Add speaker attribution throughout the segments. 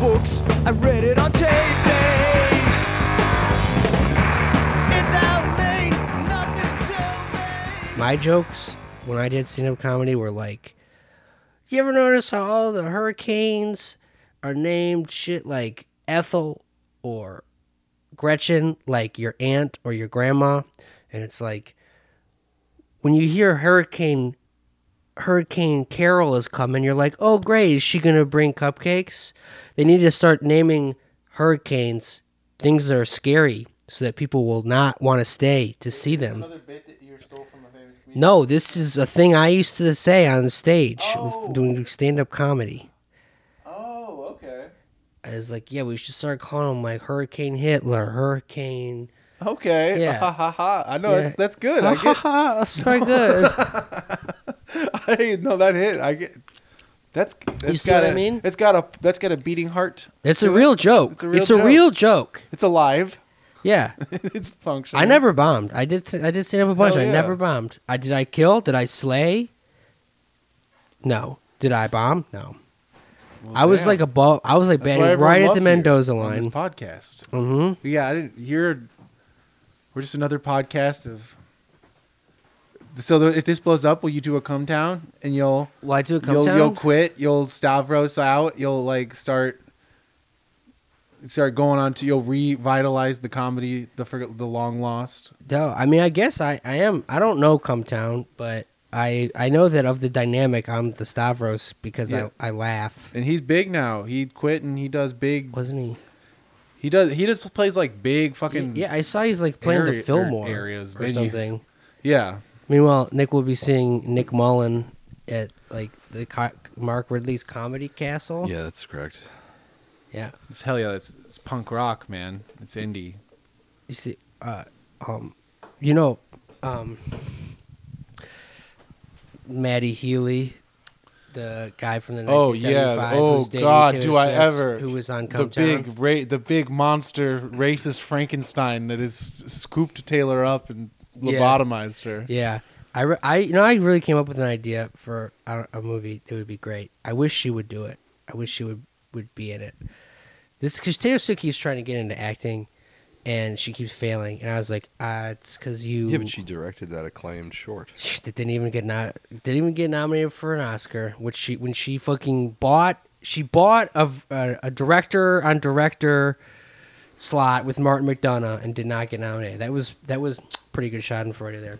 Speaker 1: books, I've read it on TV. It don't mean nothing to me.
Speaker 2: My jokes when I did stand up comedy were like, you ever notice how all the hurricanes are named shit like Ethel or Gretchen, like your aunt or your grandma? And it's like, when you hear Hurricane Hurricane Carol is coming, you're like, oh great, is she gonna bring cupcakes? They need to start naming hurricanes things that are scary so that people will not want to stay to see them.
Speaker 3: Another bit that you stole from a famous comedian.
Speaker 2: No, this is a thing I used to say on stage with- doing stand up comedy.
Speaker 3: Oh, okay.
Speaker 2: I was like, yeah, we should start calling them like Hurricane Hitler, Hurricane.
Speaker 3: Okay.
Speaker 2: Yeah.
Speaker 3: Ha ha ha. I know
Speaker 2: Yeah.
Speaker 3: that's, that's good. I get.
Speaker 2: That's pretty good.
Speaker 3: I know that hit. I get. That's. that's
Speaker 2: see
Speaker 3: got
Speaker 2: what I
Speaker 3: a-
Speaker 2: mean?
Speaker 3: It's got a. That's got a beating heart.
Speaker 2: It's a real joke.
Speaker 3: It's a real
Speaker 2: it's a
Speaker 3: joke.
Speaker 2: real joke.
Speaker 3: It's alive.
Speaker 2: Yeah.
Speaker 3: it's functional.
Speaker 2: I never bombed. I did. I did stand up a bunch.
Speaker 3: Hell
Speaker 2: I
Speaker 3: yeah.
Speaker 2: never bombed. I did. I kill. Did I slay? No. Did I bomb? No. I was
Speaker 3: damn.
Speaker 2: like above. I was like
Speaker 3: That's why
Speaker 2: batting
Speaker 3: everyone
Speaker 2: right at
Speaker 3: loves
Speaker 2: the
Speaker 3: you
Speaker 2: Mendoza
Speaker 3: on this
Speaker 2: line.
Speaker 3: podcast.
Speaker 2: hmm
Speaker 3: Yeah, I didn't. You're. We're just another podcast of. So th- if this blows up, will you do a come down and you'll
Speaker 2: Well, I do come
Speaker 3: you'll
Speaker 2: down.
Speaker 3: you'll quit? You'll Stavros out. You'll like start start going on to you'll revitalize the comedy the for, the long lost.
Speaker 2: No, I mean, I guess I, I am. I don't know Come Town, but I I know that of the dynamic, I'm the Stavros because
Speaker 3: Yeah.
Speaker 2: I, I laugh.
Speaker 3: And he's big now. He quit and he does big.
Speaker 2: Wasn't he?
Speaker 3: He does he just plays like big fucking
Speaker 2: yeah, I saw he's like playing
Speaker 3: area-
Speaker 2: the
Speaker 3: or
Speaker 2: Fillmore
Speaker 3: areas,
Speaker 2: or
Speaker 3: venues.
Speaker 2: something.
Speaker 3: yeah.
Speaker 2: Meanwhile, Nick will be seeing Nick Mullen at like the co- Mark Ridley's Comedy Castle.
Speaker 4: Yeah, that's correct.
Speaker 2: Yeah.
Speaker 3: It's, hell yeah, it's, it's punk rock, man. It's indie.
Speaker 2: You see, uh, um, you know, um, Maddie Healy, the guy from the
Speaker 3: Oh
Speaker 2: 1975
Speaker 3: yeah! Oh
Speaker 2: who's dating
Speaker 3: god,
Speaker 2: Taylor
Speaker 3: do I
Speaker 2: Swift,
Speaker 3: ever?
Speaker 2: Who was on
Speaker 3: the
Speaker 2: Come
Speaker 3: big ra- the big monster racist Frankenstein that has scooped Taylor up and
Speaker 2: Yeah.
Speaker 3: lobotomized her.
Speaker 2: Yeah, I, re- I you know I really came up with an idea for uh, a, a movie that would be great. I wish she would do it. I wish she would would be in it. This because Taylor Swift keeps trying to get into acting, and she keeps failing. And I was like, ah, it's because you
Speaker 4: Yeah, but she directed that acclaimed short.
Speaker 2: Shh, that didn't even get not didn't even get nominated for an Oscar. Which she when she fucking bought she bought a a, a director on director slot with Martin McDonough and did not get nominated. That was that was pretty good Schadenfreude there.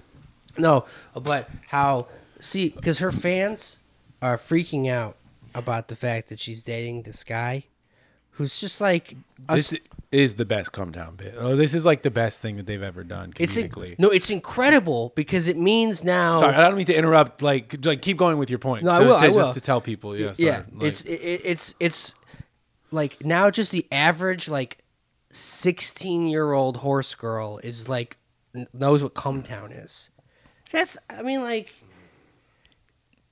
Speaker 2: No, but how see because her fans are freaking out about the fact that she's dating this guy who's just like a
Speaker 3: This is the best come down bit. Oh, this is like the best thing that they've ever done
Speaker 2: it's in-
Speaker 3: comedically.
Speaker 2: no, it's incredible because it means now.
Speaker 3: Sorry, I don't mean to interrupt. Like, like keep going with your point.
Speaker 2: No, I
Speaker 3: To-
Speaker 2: will,
Speaker 3: to-
Speaker 2: I
Speaker 3: just
Speaker 2: will.
Speaker 3: to tell people. Yeah, sorry.
Speaker 2: yeah
Speaker 3: Like,
Speaker 2: it's it, it- it's it's like now just the average like 16 year old horse girl is like n- knows what come town is that's i mean like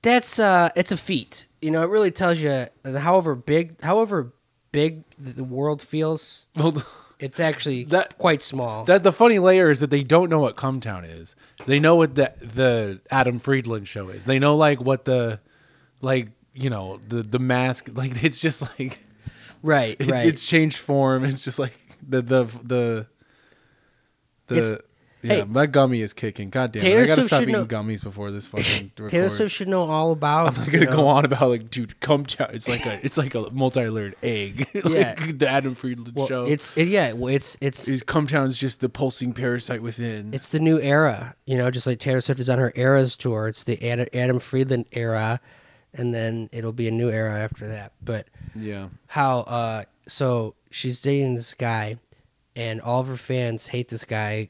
Speaker 2: that's uh it's a feat you know it really tells you that however big however big th- the world feels
Speaker 3: well,
Speaker 2: it's actually
Speaker 3: That-
Speaker 2: quite small
Speaker 3: that the funny layer is that they don't know what come town is. They know what the the Adam Friedland show is. They know like what the like you know the the mask. Like it's just like
Speaker 2: right
Speaker 3: it's,
Speaker 2: right
Speaker 3: it's changed form. It's just like the the the the.
Speaker 2: It's-
Speaker 3: yeah,
Speaker 2: hey.
Speaker 3: my gummy is kicking. God damn it!
Speaker 2: Taylor
Speaker 3: I gotta
Speaker 2: Swift
Speaker 3: stop
Speaker 2: should
Speaker 3: eating
Speaker 2: know-
Speaker 3: gummies before this fucking.
Speaker 2: taylor
Speaker 3: records.
Speaker 2: swift should know all about
Speaker 3: I'm not
Speaker 2: you
Speaker 3: gonna
Speaker 2: know,
Speaker 3: go on about like, dude, come down. It's like a, it's like a multi-layered egg. like
Speaker 2: Yeah.
Speaker 3: the Adam Friedland
Speaker 2: well,
Speaker 3: show.
Speaker 2: it's it, yeah well, it's it's
Speaker 3: is come down's just the pulsing parasite within.
Speaker 2: it's the new era, you know, just like Taylor Swift is on her Eras tour. It's the Adam, Adam Friedland era, and then it'll be a new era after that. But
Speaker 3: yeah,
Speaker 2: how? uh So she's dating this guy, and all of her fans hate this guy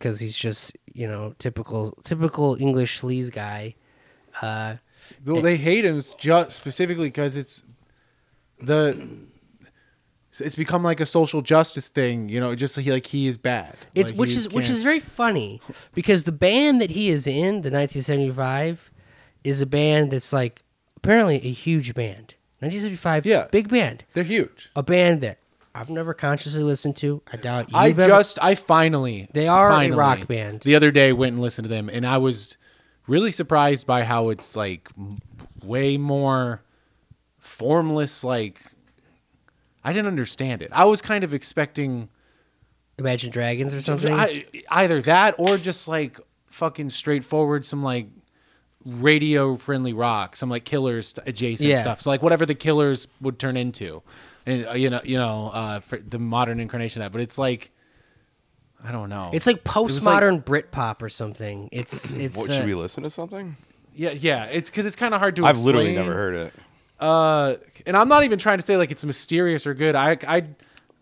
Speaker 2: because he's just you know typical typical English sleaze guy. Uh,
Speaker 3: well, they hate him s- ju- specifically because it's the it's become like a social justice thing. You know, just like he, like he is bad.
Speaker 2: It's
Speaker 3: Like,
Speaker 2: which
Speaker 3: he
Speaker 2: is which
Speaker 3: can't-
Speaker 2: is very funny because the band that he is in, the 1975, is a band that's like apparently a huge band. 1975,
Speaker 3: Yeah.
Speaker 2: big band,
Speaker 3: they're huge.
Speaker 2: a band that I've never consciously listened to. I doubt you.
Speaker 3: I just I finally
Speaker 2: They are a
Speaker 3: finally,
Speaker 2: rock band.
Speaker 3: The other day went and listened to them and I was really surprised by how it's like m- way more formless like I didn't understand it. I was kind of expecting
Speaker 2: Imagine Dragons or something.
Speaker 3: I, either that or just like fucking straightforward some like radio friendly rock, some like killers st- adjacent
Speaker 2: Yeah.
Speaker 3: stuff. So like whatever the killers would turn into, and uh, you know you know uh, for the modern incarnation of that. But it's like I don't know.
Speaker 2: it's like
Speaker 3: was
Speaker 2: postmodern Britpop or something. It's it's
Speaker 4: What,
Speaker 2: uh,
Speaker 4: should we listen to something?
Speaker 3: yeah yeah. It's because it's kind of hard to.
Speaker 4: I've literally
Speaker 3: explain.
Speaker 4: never heard it.
Speaker 3: Uh, and I'm not even trying to say like it's mysterious or good. I I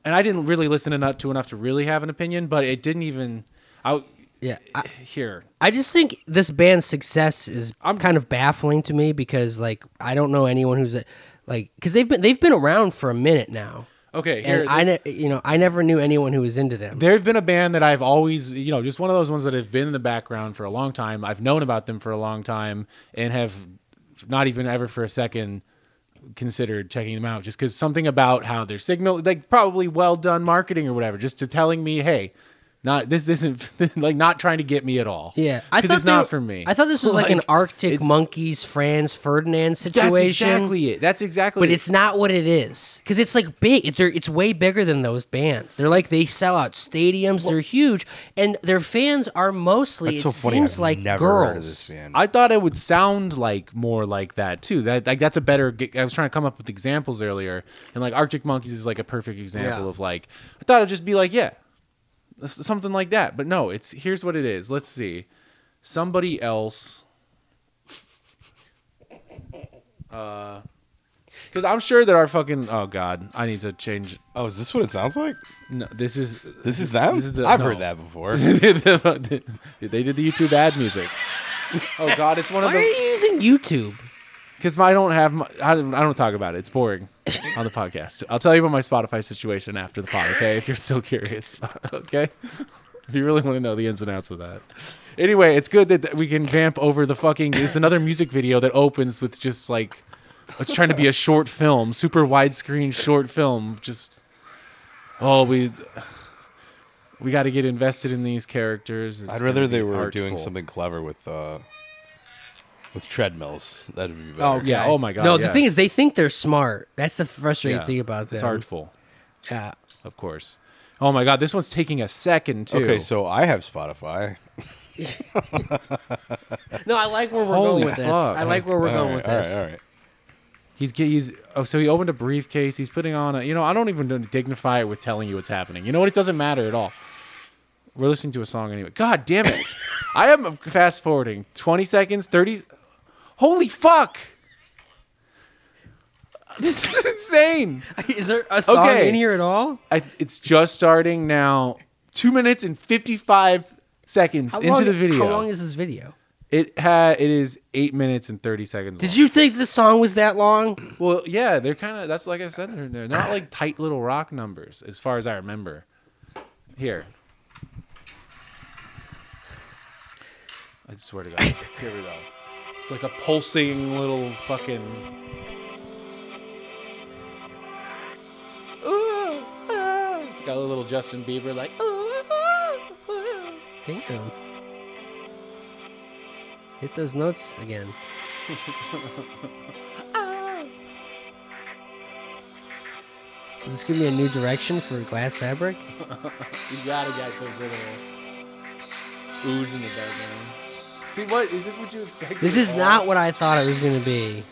Speaker 3: and I didn't really listen enough to enough to really have an opinion, but it didn't even. I
Speaker 2: yeah. I,
Speaker 3: here
Speaker 2: I just think this band's success is
Speaker 3: I'm-
Speaker 2: kind of baffling to me because like I don't know anyone who's a, like because they've been they've been around for a minute now.
Speaker 3: okay. Here,
Speaker 2: And I ne- you know I never knew anyone who was into them.
Speaker 3: there have been a band that I've always, you know, just one of those ones that have been in the background for a long time. I've known about them for a long time and have not even ever for a second considered checking them out just because something about how their signal, like probably well done marketing or whatever, just to telling me, hey, not this isn't like not trying to get me at all.
Speaker 2: Yeah,
Speaker 3: because it's
Speaker 2: they
Speaker 3: not
Speaker 2: were-
Speaker 3: for me.
Speaker 2: I thought this was like, an
Speaker 3: Like,
Speaker 2: Arctic
Speaker 3: it's-
Speaker 2: Monkeys, Franz Ferdinand
Speaker 3: that's
Speaker 2: situation.
Speaker 3: exactly it. That's exactly.
Speaker 2: But
Speaker 3: it.
Speaker 2: it's not what it is because it's like big. It's, they're- it's way bigger than those bands. They're like they sell out stadiums. they're huge, and their fans are mostly.
Speaker 4: That's
Speaker 2: it
Speaker 4: so funny.
Speaker 2: seems
Speaker 4: I've
Speaker 2: like
Speaker 4: never
Speaker 2: girls.
Speaker 4: heard of this band.
Speaker 3: I thought it would sound like more like that too. That like that's a better. ge- I was trying to come up with examples earlier, and like Arctic Monkeys is like a perfect example
Speaker 2: Yeah.
Speaker 3: of like I thought it'd just be like yeah, s- something like that. But no, it's here's what it is. Let's see, somebody else. Because Uh, I'm sure that our fucking oh god, I need to change.
Speaker 4: oh, is this what it sounds like?
Speaker 3: No, this is
Speaker 4: This is them?
Speaker 3: This is the-
Speaker 4: I've
Speaker 3: no.
Speaker 4: heard that before.
Speaker 3: they did the YouTube ad music. Oh god, it's one of
Speaker 2: Why are
Speaker 3: the
Speaker 2: you using YouTube?
Speaker 3: Because I don't have my, I don't, I don't talk about it. It's boring on the podcast. I'll tell you about my Spotify situation after the pod, okay? If you're still curious, okay? If you really want to know the ins and outs of that. Anyway, it's good that, that we can vamp over the fucking. It's another music video that opens with just like, it's trying to be a short film, super widescreen short film. Just, oh, we. We got to get invested in these characters. It's
Speaker 4: I'd rather
Speaker 3: gonna
Speaker 4: they
Speaker 3: be
Speaker 4: were doing
Speaker 3: artful.
Speaker 4: something clever with uh, with treadmills. That'd be better.
Speaker 2: Oh
Speaker 3: Yeah, oh my God,
Speaker 2: No,
Speaker 3: yeah.
Speaker 2: the thing is, they think they're smart. That's the frustrating
Speaker 3: Yeah,
Speaker 2: thing about them.
Speaker 3: It's artful.
Speaker 2: Yeah.
Speaker 3: of course. Oh my god, this one's taking a second too.
Speaker 4: Okay, so I have Spotify.
Speaker 2: No, I like where we're
Speaker 3: Holy
Speaker 2: going with this.
Speaker 3: fuck.
Speaker 2: I like where we're
Speaker 4: All
Speaker 2: going
Speaker 4: right,
Speaker 2: with
Speaker 4: all
Speaker 2: this.
Speaker 4: right, all right.
Speaker 3: he's ge- he's oh, so he opened a briefcase. He's putting on a you know I don't even dignify it with telling you what's happening. You know what? It doesn't matter at all. We're listening to a song anyway. God damn it! I am fast forwarding twenty seconds, thirty. Holy fuck! This is insane.
Speaker 2: Is there a song
Speaker 3: Okay.
Speaker 2: in here at all?
Speaker 3: I, it's just starting now. Two minutes and fifty-five seconds
Speaker 2: How
Speaker 3: into
Speaker 2: long-
Speaker 3: the video.
Speaker 2: How long is this video?
Speaker 3: it had it is eight minutes and thirty seconds. long.
Speaker 2: Did you think the song was that long?
Speaker 3: Well, yeah, they're kind of. That's like I said, they're, they're not like tight little rock numbers, as far as I remember. Here, I swear to God, here we go. It's like a pulsing little fucking. Ooh, ah. It's got a little Justin Bieber like. ooh, ah, ooh.
Speaker 2: Damn. Hit those notes again. Is this gonna be a new direction for glass fabric?
Speaker 3: You gotta get those little oohs in the background. See what is this? What you expected?
Speaker 2: This is not what I thought it was gonna be.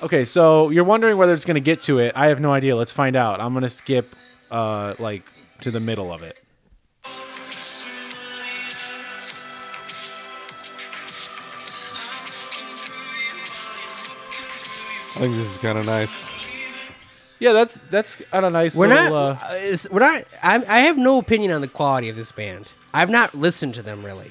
Speaker 3: Okay, so you're wondering whether it's gonna get to it. I have no idea. Let's find out. I'm gonna skip, uh, like to the middle of it.
Speaker 4: I think this is kind of nice.
Speaker 3: Yeah, that's that's on a nice.
Speaker 2: We're
Speaker 3: little,
Speaker 2: not.
Speaker 3: Uh,
Speaker 2: uh, it's- we're not. I, I have no opinion on the quality of this band. I've not listened to them really.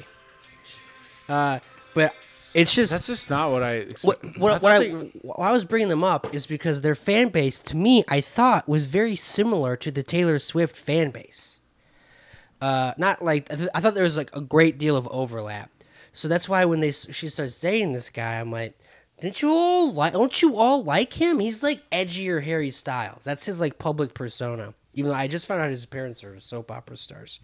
Speaker 2: Uh, but it's just
Speaker 3: that's just not what I. Expected.
Speaker 2: what
Speaker 3: Mm-hmm. I
Speaker 2: what,
Speaker 3: thought
Speaker 2: what I,
Speaker 3: they-
Speaker 2: why I was bringing them up is because their fan base to me I thought was very similar to the Taylor Swift fan base. Uh, not like I, th- I thought there was like a great deal of overlap, so that's why when they s- she starts dating this guy, I'm like, didn't you all like? Don't you all like him? He's like edgier Harry Styles. That's his like public persona. Even though I just found out his parents are soap opera stars.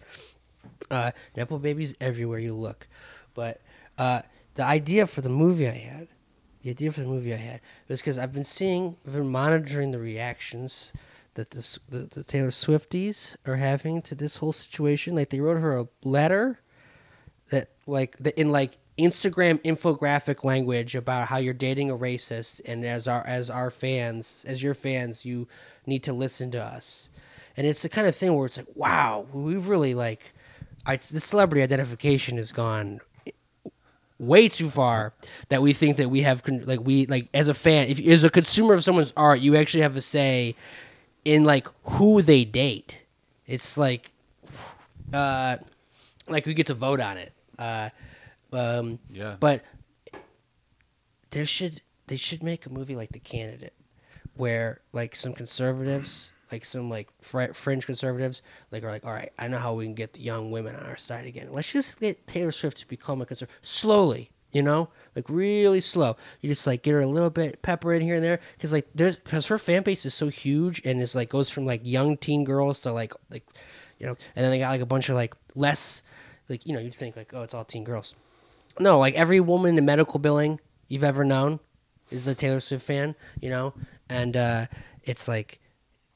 Speaker 2: uh, nipple babies everywhere you look. But uh, the idea for the movie I had, the idea for the movie I had was because I've been seeing, I've been monitoring the reactions that the, S- the the Taylor Swifties are having to this whole situation. Like they wrote her a letter that like the, in like Instagram infographic language about how you're dating a racist, and as our as our fans, as your fans, you need to listen to us. And it's the kind of thing where it's like, wow, we've really like, I, the celebrity identification has gone way too far that we think that we have con- like we like as a fan if as a consumer of someone's art you actually have a say in like who they date it's like uh like we get to vote on it uh um
Speaker 3: Yeah.
Speaker 2: but there should they should make a movie like the candidate where like some conservatives like some like fr- fringe conservatives like are like all right i know how we can get the young women on our side again let's just get taylor swift to become a conservative slowly you know like really slow you just like get her a little bit pepper in here and there because like there's because her fan base is so huge and it's like goes from like young teen girls to like like you know and then they got like a bunch of like less like you know you'd think like oh it's all teen girls no, like every woman in medical billing you've ever known is a Taylor Swift fan, you know? And uh, it's like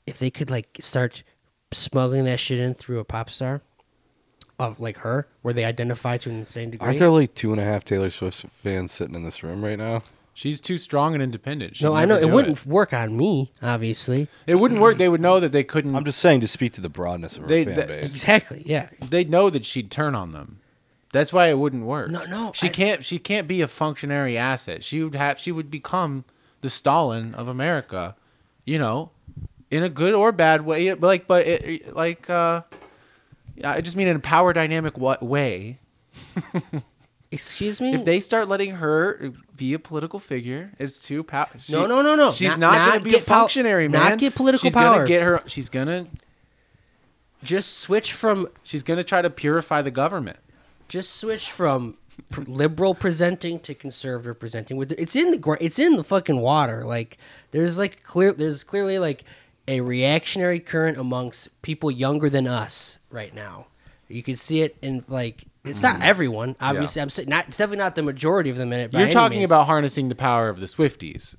Speaker 2: if they could like start smuggling that shit in through a pop star of like her, where they identify to an insane degree.
Speaker 4: Aren't there like two and a half Taylor Swift fans sitting in this room right now?
Speaker 3: She's too strong and independent. She'd
Speaker 2: no, I know
Speaker 3: never
Speaker 2: it
Speaker 3: do
Speaker 2: wouldn't work on me, obviously.
Speaker 3: It wouldn't work. They would know that they couldn't.
Speaker 4: I'm just saying to speak to the broadness of her
Speaker 3: They-
Speaker 4: fan
Speaker 3: that-
Speaker 4: base.
Speaker 2: Exactly, yeah.
Speaker 3: They'd know that she'd turn on them. That's why it wouldn't work.
Speaker 2: No, no,
Speaker 3: She
Speaker 2: I-
Speaker 3: can't. She can't be a functionary asset. She would have. She would become the Stalin of America. You know, in a good or bad way. but Like, but it- it, like, uh, I just mean in a power dynamic what way.
Speaker 2: Excuse me?
Speaker 3: If they start letting her be a political figure, it's too power.
Speaker 2: No, no, no, no.
Speaker 3: She's not,
Speaker 2: Not- not
Speaker 3: going to be a
Speaker 2: get pow-
Speaker 3: functionary,
Speaker 2: not
Speaker 3: man.
Speaker 2: get political
Speaker 3: she's
Speaker 2: power.
Speaker 3: Gonna get her. She's gonna.
Speaker 2: just switch from
Speaker 3: She's gonna try to purify the government.
Speaker 2: just switch from pr- liberal presenting to conservative presenting. With it's in the gr- it's in the fucking water. Like there's like clear there's clearly like a reactionary current amongst people younger than us right now. You can see it in like it's not everyone. Obviously, I'm saying not. It's definitely not the majority of them in it.
Speaker 3: Mm-hmm.
Speaker 2: by
Speaker 3: You're
Speaker 2: any
Speaker 3: talking
Speaker 2: means.
Speaker 3: about harnessing the power of the Swifties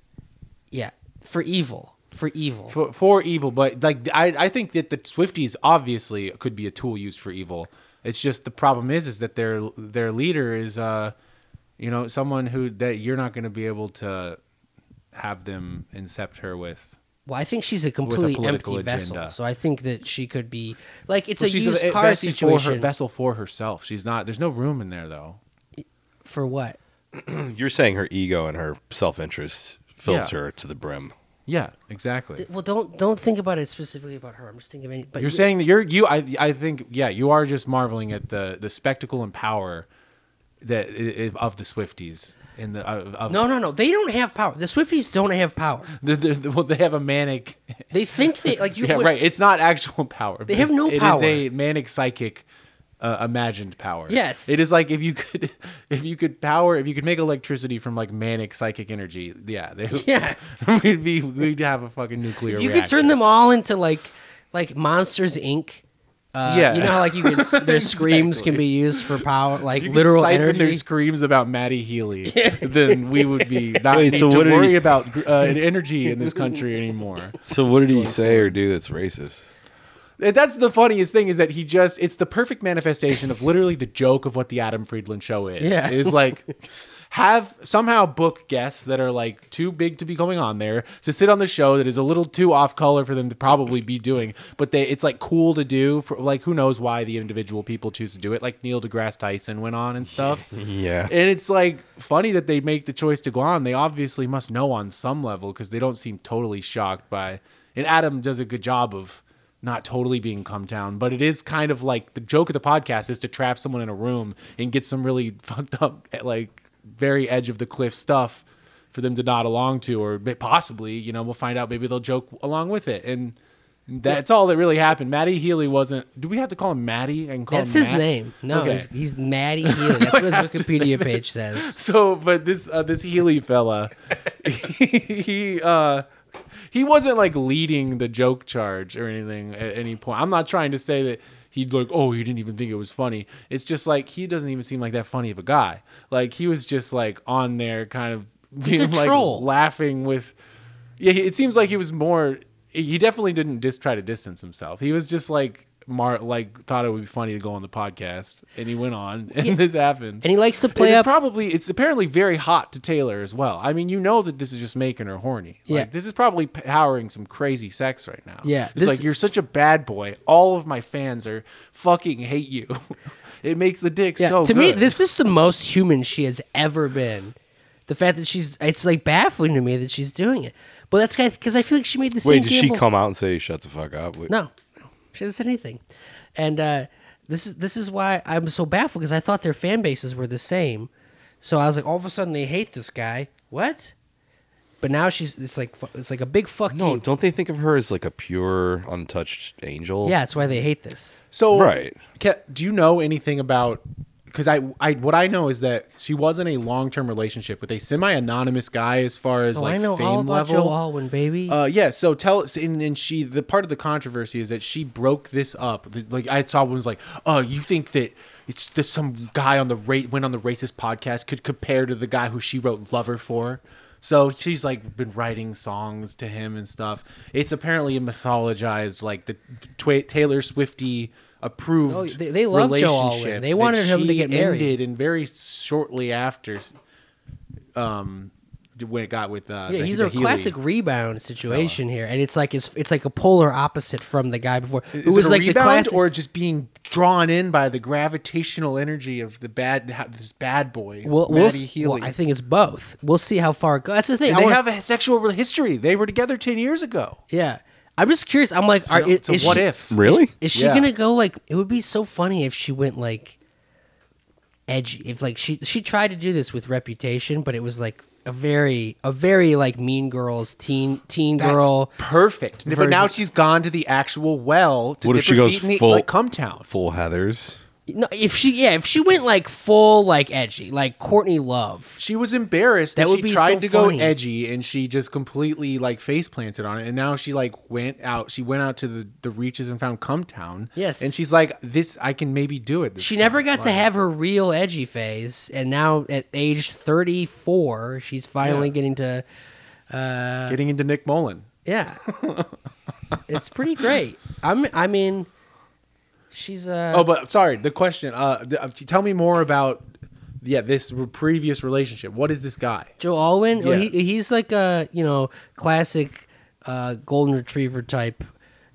Speaker 2: yeah for evil for evil.
Speaker 3: for, for evil, but like I, I think that the Swifties obviously could be a tool used for evil. It's just the problem is is that their their leader is uh you know someone who that you're not going to be able to have them incept her with.
Speaker 2: well, I think she's a completely
Speaker 3: political
Speaker 2: empty vessel,
Speaker 3: agenda.
Speaker 2: so I think that she could be like it's
Speaker 3: Well,
Speaker 2: a
Speaker 3: she's
Speaker 2: used
Speaker 3: a
Speaker 2: car
Speaker 3: vessel for her,
Speaker 2: situation
Speaker 3: vessel for herself. She's not. There's no room in there though.
Speaker 2: for what?
Speaker 4: You're saying her ego and her self interest fills
Speaker 3: Yeah.
Speaker 4: her to the brim.
Speaker 3: Yeah, exactly.
Speaker 2: Well, don't don't think about it specifically about her. I'm just thinking of any. But
Speaker 3: You're
Speaker 2: you-
Speaker 3: saying that you're you. I I think yeah, you are just marveling at the the spectacle and power that i- i- of the Swifties in the of, of
Speaker 2: No, no, no. They don't have power. The Swifties don't have power.
Speaker 3: the, the, the- well, they have a manic.
Speaker 2: They think they like you.
Speaker 3: yeah,
Speaker 2: would-
Speaker 3: right. It's not actual power.
Speaker 2: They have no
Speaker 3: It is
Speaker 2: power.
Speaker 3: a manic psychic. Uh, imagined power.
Speaker 2: Yes.
Speaker 3: it is like if you could, if you could power, if you could make electricity from like manic psychic energy. Yeah, they,
Speaker 2: Yeah.
Speaker 3: we'd be, we'd have a fucking nuclear.
Speaker 2: You could
Speaker 3: reactor.
Speaker 2: turn them all into like like Monsters Inc. Uh,
Speaker 3: Yeah.
Speaker 2: You know how like you could s- their screams can be used for power, like
Speaker 3: you could
Speaker 2: literal
Speaker 3: siphon
Speaker 2: energy.
Speaker 3: their screams about Maddie Healy, then we would be not
Speaker 4: Wait,
Speaker 3: need
Speaker 4: so
Speaker 3: to
Speaker 4: what did
Speaker 3: worry
Speaker 4: he-
Speaker 3: about gr- uh, energy in this country anymore.
Speaker 4: So what did he say or do that's racist?
Speaker 3: And That's the funniest thing is that he just—it's the perfect manifestation of literally the joke of what the Adam Friedland show is.
Speaker 2: Yeah.
Speaker 3: is like have somehow book guests that are like too big to be going on there to sit on the show that is a little too off color for them to probably be doing, but they it's like cool to do for like who knows why the individual people choose to do it. Like Neil deGrasse Tyson went on and stuff.
Speaker 4: Yeah.
Speaker 3: And it's like funny that they make the choice to go on. They obviously must know on some level because they don't seem totally shocked by. And Adam does a good job of not totally being come down, but it is kind of like the joke of the podcast is to trap someone in a room and get some really fucked up, like very edge of the cliff stuff for them to nod along to, or ma- possibly, you know, we'll find out maybe they'll joke along with it. And that's all that really happened. Matty Healy wasn't. Do we have to call him Matty? I can call
Speaker 2: That's
Speaker 3: him
Speaker 2: his
Speaker 3: Matt?
Speaker 2: name. No,
Speaker 3: Okay
Speaker 2: he's, he's Maddie Healy. That's what his Wikipedia page says.
Speaker 3: so but this uh, this Healy fella, he uh, he wasn't like leading the joke charge or anything at any point. I'm not trying to say that he'd like, oh, he didn't even think it was funny. It's just like he doesn't even seem like that funny of a guy. Like he was just like on there, kind of
Speaker 2: He's a
Speaker 3: being, like
Speaker 2: troll.
Speaker 3: laughing with. Yeah, he- it seems like he was more. He definitely didn't just try to distance himself. He was just like Mar, like thought it would be funny to go on the podcast, and he went on, and this happened.
Speaker 2: And he likes to
Speaker 3: And
Speaker 2: play
Speaker 3: it
Speaker 2: up.
Speaker 3: probably it's apparently very hot to Taylor as well. I mean, you know that this is just making her horny. Like
Speaker 2: Yeah.
Speaker 3: this is probably powering some crazy sex right now.
Speaker 2: Yeah,
Speaker 3: It's
Speaker 2: this-
Speaker 3: like you're such a bad boy. All of my fans are fucking hate you. it makes the dick
Speaker 2: yeah,
Speaker 3: so
Speaker 2: to me,
Speaker 3: good.
Speaker 2: this is the most human she has ever been. The fact that she's, it's like baffling to me that she's doing it. But that's because I feel like she made the
Speaker 4: Wait,
Speaker 2: same
Speaker 4: did she
Speaker 2: gamble-
Speaker 4: come out and say, "Shut the fuck up"? Wait,
Speaker 2: No, no, she hasn't said anything. And uh, this is this is why I'm so baffled because I thought their fan bases were the same. So I was like, all of a sudden they hate this guy. What? But now she's it's like fu- it's like a big fuck
Speaker 4: No,
Speaker 2: you.
Speaker 4: don't they think of her as like a pure, untouched angel?
Speaker 2: Yeah, that's why they hate this.
Speaker 3: So
Speaker 4: Right.
Speaker 3: Ke- do you know anything about? Because I, I, what I know is that she was in a long-term relationship with a semi-anonymous guy as far as
Speaker 2: Oh,
Speaker 3: like
Speaker 2: I know
Speaker 3: fame
Speaker 2: all about
Speaker 3: level.
Speaker 2: Joe Alwyn, baby.
Speaker 3: Uh, yeah. So tell us, and, and she the part of the controversy is that she broke this up. The- Like I saw one was like, "Oh, you think that it's that some guy on the rate went on the racist podcast could compare to the guy who she wrote "Lover" for." So she's like been writing songs to him and stuff. It's apparently mythologized, like the tw- Taylor Swifty approved.
Speaker 2: Oh, they- they love Joe
Speaker 3: relationship
Speaker 2: Alwyn. They
Speaker 3: that
Speaker 2: wanted him to
Speaker 3: she
Speaker 2: get married.
Speaker 3: ended and very shortly after, um, when it got with uh,
Speaker 2: yeah,
Speaker 3: the-
Speaker 2: he's
Speaker 3: the
Speaker 2: a
Speaker 3: Healy.
Speaker 2: classic rebound situation here, and it's like it's it's like a polar opposite from the guy before,
Speaker 3: Is
Speaker 2: who was
Speaker 3: it a
Speaker 2: like
Speaker 3: rebound
Speaker 2: the classic.
Speaker 3: or just being drawn in by the gravitational energy of the bad ha- this bad boy?
Speaker 2: we'll, we'll,
Speaker 3: Matty
Speaker 2: s-
Speaker 3: Healy.
Speaker 2: well, I think it's both. We'll see how far it goes. That's the thing.
Speaker 3: And
Speaker 2: I
Speaker 3: they
Speaker 2: wanna-
Speaker 3: have a sexual re- history. They were together ten years ago.
Speaker 2: yeah, I'm just curious. I'm like, are,
Speaker 3: You know,
Speaker 2: is,
Speaker 3: so
Speaker 2: is
Speaker 3: what
Speaker 2: she-
Speaker 3: if?
Speaker 4: Really?
Speaker 2: Is she
Speaker 3: Yeah.
Speaker 2: gonna go like? It would be so funny if she went like edgy. If like she she tried to do this with Reputation, but it was like a very a very like Mean Girls teen teen
Speaker 3: That's
Speaker 2: girl.
Speaker 3: perfect. But now
Speaker 2: version-
Speaker 3: she's gone to the actual well to
Speaker 4: What
Speaker 3: dip
Speaker 4: if she
Speaker 3: her
Speaker 4: goes
Speaker 3: feet in the,
Speaker 4: full-
Speaker 3: like cum town.
Speaker 4: Full Heather's.
Speaker 2: No, if she yeah, if she went like full like edgy, like Courtney Love.
Speaker 3: She was embarrassed that,
Speaker 2: That would
Speaker 3: she
Speaker 2: be
Speaker 3: tried
Speaker 2: so
Speaker 3: to
Speaker 2: funny.
Speaker 3: go edgy and she just completely like face planted on it. And now she like went out. She went out to the, the reaches and found cum town.
Speaker 2: Yes.
Speaker 3: and she's like, "This I can maybe do it." This
Speaker 2: She never
Speaker 3: time."
Speaker 2: got to
Speaker 3: Like-
Speaker 2: have her real edgy phase, and now at age thirty four, she's finally
Speaker 3: Yeah.
Speaker 2: getting to uh,
Speaker 3: getting into Nick Mullen.
Speaker 2: yeah. it's pretty great. I'm I mean, she's uh
Speaker 3: Oh, but sorry, the question. Uh, th- uh, tell me more about yeah this re- previous relationship. What is this guy?
Speaker 2: Joe Alwyn, oh,
Speaker 3: Yeah.
Speaker 2: he, he's like a you know classic uh, golden retriever type,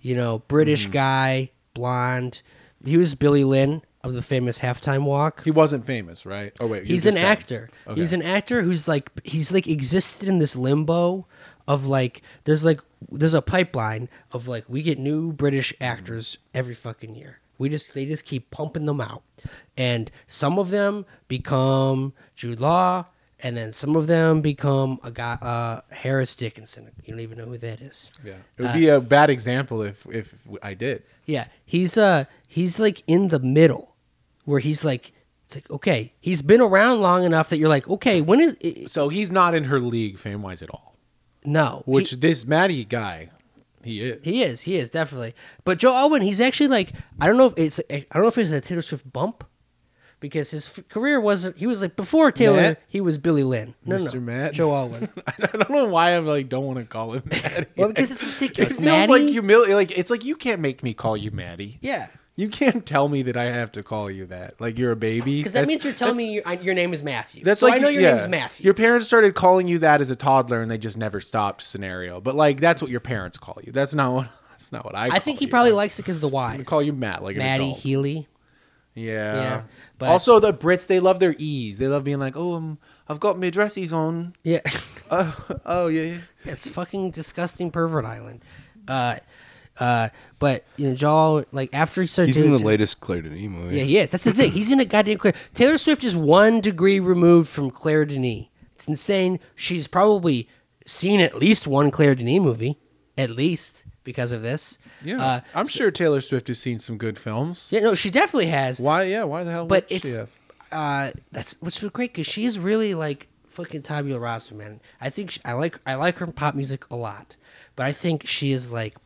Speaker 2: you know British guy, blonde. He was Billy Lynn of the famous halftime walk.
Speaker 3: He wasn't famous, right? Oh wait, you
Speaker 2: he's an
Speaker 3: just said.
Speaker 2: actor.
Speaker 3: Okay.
Speaker 2: He's an actor who's like he's like existed in this limbo of like there's like there's a pipeline of like we get new British actors every fucking year. We just they just keep pumping them out. And some of them become Jude Law and then some of them become a guy uh, Harris Dickinson. You don't even know who that is.
Speaker 3: Yeah, it
Speaker 2: Uh,
Speaker 3: would be a bad example if if I did.
Speaker 2: Yeah, he's uh he's like in the middle where he's like it's like okay, he's been around long enough that you're like okay, when is i-
Speaker 3: So he's not in her league fame wise at all.
Speaker 2: no,
Speaker 3: Which
Speaker 2: he,
Speaker 3: this Maddie guy, he is.
Speaker 2: he is, he is definitely. But Joe Alwyn, he's actually like I don't know if it's I don't know if it's a Taylor Swift bump because his f- career was he was like before Taylor
Speaker 3: Matt?
Speaker 2: he was Billy Lynn. No, no,
Speaker 3: Mr. Matt?
Speaker 2: Joe Alwyn.
Speaker 3: I don't know why I'm like don't want to call him Maddie.
Speaker 2: well, because it's
Speaker 3: it
Speaker 2: ridiculous.
Speaker 3: feels
Speaker 2: Maddie?
Speaker 3: like humili- Like it's like you can't make me call you Maddie.
Speaker 2: yeah.
Speaker 3: You can't tell me that I have to call you that. Like you're a baby.
Speaker 2: Because
Speaker 3: That's-
Speaker 2: that means you're telling
Speaker 3: that's-
Speaker 2: me your, I- your name is Matthew.
Speaker 3: That's
Speaker 2: so
Speaker 3: like
Speaker 2: I know your
Speaker 3: yeah.
Speaker 2: name's Matthew.
Speaker 3: Your parents started calling you that as a toddler, and they just never stopped. Scenario, but like that's what your parents call you. That's not what. That's not what I.
Speaker 2: I think
Speaker 3: call
Speaker 2: he
Speaker 3: you.
Speaker 2: probably likes it because the Y's.
Speaker 3: call you Matt, like an
Speaker 2: Maddie
Speaker 3: adult.
Speaker 2: Healy.
Speaker 3: Yeah.
Speaker 2: Yeah, but-
Speaker 3: also, the Brits they love their e's. They love being like, oh, um, I've got my dressies on.
Speaker 2: Yeah.
Speaker 3: Uh, oh yeah. yeah.
Speaker 2: it's fucking disgusting pervert island. Uh uh but you know, Jaw like after he started
Speaker 4: He's in the
Speaker 2: dating-
Speaker 4: latest Claire Denis movie.
Speaker 2: Yeah, he is. That's the thing. He's in a goddamn Claire. Taylor Swift is one degree removed from Claire Denis. It's insane. She's probably seen at least one Claire Denis movie. At least because of this.
Speaker 3: Yeah.
Speaker 2: Uh,
Speaker 3: I'm sure Taylor Swift has seen some good films.
Speaker 2: yeah, no, she definitely has.
Speaker 3: Why? Yeah. Why the hell?
Speaker 2: but
Speaker 3: would she
Speaker 2: it's
Speaker 3: have?
Speaker 2: uh that's which was great because she is really like fucking tabula rasa man i think she, i like i like her pop music a lot but i think she is like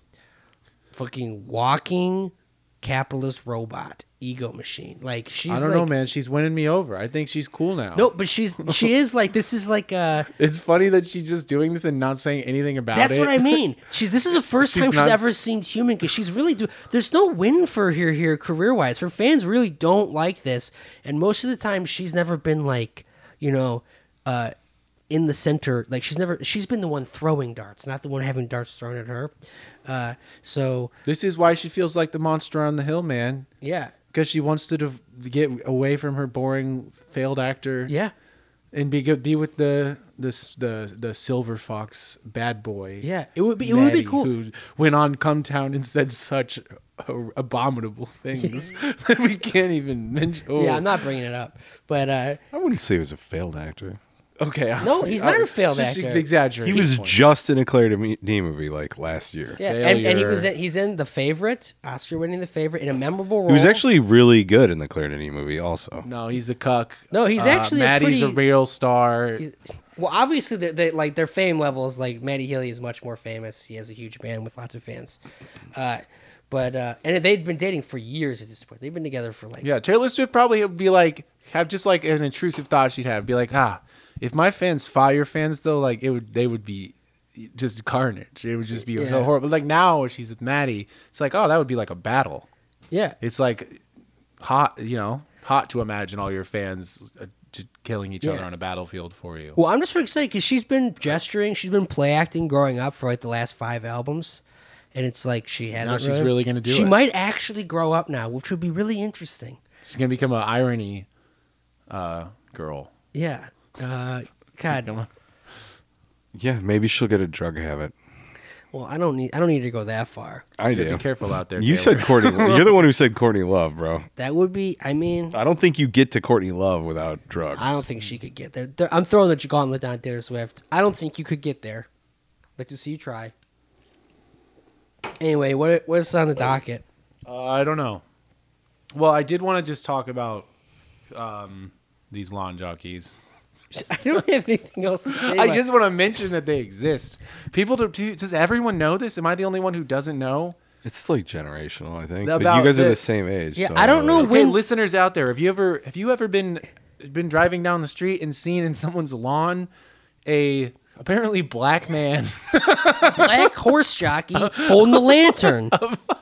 Speaker 2: fucking walking capitalist robot ego machine. Like she's
Speaker 3: I don't
Speaker 2: like,
Speaker 3: know, man. She's winning me over. I think she's cool now.
Speaker 2: No, but she's she is like this is like uh
Speaker 3: It's funny that she's just doing this and not saying anything about
Speaker 2: that's
Speaker 3: it.
Speaker 2: what I mean. She's this is the first
Speaker 3: She's
Speaker 2: time she's
Speaker 3: not-
Speaker 2: ever seemed human because she's really do. There's no win for her here career wise. Her fans really don't like this, and most of the time she's never been like you know. uh in the center, like she's never, she's been the one throwing darts, not the one having darts thrown at her. Uh, so
Speaker 3: This is why she feels like the monster on the hill, man.
Speaker 2: yeah,
Speaker 3: Because she wants to div- get away from her boring failed actor.
Speaker 2: yeah,
Speaker 3: and be good, be with the this the the silver fox bad boy.
Speaker 2: yeah. It would be, it would be
Speaker 3: Maddie,
Speaker 2: cool.
Speaker 3: Who went on Come Town and said such a- abominable things that we can't even mention. Oh,
Speaker 2: Yeah, I'm not bringing it up, but uh,
Speaker 4: I wouldn't say he was a failed actor.
Speaker 3: Okay. I-
Speaker 2: No, he's not a
Speaker 3: I-
Speaker 2: failed
Speaker 3: just
Speaker 2: actor.
Speaker 3: Exaggerating.
Speaker 4: He was
Speaker 3: point.
Speaker 4: just in a Claire Denis movie like last year.
Speaker 2: yeah, and, and he was
Speaker 3: Failure.
Speaker 2: in, he's in the favorite, Oscar winning the favorite in a memorable role.
Speaker 4: He was actually really good in the Claire Denis movie. Also,
Speaker 3: No, he's a cuck. Uh,
Speaker 2: No, he's actually a
Speaker 3: Maddie's
Speaker 2: pretty-
Speaker 3: real star.
Speaker 2: Well, obviously, they they like their fame levels. Like Matty Healy is much more famous. He has a huge band with lots of fans. Uh, but uh, and they've been dating for years at this point. They've been together for like
Speaker 3: Yeah, Taylor Swift probably would be like have just like an intrusive thought she'd have, be like, ah, if my fans fire fans though, like it would they would be just carnage. It would just be
Speaker 2: Yeah.
Speaker 3: so horrible. Like now she's with Maddie, it's like, oh, that would be like a battle.
Speaker 2: yeah.
Speaker 3: It's like hot, you know, hot to imagine all your fans uh, just killing each other
Speaker 2: Yeah.
Speaker 3: on a battlefield for you.
Speaker 2: Well, I'm just really excited because she's been gesturing, she's been play acting growing up for like the last five albums, and it's like she hasn't.
Speaker 3: she's really gonna do
Speaker 2: She
Speaker 3: it.
Speaker 2: might actually grow up now, which would be really interesting.
Speaker 3: She's gonna become an irony uh, girl.
Speaker 2: Yeah. Uh, God,
Speaker 3: Come on.
Speaker 4: yeah, maybe she'll get a drug habit.
Speaker 2: Well, I don't need I don't need to go that far.
Speaker 4: I
Speaker 3: Yeah,
Speaker 4: do.
Speaker 3: Be careful out there.
Speaker 4: You
Speaker 3: Taylor.
Speaker 4: said Courtney. Love. You're the one who said Courtney Love, bro.
Speaker 2: That would be I mean
Speaker 4: I don't think you get to Courtney Love without drugs.
Speaker 2: I don't think she could get there. There- I'm throwing the gauntlet down at Taylor Swift. I don't think you could get there. I'd like to see you try. Anyway, what what's on the docket?
Speaker 3: Uh, I don't know. Well, I did want to just talk about um, these lawn jockeys.
Speaker 2: I don't have anything else to say.
Speaker 3: I
Speaker 2: about-
Speaker 3: just want to mention that they exist. People do, do. Does everyone know this? Am I the only one who doesn't know?
Speaker 4: It's like generational, I think.
Speaker 3: About
Speaker 4: but you guys are
Speaker 3: the-
Speaker 4: the same age.
Speaker 2: Yeah,
Speaker 4: so
Speaker 2: I don't know
Speaker 4: really-
Speaker 3: When
Speaker 2: when
Speaker 3: listeners out there, have you ever have you ever been been driving down the street and seen in someone's lawn a apparently black man,
Speaker 2: black horse jockey holding the lantern.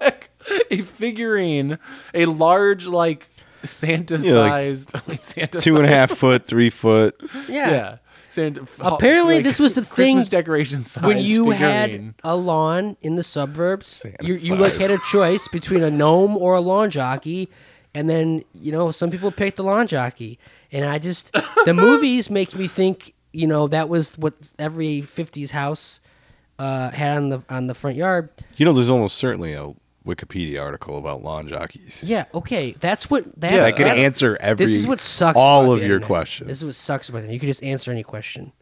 Speaker 3: like, a figurine, a large like Santa sized Santa
Speaker 4: Two and a
Speaker 3: sized-
Speaker 4: half foot, three foot.
Speaker 2: Yeah.
Speaker 3: Yeah. Santa,
Speaker 2: Apparently this was the
Speaker 3: Christmas
Speaker 2: thing
Speaker 3: decoration size
Speaker 2: When you
Speaker 3: figurine.
Speaker 2: had a lawn in the suburbs, you, you
Speaker 4: size.
Speaker 2: like had a choice between a gnome or a lawn jockey, and then you know some people picked the lawn jockey, and I just the movies make me think you know that was what every '50s house uh, had on the on the front yard.
Speaker 4: You know, there's almost certainly a Wikipedia article about lawn jockeys.
Speaker 2: Yeah, okay, that's what that's
Speaker 4: Yeah, I can
Speaker 2: that's-
Speaker 4: answer every.
Speaker 2: This is what sucks.
Speaker 4: All
Speaker 2: about
Speaker 4: of
Speaker 2: the
Speaker 4: your
Speaker 2: internet.
Speaker 4: questions.
Speaker 2: This is what sucks about them. You can just answer any question.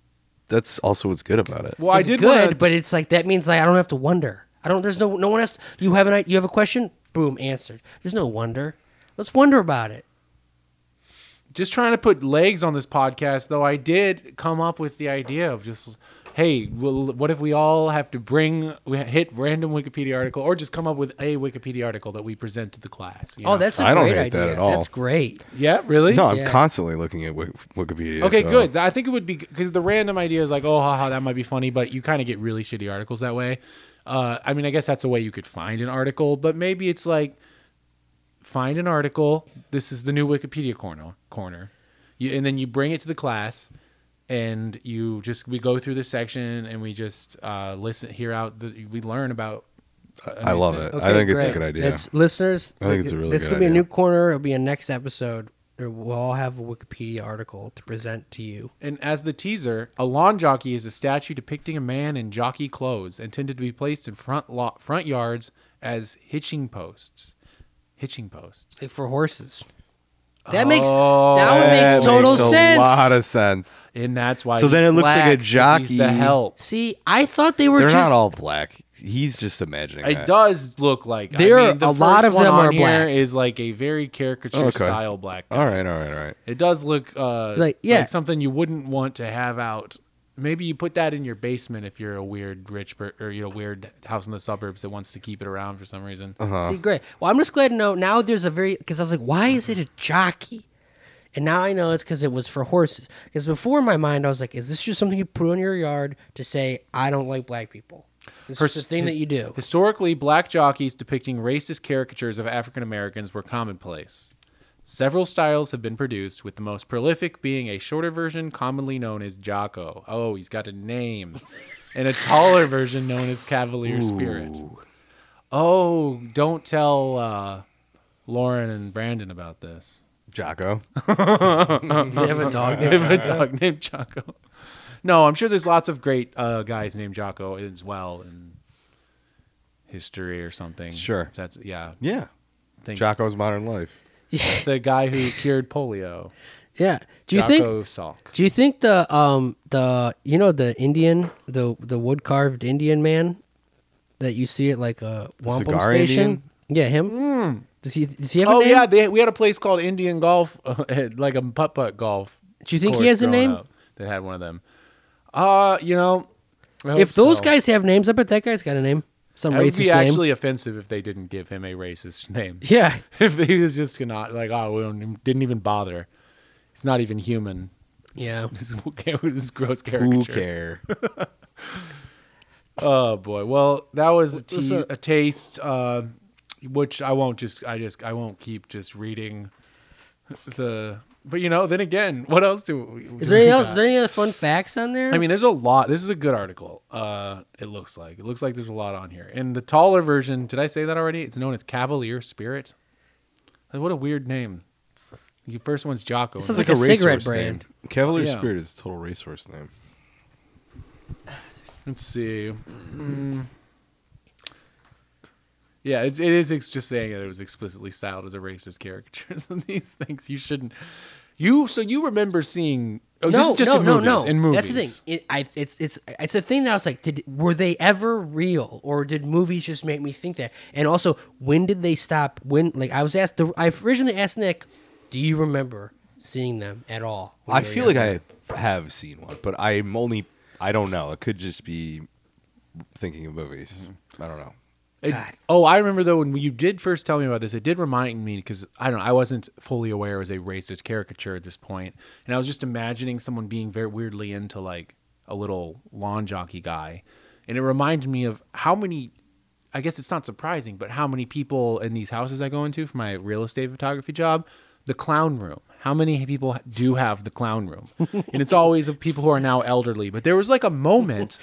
Speaker 4: That's also what's good about it.
Speaker 3: Well, I
Speaker 2: It's
Speaker 3: did
Speaker 2: good,
Speaker 3: wanna-
Speaker 2: but it's like that means like I don't have to wonder. I don't. There's no no one else. You have an i- you have a question. Boom, answered. There's no wonder. Let's wonder about it.
Speaker 3: just trying to put legs on this podcast though i did come up with the idea of just hey well, what if we all have to bring we hit random wikipedia article or just come up with a wikipedia article that we present to the class you
Speaker 2: Oh,
Speaker 3: know?
Speaker 2: that's a
Speaker 4: I don't
Speaker 2: great
Speaker 4: hate
Speaker 2: idea.
Speaker 4: that at all.
Speaker 2: That's great.
Speaker 3: yeah really
Speaker 4: No, I'm
Speaker 2: Yeah.
Speaker 4: constantly looking at Wik- Wikipedia.
Speaker 3: okay
Speaker 4: so-
Speaker 3: good i think it would be because the random idea is like oh haha that might be funny but you kind of get really shitty articles that way uh, i mean i guess that's a way you could find an article but maybe it's like find an article this is the new wikipedia corner corner you, and then you bring it to the class and you just we go through the section and we just uh, listen hear out the, we learn about
Speaker 4: I love it. I think it's a
Speaker 2: great.
Speaker 4: good idea.
Speaker 2: That's, listeners,
Speaker 4: I think
Speaker 2: look,
Speaker 4: it's a really
Speaker 2: this
Speaker 4: good
Speaker 2: could be a
Speaker 4: idea.
Speaker 2: new corner. It'll be a next episode. Or We'll all have a Wikipedia article to present to you.
Speaker 3: And as the teaser, a lawn jockey is a statue depicting a man in jockey clothes intended to be placed in front lot, front yards as hitching posts. Hitching posts.
Speaker 2: Like for horses. That makes
Speaker 3: Oh,
Speaker 2: that one
Speaker 4: That
Speaker 2: makes total
Speaker 4: makes
Speaker 2: sense.
Speaker 4: A lot of sense.
Speaker 3: And that's why
Speaker 4: So then
Speaker 3: he's
Speaker 4: it looks like
Speaker 3: black,
Speaker 4: a
Speaker 3: 'cause he's the
Speaker 4: jockey.
Speaker 3: help.
Speaker 2: See, I thought they were
Speaker 4: They're
Speaker 2: just
Speaker 4: not all black. He's just imagining
Speaker 3: It
Speaker 4: that.
Speaker 3: does look like I
Speaker 2: There are-
Speaker 3: mean, the
Speaker 2: a lot
Speaker 3: first
Speaker 2: of
Speaker 3: one
Speaker 2: them
Speaker 3: on
Speaker 2: are
Speaker 3: Here
Speaker 2: black.
Speaker 3: is like a very caricature
Speaker 4: Okay.
Speaker 3: style black. Guy.
Speaker 4: All right, all right, all right.
Speaker 3: It does look uh,
Speaker 2: Like, yeah.
Speaker 3: something you wouldn't want to have out maybe you put that in your basement if you're a weird rich per- or you're a weird house in the suburbs that wants to keep it around for some reason.
Speaker 2: See, great. Well, I'm just glad to know now there's a very because I was like, why is it a jockey? And now I know it's because it was for horses. Because before in my mind, I was like, is this just something you put on your yard to say I don't like black people? Is this
Speaker 3: Pers-
Speaker 2: just a thing
Speaker 3: his-
Speaker 2: that you do?
Speaker 3: Historically, black jockeys depicting racist caricatures of African Americans were commonplace. Several styles have been produced, with the most prolific being a shorter version commonly known as Jocko. Oh, he's got a name. and a taller version known as Cavalier Spirit. Oh, don't tell uh, Lauren and Brandon about this.
Speaker 4: Jocko.
Speaker 2: they have a dog
Speaker 3: I
Speaker 2: named
Speaker 3: have a dog named Jocko. No, I'm sure there's lots of great uh, guys named Jocko as well in history or something.
Speaker 4: Sure.
Speaker 3: That's yeah.
Speaker 4: Yeah.
Speaker 3: Think
Speaker 4: Jocko's modern life.
Speaker 3: the guy who cured polio.
Speaker 2: Yeah. Do you
Speaker 3: Jocko
Speaker 2: think?
Speaker 3: Salk.
Speaker 2: Do you think the um the you know the Indian the the wood carved Indian man that you see at like a wampum
Speaker 4: cigar
Speaker 2: station? Yeah, him. Does he does he have a
Speaker 3: Hmm. Oh
Speaker 2: name?
Speaker 3: yeah, they, we had a place called Indian Golf, like a putt putt golf.
Speaker 2: Do you think he
Speaker 3: course
Speaker 2: has a
Speaker 3: growing
Speaker 2: name?
Speaker 3: up That had one of them. Uh, you know, I hope
Speaker 2: If those
Speaker 3: so.
Speaker 2: guys have names, I bet that guy's got a name. Some
Speaker 3: that would
Speaker 2: racist
Speaker 3: be
Speaker 2: name.
Speaker 3: actually offensive if they didn't give him a racist name.
Speaker 2: yeah.
Speaker 3: if he was just not like, oh, we don't, didn't even bother. He's not even human.
Speaker 2: Yeah.
Speaker 3: This is, this is gross
Speaker 4: Who
Speaker 3: caricature.
Speaker 4: care?
Speaker 3: Oh boy. Well, that was a,
Speaker 2: What's
Speaker 3: tea,
Speaker 2: up?
Speaker 3: a taste, uh, which I won't just. I just. I won't keep just reading the. But you know, then again, what else do? we- do
Speaker 2: Is there
Speaker 3: we
Speaker 2: any else?
Speaker 3: got?
Speaker 2: Is there any other fun facts on there?
Speaker 3: I mean, there's a lot. This is a good article. Uh, it looks like it looks like there's a lot on here. And the taller version, did I say that already? It's known as Cavalier Spirit. Like, what a weird name. The first one's Jocko.
Speaker 2: This is Like a cigarette brand.
Speaker 4: name. Cavalier
Speaker 3: Yeah.
Speaker 4: Spirit is a total racehorse name.
Speaker 3: Let's see. Mm. Yeah, it's, it is ex- just saying that it was explicitly styled as a racist caricatures and these things. You shouldn't. You so you remember seeing? Oh,
Speaker 2: no,
Speaker 3: this is just
Speaker 2: no,
Speaker 3: in
Speaker 2: no,
Speaker 3: movies,
Speaker 2: no.
Speaker 3: In movies,
Speaker 2: That's the thing. It, I, it's it's it's a thing that I was like, did were they ever real, or did movies just make me think that? And also, when did they stop? When like I was asked, the, I originally asked Nick, do you remember seeing them at all? when
Speaker 4: I
Speaker 2: you were
Speaker 4: feel like
Speaker 2: younger?
Speaker 4: I have seen one, but I'm only. I don't know. It could just be thinking of movies. I don't know.
Speaker 3: It-
Speaker 2: God.
Speaker 3: oh, I remember though when you did first tell me about this, it did remind me because I don't know, I wasn't fully aware it was a racist caricature at this point, and I was just imagining someone being very weirdly into like a little lawn jockey guy, and it reminded me of how many. I guess it's not surprising, but how many people in these houses I go into for my real estate photography job, the clown room. How many people do have the clown room? and it's always of people who are now elderly. But there was like a moment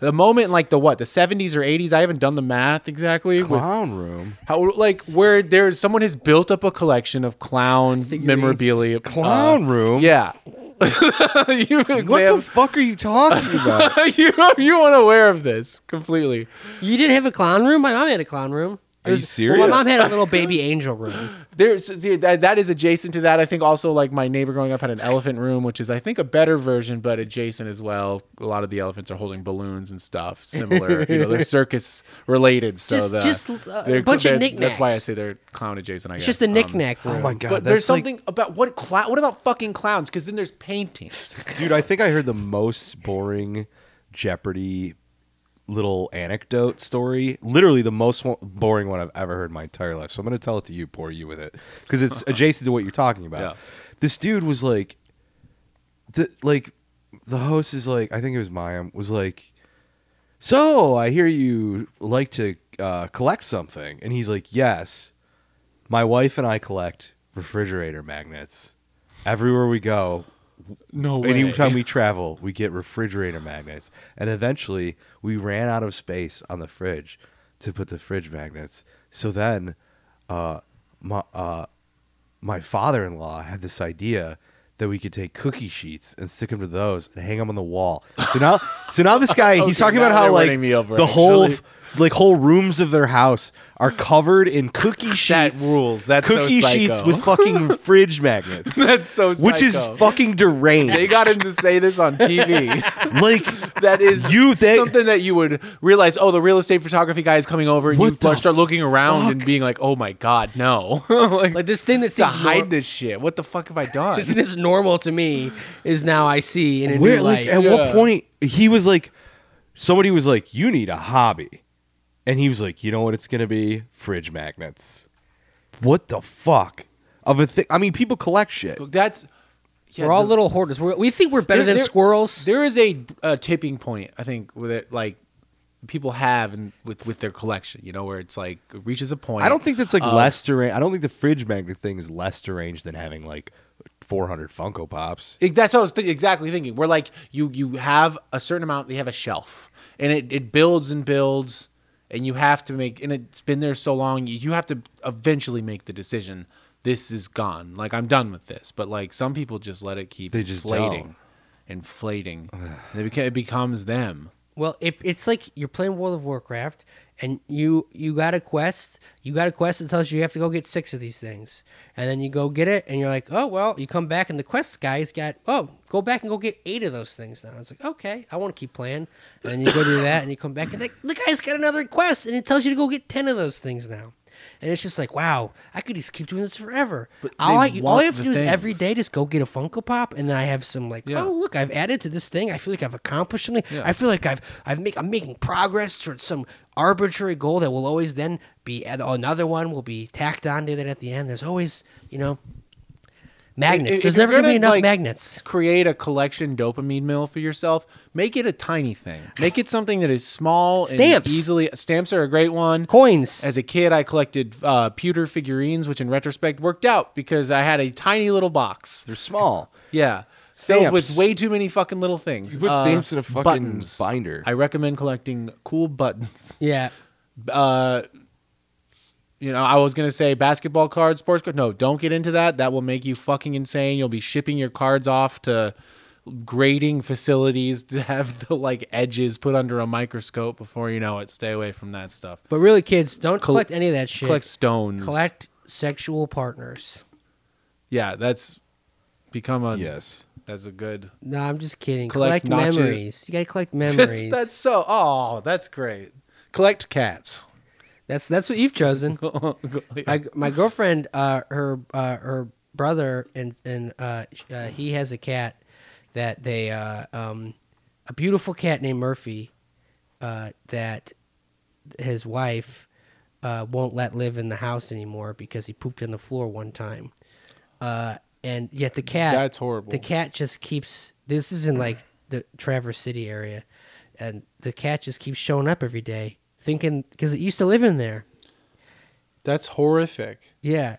Speaker 3: the moment in like the what the 70s or 80s i haven't done the math exactly with
Speaker 4: Clown room.
Speaker 3: how like where there's someone has built up a collection of clown memorabilia
Speaker 4: Clown
Speaker 3: uh,
Speaker 4: room.
Speaker 3: yeah you,
Speaker 4: What the fuck are you talking about?
Speaker 3: you you unaware of this completely
Speaker 2: you didn't have a clown room. My mom had a clown room. It
Speaker 4: Are you
Speaker 2: Well,
Speaker 4: serious?
Speaker 2: my mom had a little baby angel room.
Speaker 3: there's yeah, that, that is adjacent to that i think also like my neighbor growing up had an elephant room which is i think a better version but adjacent as well a lot of the elephants are holding balloons and stuff similar you know they're circus related so
Speaker 2: Just-
Speaker 3: the-
Speaker 2: just, uh, a
Speaker 3: they're-
Speaker 2: bunch of
Speaker 3: they're- that's why i
Speaker 2: knickknacks.
Speaker 3: say they're clown adjacent i guess
Speaker 2: It's just a
Speaker 3: Um,
Speaker 2: knickknack room.
Speaker 4: oh my
Speaker 3: but
Speaker 4: god. that's
Speaker 3: there's
Speaker 4: like-
Speaker 3: something about what clown. What about fucking clowns? Because then there's paintings.
Speaker 4: dude. I think I heard the most boring Jeopardy little anecdote story. Literally the most one, boring one I've ever heard in my entire life. So I'm gonna tell it to you, poor you, with it because it's adjacent to what you're talking about.
Speaker 3: Yeah.
Speaker 4: This dude was like, the like, the host is like, I think it was Mayim was like, so I hear you like to uh, collect something, and he's like, yes, my wife and I collect refrigerator magnets. Everywhere we go,
Speaker 3: No
Speaker 4: Anytime we travel, we get refrigerator magnets, and eventually we ran out of space on the fridge to put the fridge magnets. So then, uh, my uh, my father-in-law had this idea that we could take cookie sheets and stick them to those and hang them on the wall. So now, so now this guy he's
Speaker 3: Okay,
Speaker 4: talking
Speaker 3: now
Speaker 4: about how
Speaker 3: they're
Speaker 4: like
Speaker 3: winning me over,
Speaker 4: the whole
Speaker 3: actually.
Speaker 4: f- like whole rooms of their house are covered in cookie sheets.
Speaker 3: That rules. That's so
Speaker 4: cookie sheets
Speaker 3: psycho.
Speaker 4: with fucking fridge magnets.
Speaker 3: That's so.
Speaker 4: Which is
Speaker 3: psycho.
Speaker 4: fucking deranged.
Speaker 3: they got him to say this on TV.
Speaker 4: like
Speaker 3: that is
Speaker 4: you they,
Speaker 3: something that you would realize. Oh, the real estate photography guy is coming over, and
Speaker 4: What
Speaker 3: you
Speaker 4: the
Speaker 3: start looking around and being like, "Oh my god, no!" like,
Speaker 2: Like this thing that
Speaker 3: to
Speaker 2: seems
Speaker 3: hide
Speaker 2: nor-
Speaker 3: this shit. What the fuck have I done?
Speaker 2: this thing that's normal to me is now I see in a
Speaker 4: Where,
Speaker 2: new
Speaker 4: like,
Speaker 2: light.
Speaker 4: at
Speaker 3: Yeah.
Speaker 4: what point he was like, somebody was like, "You need a hobby," and he was like, "You know what? It's gonna be fridge magnets." What the fuck of a thing? I mean, people collect shit.
Speaker 3: That's yeah,
Speaker 2: we're all
Speaker 3: the-
Speaker 2: little hoarders. We're, we think we're better
Speaker 3: There-
Speaker 2: than
Speaker 3: there-
Speaker 2: squirrels.
Speaker 3: There is a, a tipping point, I think, with it like people have and with with their collection. You know, where it's like it reaches a point.
Speaker 4: I don't think that's like
Speaker 3: of-
Speaker 4: less deranged. I don't think the fridge magnet thing is less deranged than having like 400 Funko Pops.
Speaker 3: It- That's what I was th- exactly thinking. Where like you you have a certain amount, you have a shelf, and it, it builds and builds, and you have to make and it's been there so long, you, you have to eventually make the decision. This is gone. Like I'm done with this. But like some people just let it keep
Speaker 4: They just
Speaker 3: inflating,
Speaker 4: don't.
Speaker 3: inflating, and it, beca- it becomes them.
Speaker 2: Well, it, it's like you're playing World of Warcraft, and you you got a quest. You got a quest that tells you you have to go get six of these things, and then you go get it, and you're like, oh well. You come back, and the quest guy's got oh go back and go get eight of those things now. It's like okay, I want to keep playing, and then you go do that, and you come back, and the, the guy's got another quest, and it tells you to go get ten of those things now. And it's just like, wow, I could just keep doing this forever.
Speaker 3: But
Speaker 2: all
Speaker 3: they
Speaker 2: I, all
Speaker 3: want
Speaker 2: I have to
Speaker 3: the
Speaker 2: do is every
Speaker 3: things.
Speaker 2: day just go get a Funko Pop, and then I have some like,
Speaker 3: Yeah.
Speaker 2: oh look, I've added to this thing. I feel like I've accomplished something.
Speaker 3: Yeah.
Speaker 2: I feel like I've I've make I'm making progress towards some arbitrary goal that will always then be add- another one will be tacked onto that at the end. There's always you know magnets.
Speaker 3: If- if
Speaker 2: There's
Speaker 3: you're
Speaker 2: never gonna, be enough
Speaker 3: like,
Speaker 2: magnets.
Speaker 3: Create a collection dopamine mill for yourself. Make it a tiny thing. Make it something that is small
Speaker 2: Stamps.
Speaker 3: and easily. Stamps are a great one.
Speaker 2: Coins.
Speaker 3: As a kid, I collected uh, pewter figurines, which in retrospect worked out because I had a tiny little box.
Speaker 4: They're small.
Speaker 3: Yeah. Filled with
Speaker 4: Stamps.
Speaker 3: way too many fucking little things. Uh,
Speaker 4: You put stamps in a fucking
Speaker 3: buttons.
Speaker 4: binder.
Speaker 3: I recommend collecting cool buttons.
Speaker 2: yeah.
Speaker 3: Uh, you know, I was gonna say basketball cards, sports cards. No, don't get into that. That will make you fucking insane. You'll be shipping your cards off to grading facilities to have the like edges put under a microscope before you know it. Stay away from that stuff.
Speaker 2: But really, kids, don't
Speaker 3: Col-
Speaker 2: collect any of that shit.
Speaker 3: Collect stones.
Speaker 2: Collect sexual partners.
Speaker 3: Yeah, that's become a
Speaker 4: Yes.
Speaker 3: That's a good.
Speaker 2: No, I'm just kidding.
Speaker 3: Collect
Speaker 2: Collect,
Speaker 3: notches.
Speaker 2: memories. You gotta collect memories.
Speaker 3: that's so. Oh, that's great. Collect cats.
Speaker 2: that's that's what you've chosen.
Speaker 3: I,
Speaker 2: I, my girlfriend, uh, her uh, her brother, and and uh, sh- uh, he has a cat that they uh, um, a beautiful cat named Murphy uh, that his wife uh, won't let live in the house anymore because he pooped on the floor one time, uh, and yet the cat
Speaker 3: That's horrible.
Speaker 2: The cat just keeps. This is in like the Traverse City area, and the cat just keeps showing up every day, thinking because it used to live in there.
Speaker 3: that's horrific.
Speaker 2: Yeah.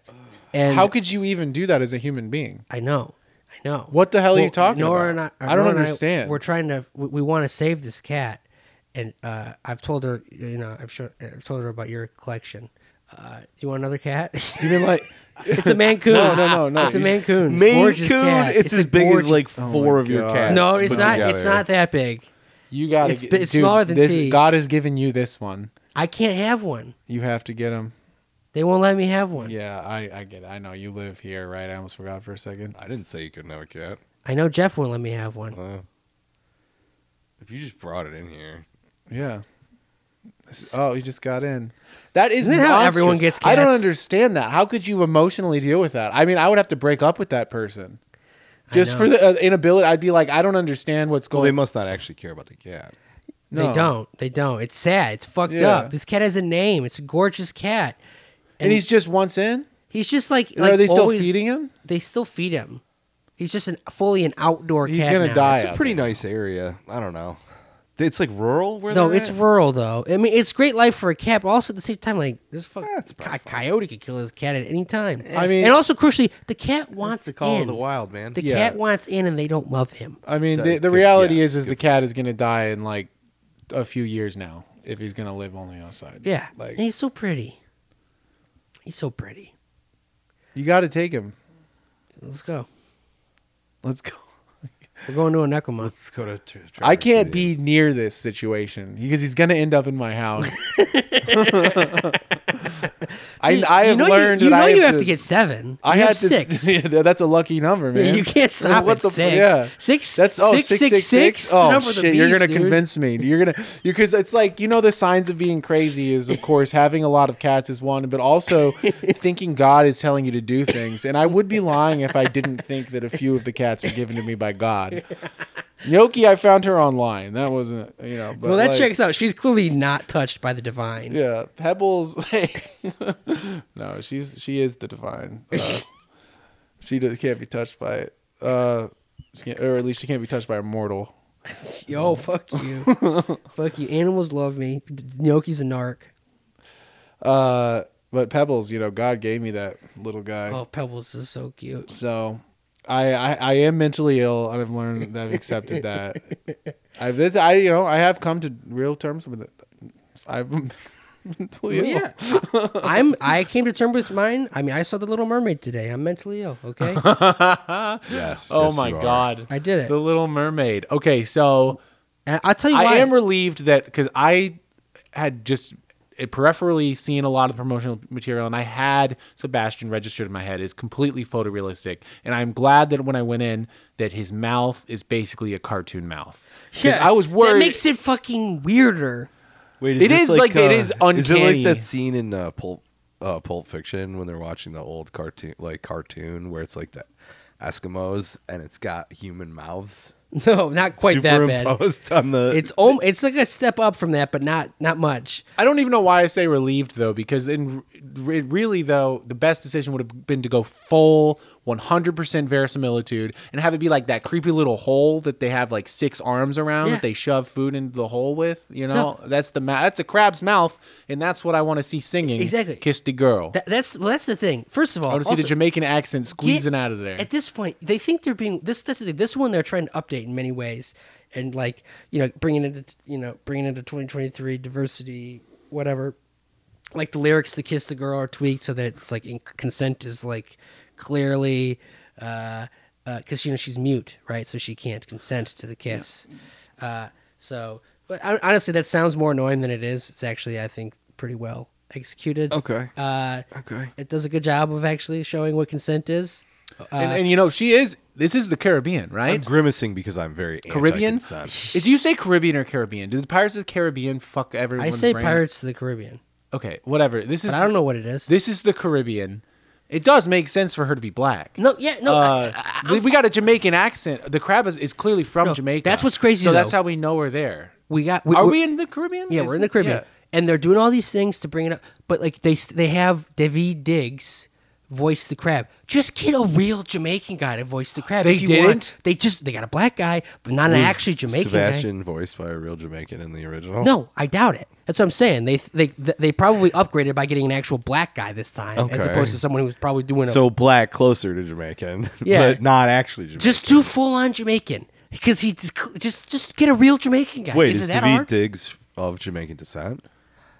Speaker 2: And
Speaker 3: How could you even do that as a human being?
Speaker 2: I know. I know.
Speaker 3: What the hell are you talking
Speaker 2: Nora
Speaker 3: about?
Speaker 2: And I,
Speaker 3: I don't
Speaker 2: Nora and
Speaker 3: understand.
Speaker 2: we're trying to. We, we want to save this cat, and uh, I've told her. You know, I've, sure, I've told her about your collection. Uh, you want another cat?
Speaker 3: You mean like?
Speaker 2: it's a Mancoon.
Speaker 3: No, no, no, no.
Speaker 2: It's a Mancoon. It's a
Speaker 4: Maine
Speaker 2: gorgeous
Speaker 4: Coon,
Speaker 2: cat.
Speaker 4: it's, as
Speaker 2: a
Speaker 4: big
Speaker 2: gorgeous-
Speaker 4: as like
Speaker 3: Oh my
Speaker 4: four of your
Speaker 3: God.
Speaker 4: cats.
Speaker 2: No, it's
Speaker 4: put
Speaker 2: not.
Speaker 4: together.
Speaker 2: It's not that big.
Speaker 3: You got
Speaker 2: It's- it's smaller than
Speaker 3: this,
Speaker 2: tea.
Speaker 3: God has given you this one.
Speaker 2: I can't have one.
Speaker 3: You have to get him.
Speaker 2: They won't let me have one.
Speaker 3: Yeah, I, I get it. I know you live here, right? I almost forgot for a second.
Speaker 4: I didn't say you couldn't have a cat.
Speaker 2: I know Jeff won't let me have one.
Speaker 4: Uh, if you just brought it in here,
Speaker 3: Yeah. This- Oh, you just got in. That is
Speaker 2: Isn't that how
Speaker 3: monstrous.
Speaker 2: everyone gets
Speaker 3: I don't
Speaker 2: cats?
Speaker 3: understand that. How could you emotionally deal with that? I mean, I would have to break up with that person
Speaker 2: I
Speaker 3: just for
Speaker 2: know.
Speaker 3: the uh, inability. I'd be like, I don't understand what's
Speaker 4: well, they
Speaker 3: going. on.
Speaker 4: must not actually care about the cat.
Speaker 3: no.
Speaker 2: They don't. They don't. It's sad. It's fucked
Speaker 3: Yeah.
Speaker 2: up. This cat has a name. It's a gorgeous cat.
Speaker 3: and he's just once in.
Speaker 2: He's just like,
Speaker 3: And are
Speaker 2: like
Speaker 3: they still
Speaker 2: always-
Speaker 3: feeding him?
Speaker 2: They still feed him. He's just an fully an outdoor
Speaker 3: He's
Speaker 2: cat.
Speaker 3: gonna
Speaker 2: now.
Speaker 3: die.
Speaker 4: It's a
Speaker 3: out
Speaker 4: pretty
Speaker 3: there.
Speaker 4: nice area. I don't know. It's like rural where
Speaker 2: No,
Speaker 4: they're
Speaker 2: it's
Speaker 4: at?
Speaker 2: rural though. I mean, it's great life for a cat, but also at the same time, like this fuck,
Speaker 4: Yeah, it's
Speaker 2: a coyote could kill his cat at any time.
Speaker 3: I mean-
Speaker 2: and also crucially, the cat wants
Speaker 4: It's the call
Speaker 2: in.
Speaker 4: of the wild, man.
Speaker 2: The
Speaker 3: Yeah.
Speaker 2: cat wants in, and they don't love him.
Speaker 3: I mean,
Speaker 4: That
Speaker 3: the, the
Speaker 4: could-
Speaker 3: reality
Speaker 4: yes,
Speaker 3: is, is the
Speaker 4: good
Speaker 3: cat is gonna die in like a few years now if he's gonna live only outside.
Speaker 2: Yeah,
Speaker 3: like
Speaker 2: and he's so pretty. He's so pretty.
Speaker 3: you got to take him.
Speaker 2: Let's go.
Speaker 3: Let's go.
Speaker 2: We're going to a knuckle month.
Speaker 4: Let's go to. Tra-
Speaker 3: I can't
Speaker 4: Traverse City.
Speaker 3: be near this situation because he's gonna end up in my house. I I have
Speaker 2: know
Speaker 3: learned
Speaker 2: You, you
Speaker 3: that
Speaker 2: know
Speaker 3: I
Speaker 2: you have to get seven.
Speaker 3: I
Speaker 2: You
Speaker 3: had
Speaker 2: have
Speaker 3: to-
Speaker 2: six.
Speaker 3: yeah, that's a lucky number, man.
Speaker 2: You can't stop
Speaker 3: What
Speaker 2: at
Speaker 3: the f-
Speaker 2: six.
Speaker 3: yeah.
Speaker 2: Six-
Speaker 3: That's oh,
Speaker 2: six,
Speaker 3: six,
Speaker 2: six,
Speaker 3: six,
Speaker 2: six.
Speaker 3: six. Oh
Speaker 2: Number of the
Speaker 3: shit! you're
Speaker 2: beast,
Speaker 3: gonna
Speaker 2: dude.
Speaker 3: convince me. You're gonna because it's like you know the signs of being crazy is of course having a lot of cats is one, but also thinking God is telling you to do things. And I would be lying if I didn't think that a few of the cats were given to me by God. Gnocchi, I found her online. That wasn't you know. But
Speaker 2: Well, that
Speaker 3: like,
Speaker 2: checks out. She's clearly not touched by the divine.
Speaker 3: yeah, Pebbles. Like, no, she's she is the divine. Uh, she do- can't be touched by it, uh, she can't- or at least she can't be touched by a mortal.
Speaker 2: Yo, fuck you, fuck you. Animals love me. Gnocchi's a narc.
Speaker 3: Uh, but Pebbles, you know, God gave me that little guy,
Speaker 2: Oh, Pebbles is so cute.
Speaker 3: so I, I I am mentally ill, and I've learned that I've accepted that. I've this, I you know I have come to real terms with it. I've mentally ill.
Speaker 2: Yeah, I'm. I came to terms with mine. I mean, I saw the Little Mermaid today. I'm mentally ill. Okay,
Speaker 4: Yes.
Speaker 3: Oh
Speaker 4: yes,
Speaker 3: my
Speaker 4: you are.
Speaker 3: God,
Speaker 2: I did it.
Speaker 3: The Little Mermaid. Okay, so.
Speaker 2: And I'll tell you why.
Speaker 3: I am relieved that because I had just eh, peripherally seen a lot of the promotional material, and I had Sebastian registered in my head as completely photorealistic, and I'm glad that when I went in, that his mouth is basically a cartoon mouth. 'Cause I was worried.
Speaker 2: That makes it fucking weirder.
Speaker 4: Wait,
Speaker 3: It
Speaker 4: this uh,
Speaker 3: is like- it is
Speaker 4: Is it
Speaker 3: uncanny.
Speaker 4: like that scene in uh, Pulp uh, Pulp Fiction when they're watching the old cartoon, like cartoon, where it's like the Eskimos and it's got human mouths
Speaker 2: No, not quite that bad.
Speaker 4: superimposed on the.
Speaker 2: It's om- it's like a step up from that, but not not much.
Speaker 3: I don't even know why I say relieved though, because in re- really though, the best decision would have been to go full 100% verisimilitude and have it be like that creepy little hole that they have like six arms around
Speaker 2: Yeah.
Speaker 3: that they shove food into the hole with. You know, that's the ma- that's a crab's mouth, and that's what I want to see singing.
Speaker 2: Exactly.
Speaker 3: kiss the girl.
Speaker 2: That, that's well, that's the thing. First of all,
Speaker 3: I want to see
Speaker 2: also,
Speaker 3: the Jamaican accent
Speaker 2: get-
Speaker 3: squeezing out of there.
Speaker 2: At this point, they think they're being this. This is this one they're trying to update in many ways, and like you know, bringing it into you know, bringing it into twenty twenty three diversity, whatever. Like the lyrics to "Kiss the Girl" are tweaked so that it's like in, consent is like clearly, because uh, uh 'cause you know she's mute, right? So she can't consent to the kiss. Uh, so, but hon- honestly, that sounds more annoying than it is. It's actually, I think, pretty well executed.
Speaker 4: okay.
Speaker 2: Uh,
Speaker 4: okay.
Speaker 2: it does a good job of actually showing what consent is.
Speaker 3: and,
Speaker 2: Uh,
Speaker 3: and you know, she is. This is the Caribbean,
Speaker 4: I'm
Speaker 3: right?
Speaker 4: grimacing because I'm very
Speaker 3: Caribbean.
Speaker 2: uh,
Speaker 4: anti-consent.
Speaker 3: Did you say Caribbean or Caribbean? Did the Pirates of the Caribbean fuck everyone?
Speaker 2: I say Pirates of the Caribbean,
Speaker 3: Okay, whatever. This is
Speaker 2: but I don't know what it is.
Speaker 3: This is the Caribbean. It does make sense for her to be black.
Speaker 2: no, yeah, no,
Speaker 3: Uh,
Speaker 2: I, I,
Speaker 3: we- we got a Jamaican accent. The crab is, is clearly from
Speaker 2: No,
Speaker 3: Jamaica.
Speaker 2: that's what's crazy,
Speaker 3: So that's
Speaker 2: though.
Speaker 3: how we know we're there.
Speaker 2: we got. We,
Speaker 3: Are
Speaker 2: we're-
Speaker 3: we in the Caribbean?
Speaker 2: Yeah,
Speaker 3: Is
Speaker 2: we're in
Speaker 3: it-
Speaker 2: the Caribbean,
Speaker 3: yeah.
Speaker 2: and they're doing all these things to bring it up. But like they they have David Diggs voice the crab. Just get a real Jamaican guy to voice the crab.
Speaker 3: They
Speaker 2: if you Want.
Speaker 3: didn't?
Speaker 2: They just they got a black guy, but not an
Speaker 4: Was
Speaker 2: actually Jamaican guy.
Speaker 4: Sebastian voiced by a real Jamaican in the original.
Speaker 2: No, I doubt it. That's what I'm saying. They they they probably upgraded by getting an actual black guy this time, as
Speaker 4: Okay.
Speaker 2: opposed to someone who was probably doing a
Speaker 4: So black closer to Jamaican,
Speaker 2: Yeah.
Speaker 4: but not actually Jamaican.
Speaker 2: Just do full on Jamaican because he just, just just get a real Jamaican guy.
Speaker 4: wait,
Speaker 2: is
Speaker 4: is,
Speaker 2: it that
Speaker 4: David
Speaker 2: hard?
Speaker 4: Diggs of Jamaican descent?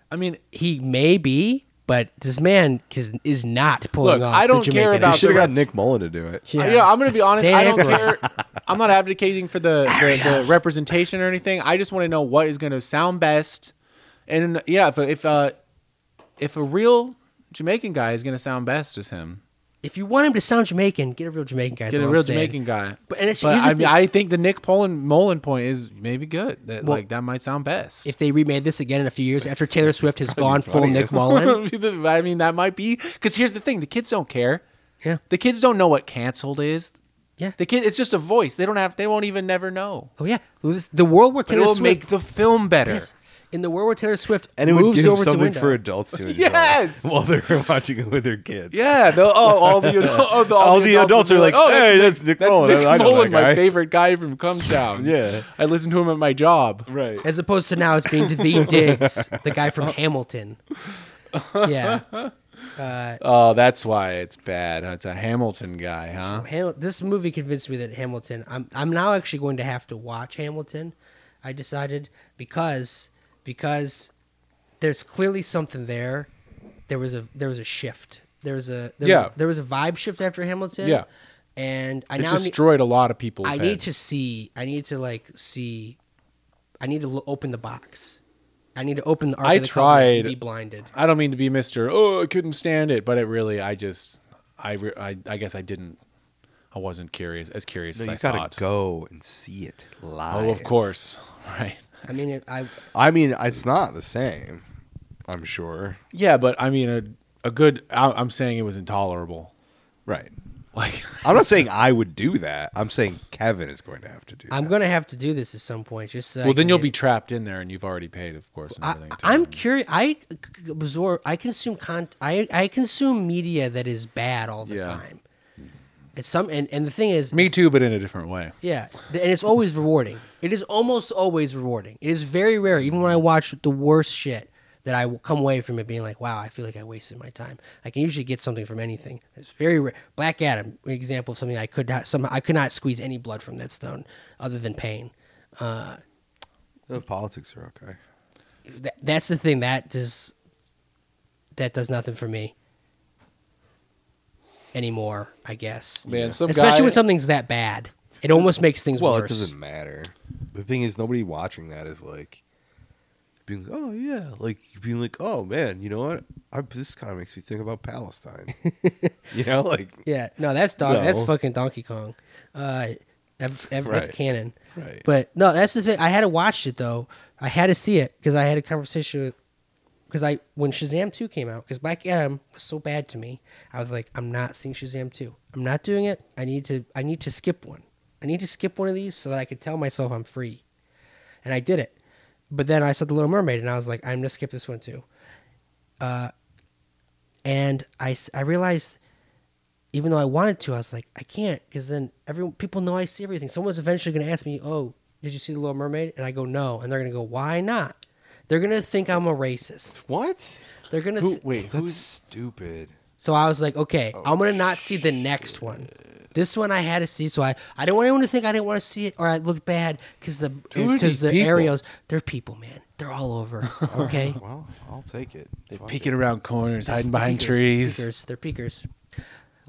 Speaker 3: I mean,
Speaker 2: he may be, but this man is, is not pulling
Speaker 3: Look,
Speaker 2: off.
Speaker 3: I don't
Speaker 2: the
Speaker 3: care
Speaker 2: Jamaican
Speaker 3: about
Speaker 4: You should have got
Speaker 3: Correct.
Speaker 4: Nick Mullen to do it.
Speaker 3: I-
Speaker 2: Yeah.
Speaker 3: you know, I'm going to be honest. I
Speaker 2: Dan
Speaker 3: don't care. I'm not advocating for the, the, the representation or anything. I just want to know what is going to sound best. And yeah, if if uh, if a real Jamaican guy is going to sound best as him,
Speaker 2: If you want him to sound Jamaican, get a real Jamaican guy. is
Speaker 3: get a
Speaker 2: all I'm
Speaker 3: real
Speaker 2: saying.
Speaker 3: Jamaican guy.
Speaker 2: But, and it's,
Speaker 3: But
Speaker 2: here's the
Speaker 3: I,
Speaker 2: thing.
Speaker 3: mean, I think the Nick Poland Mullen point is maybe good. That
Speaker 2: Well,
Speaker 3: like that might sound best.
Speaker 2: if they remade this again in a few years after Taylor Swift has gone full Nick Mullen,
Speaker 3: I mean, that might be because here's the thing: the kids don't care.
Speaker 2: yeah,
Speaker 3: The kids don't know what canceled is.
Speaker 2: yeah,
Speaker 3: The kid, it's just a voice. They don't have. They won't even never know.
Speaker 2: oh yeah, Well, this- the world where
Speaker 3: But it
Speaker 2: Taylor
Speaker 3: will
Speaker 2: Swift
Speaker 3: make the film better.
Speaker 2: yes. in the world where Taylor Swift
Speaker 4: And it
Speaker 2: moves
Speaker 4: would give
Speaker 2: over to
Speaker 4: something
Speaker 2: window.
Speaker 4: for adults to enjoy
Speaker 3: Yes!
Speaker 4: while they're watching it with their kids.
Speaker 3: Yeah. The, oh, all the oh, the- all,
Speaker 4: All
Speaker 3: the,
Speaker 4: the adults
Speaker 3: will
Speaker 4: are
Speaker 3: be oh,
Speaker 4: like, "Hey,
Speaker 3: Nick-
Speaker 4: that's Nick Mullen.
Speaker 3: Nick
Speaker 4: I know that
Speaker 3: Mullen, my
Speaker 4: guy."
Speaker 3: favorite guy from Cumtown.
Speaker 4: Yeah.
Speaker 3: I listen to him at my job.
Speaker 4: Right.
Speaker 2: As opposed to now, it's being David Diggs, the guy from Hamilton. Yeah. Uh,
Speaker 3: Oh, that's why it's bad. It's a Hamilton guy, huh?
Speaker 2: Hamil- this movie convinced me that Hamilton. I'm I'm now actually going to have to watch Hamilton. I decided because because there's clearly something there. There was a there was a shift. There was a there was,
Speaker 3: Yeah.
Speaker 2: a- there was a vibe shift after Hamilton.
Speaker 3: Yeah.
Speaker 2: and I
Speaker 3: It
Speaker 2: now need,
Speaker 3: destroyed a lot of people's
Speaker 2: I need
Speaker 3: heads.
Speaker 2: to see. I need to like see. I need to lo- open the box I need to open the. Ark
Speaker 3: I
Speaker 2: of the Covenant and
Speaker 3: tried-
Speaker 2: Be blinded.
Speaker 3: I don't mean to be Mister. Oh, I couldn't stand it, but it really, I just, I, re- I, I guess I didn't. I wasn't curious as curious
Speaker 4: No,
Speaker 3: as
Speaker 4: you
Speaker 3: I
Speaker 4: gotta
Speaker 3: thought.
Speaker 4: go and see it live.
Speaker 3: Oh, of course, right?
Speaker 2: I mean, it, I
Speaker 4: I mean, it's not the same. I'm sure.
Speaker 3: Yeah, but I mean, a, a good. I, I'm saying it was intolerable.
Speaker 4: Right.
Speaker 3: Like,
Speaker 4: I'm not saying I would do that. I'm saying Kevin is going to have to do.
Speaker 2: I'm
Speaker 4: that.
Speaker 2: gonna have to do this at some point. Just so I
Speaker 3: well, then
Speaker 2: can
Speaker 3: you'll
Speaker 2: get-
Speaker 3: be trapped in there, and you've already paid, of course. And
Speaker 2: I,
Speaker 3: everything too.
Speaker 2: I'm curious. I c- c- absorb. I consume con. I, I consume media that is bad all the
Speaker 3: Yeah.
Speaker 2: time. It's some and, and the thing is
Speaker 3: me
Speaker 2: it's-
Speaker 3: too, but in a different way.
Speaker 2: Yeah, th- and it's always rewarding. It is almost always rewarding. It is very rare, even when I watch the worst shit, that I will come away from it being like, "Wow, I feel like I wasted my time." I can usually get something from anything. It's very rare. Black Adam, an example of something I could not somehow I could not squeeze any blood from that stone other than pain.
Speaker 4: The politics are okay.
Speaker 2: Th- that's the thing that does that does nothing for me anymore. I guess,
Speaker 3: Man, some
Speaker 2: especially
Speaker 3: guy-
Speaker 2: when something's that bad, it almost makes things
Speaker 4: Well,
Speaker 2: worse.
Speaker 4: it doesn't matter. The thing is, nobody watching that is like being like, oh yeah, like being like, oh man, you know what? I, this kind of makes me think about Palestine. you know, like
Speaker 2: Yeah, no, that's Don- that's
Speaker 4: No.
Speaker 2: fucking Donkey Kong. Uh, ev- ev- that's
Speaker 4: Right.
Speaker 2: canon.
Speaker 4: Right.
Speaker 2: But no, that's the thing. I had to watch it though. I had to see it because I had a conversation with because I when Shazam two came out because Black Adam was so bad to me. I was like, I'm not seeing Shazam two. I'm not doing it. I need to. I need to skip one. I need to skip one of these so that I could tell myself I'm free. And I did it. But then I saw the Little Mermaid and I was like, I'm gonna skip this one too. Uh, and I s- I realized even though I wanted to, I was like, I can't, because then every people know I see everything. Someone's eventually going to ask me, "Oh, did you see the Little Mermaid?" And I go, "No," and they're going to go, "Why not?" They're going to think I'm a racist.
Speaker 4: what?
Speaker 2: They're going to
Speaker 3: Who,
Speaker 2: th-
Speaker 3: wait,
Speaker 4: That's
Speaker 3: who's
Speaker 4: stupid.
Speaker 2: so I was like, okay, I'm gonna not see the next one. This one I had to see, so I I don't want anyone to think I didn't want to see it or I look bad because the
Speaker 3: Who are
Speaker 2: because
Speaker 3: these
Speaker 2: the
Speaker 3: people?
Speaker 2: aerials they're people, man. They're all over. Okay,
Speaker 4: Well, I'll take it.
Speaker 3: They're
Speaker 4: Fuck
Speaker 3: peeking around corners, hiding
Speaker 2: They're
Speaker 3: behind
Speaker 2: peekers,
Speaker 3: trees.
Speaker 2: Peekers, they're peekers.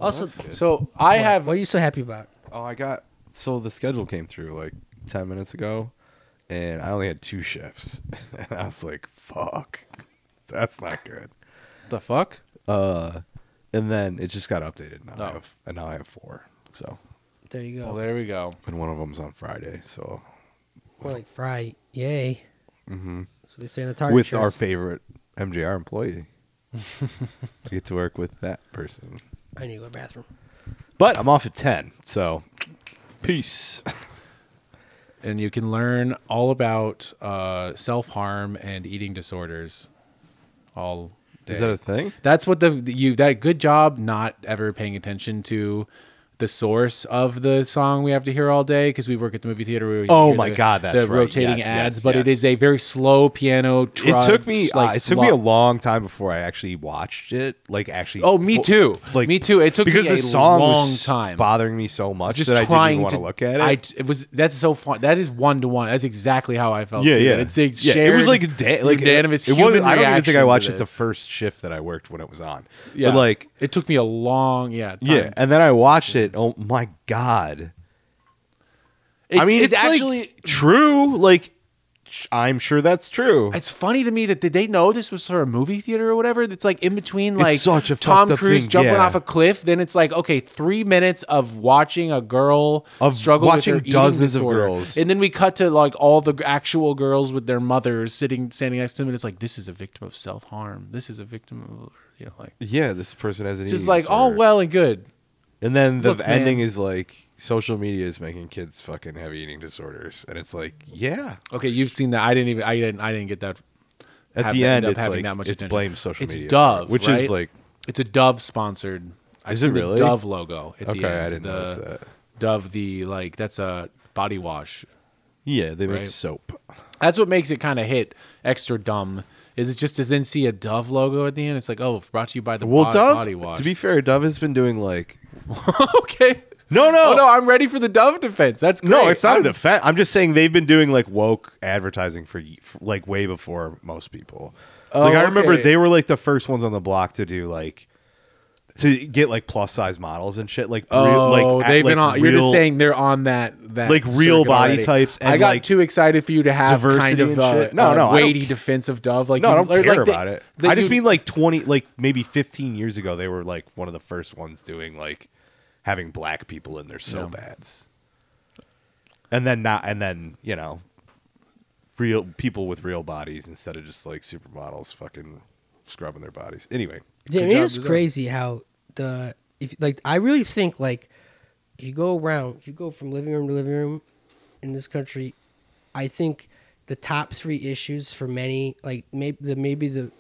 Speaker 2: Also,
Speaker 4: that's good.
Speaker 3: So I
Speaker 2: what-
Speaker 3: have
Speaker 2: What are you so happy about?
Speaker 4: it. Oh, I got. So the schedule came through like ten minutes ago, and I only had two shifts, and I was like, fuck, that's not good.
Speaker 3: the fuck.
Speaker 4: Uh, and then it just got updated. Now I
Speaker 3: Oh.
Speaker 4: have, and now I have four. So,
Speaker 2: There you go.
Speaker 3: Well, there we go.
Speaker 4: and one of them's on Friday. So,
Speaker 2: More like fry, yay.
Speaker 3: Mm-hmm.
Speaker 4: Mhm.
Speaker 2: That's what they say in the target
Speaker 4: with
Speaker 2: shows.
Speaker 4: our favorite MJR employee, I get to work with that person.
Speaker 2: I need to go to the bathroom.
Speaker 4: But I'm off at ten. So, peace.
Speaker 3: and you can learn all about uh, self harm and eating disorders. All
Speaker 4: Is
Speaker 3: day.
Speaker 4: that a thing?
Speaker 3: That's what the you that good job not ever paying attention to the source of the song we have to hear all day because we work at the movie theater. where we
Speaker 4: Oh
Speaker 3: hear
Speaker 4: my
Speaker 3: the,
Speaker 4: God, that's
Speaker 3: the
Speaker 4: right.
Speaker 3: rotating
Speaker 4: Yes,
Speaker 3: ads,
Speaker 4: yes,
Speaker 3: but it
Speaker 4: yes.
Speaker 3: is a very slow piano.
Speaker 4: it took me.
Speaker 3: trudge, like,
Speaker 4: uh, it took me a
Speaker 3: slow-
Speaker 4: long time before I actually watched it. Like actually.
Speaker 3: Oh, me
Speaker 4: fu-
Speaker 3: too. Me too. It took
Speaker 4: because
Speaker 3: me
Speaker 4: the
Speaker 3: a
Speaker 4: song
Speaker 3: long
Speaker 4: was
Speaker 3: time.
Speaker 4: bothering me so much
Speaker 3: just
Speaker 4: that I didn't
Speaker 3: trying
Speaker 4: want
Speaker 3: to
Speaker 4: to look at it.
Speaker 3: I it was that's so fun. That is one to one. That's exactly how I felt.
Speaker 4: yeah,
Speaker 3: too,
Speaker 4: yeah.
Speaker 3: that It's a
Speaker 4: Yeah,
Speaker 3: shared,
Speaker 4: it was like a day, like
Speaker 3: unanimous.
Speaker 4: It, it
Speaker 3: human
Speaker 4: wasn't. I don't even think
Speaker 3: reaction
Speaker 4: I
Speaker 3: to
Speaker 4: watched it the
Speaker 3: this.
Speaker 4: first shift that I worked when it was on.
Speaker 3: Yeah,
Speaker 4: But like,
Speaker 3: it took me a long yeah. Time.
Speaker 4: yeah. And then I watched it. Oh my god.
Speaker 3: It's,
Speaker 4: I mean, it's, actually true. Like, sh- I'm sure that's true.
Speaker 3: It's funny to me that did they know this was for a movie theater or whatever? That's like in between,
Speaker 4: It's
Speaker 3: like
Speaker 4: such a
Speaker 3: Tom
Speaker 4: fucked up
Speaker 3: Cruise
Speaker 4: thing,
Speaker 3: jumping
Speaker 4: yeah.
Speaker 3: off a cliff. Then it's like okay, three minutes of watching a girl
Speaker 4: Of
Speaker 3: struggle
Speaker 4: watching
Speaker 3: with her eating
Speaker 4: dozens of
Speaker 3: disorder.
Speaker 4: girls.
Speaker 3: and then we cut to like all the actual girls with their mothers sitting standing next to them, and it's like this is a victim of self harm. This is a victim of you know like
Speaker 4: yeah, this person has an
Speaker 3: just
Speaker 4: eating
Speaker 3: like all
Speaker 4: disorder.
Speaker 3: well and good.
Speaker 4: And then the
Speaker 3: Look, man.
Speaker 4: ending is like social media is making kids fucking have eating disorders, and it's like, yeah.
Speaker 3: Okay, you've seen that. I didn't even I didn't I didn't get that.
Speaker 4: At
Speaker 3: have-
Speaker 4: the
Speaker 3: end
Speaker 4: end,
Speaker 3: up
Speaker 4: it's
Speaker 3: having
Speaker 4: like
Speaker 3: that much
Speaker 4: it's
Speaker 3: attention.
Speaker 4: blamed social
Speaker 3: It's
Speaker 4: media,
Speaker 3: Dove,
Speaker 4: which
Speaker 3: right?
Speaker 4: is like,
Speaker 3: It's a Dove sponsored. I've
Speaker 4: Is
Speaker 3: seen
Speaker 4: it
Speaker 3: the
Speaker 4: really?
Speaker 3: Dove logo. At
Speaker 4: Okay,
Speaker 3: the
Speaker 4: I
Speaker 3: end.
Speaker 4: didn't
Speaker 3: the,
Speaker 4: notice that.
Speaker 3: Dove, the like that's a body wash.
Speaker 4: yeah, they make
Speaker 3: Right.
Speaker 4: soap.
Speaker 3: That's what makes it kind of hit extra dumb. Is it just to then see a Dove logo at the end? It's like, oh, brought to you by the
Speaker 4: Well,
Speaker 3: bo-
Speaker 4: Dove.
Speaker 3: body wash.
Speaker 4: To be fair, Dove has been doing like
Speaker 3: okay.
Speaker 4: no, no,
Speaker 3: Oh no, I'm ready for the Dove defense. That's great.
Speaker 4: No, it's not
Speaker 3: I'm-
Speaker 4: a defense. I'm just saying they've been doing like woke advertising for y- f- like way before most people.
Speaker 3: Oh,
Speaker 4: like I remember
Speaker 3: okay.
Speaker 4: they were like the first ones on the block to do like to get like plus size models and shit. Like,
Speaker 3: Oh,
Speaker 4: real, like at-
Speaker 3: they've been
Speaker 4: like,
Speaker 3: on. you're
Speaker 4: real-
Speaker 3: just saying they're on that, that
Speaker 4: like, real
Speaker 3: circuit
Speaker 4: body
Speaker 3: already.
Speaker 4: types and,
Speaker 3: I got
Speaker 4: like,
Speaker 3: too excited for you to have kind
Speaker 4: diversity
Speaker 3: of
Speaker 4: and
Speaker 3: uh,
Speaker 4: shit. No,
Speaker 3: uh,
Speaker 4: no, I
Speaker 3: weighty
Speaker 4: don't-
Speaker 3: defense of Dove. Like
Speaker 4: No, I
Speaker 3: you-
Speaker 4: don't
Speaker 3: like,
Speaker 4: care
Speaker 3: like,
Speaker 4: about
Speaker 3: that-
Speaker 4: it.
Speaker 3: that
Speaker 4: I just
Speaker 3: you-
Speaker 4: mean like twenty, like maybe fifteen years ago, they were like one of the first ones doing like having black people in their so bads, and then not, and then you know, real people with real bodies instead of just like supermodels fucking scrubbing their bodies. Anyway,
Speaker 2: Yeah, I
Speaker 3: Good
Speaker 2: mean,
Speaker 3: job,
Speaker 2: it's
Speaker 3: Giselle.
Speaker 2: crazy how the if like I really think like you go around, you go from living room to living room in this country. I think the top three issues for many, like maybe the maybe the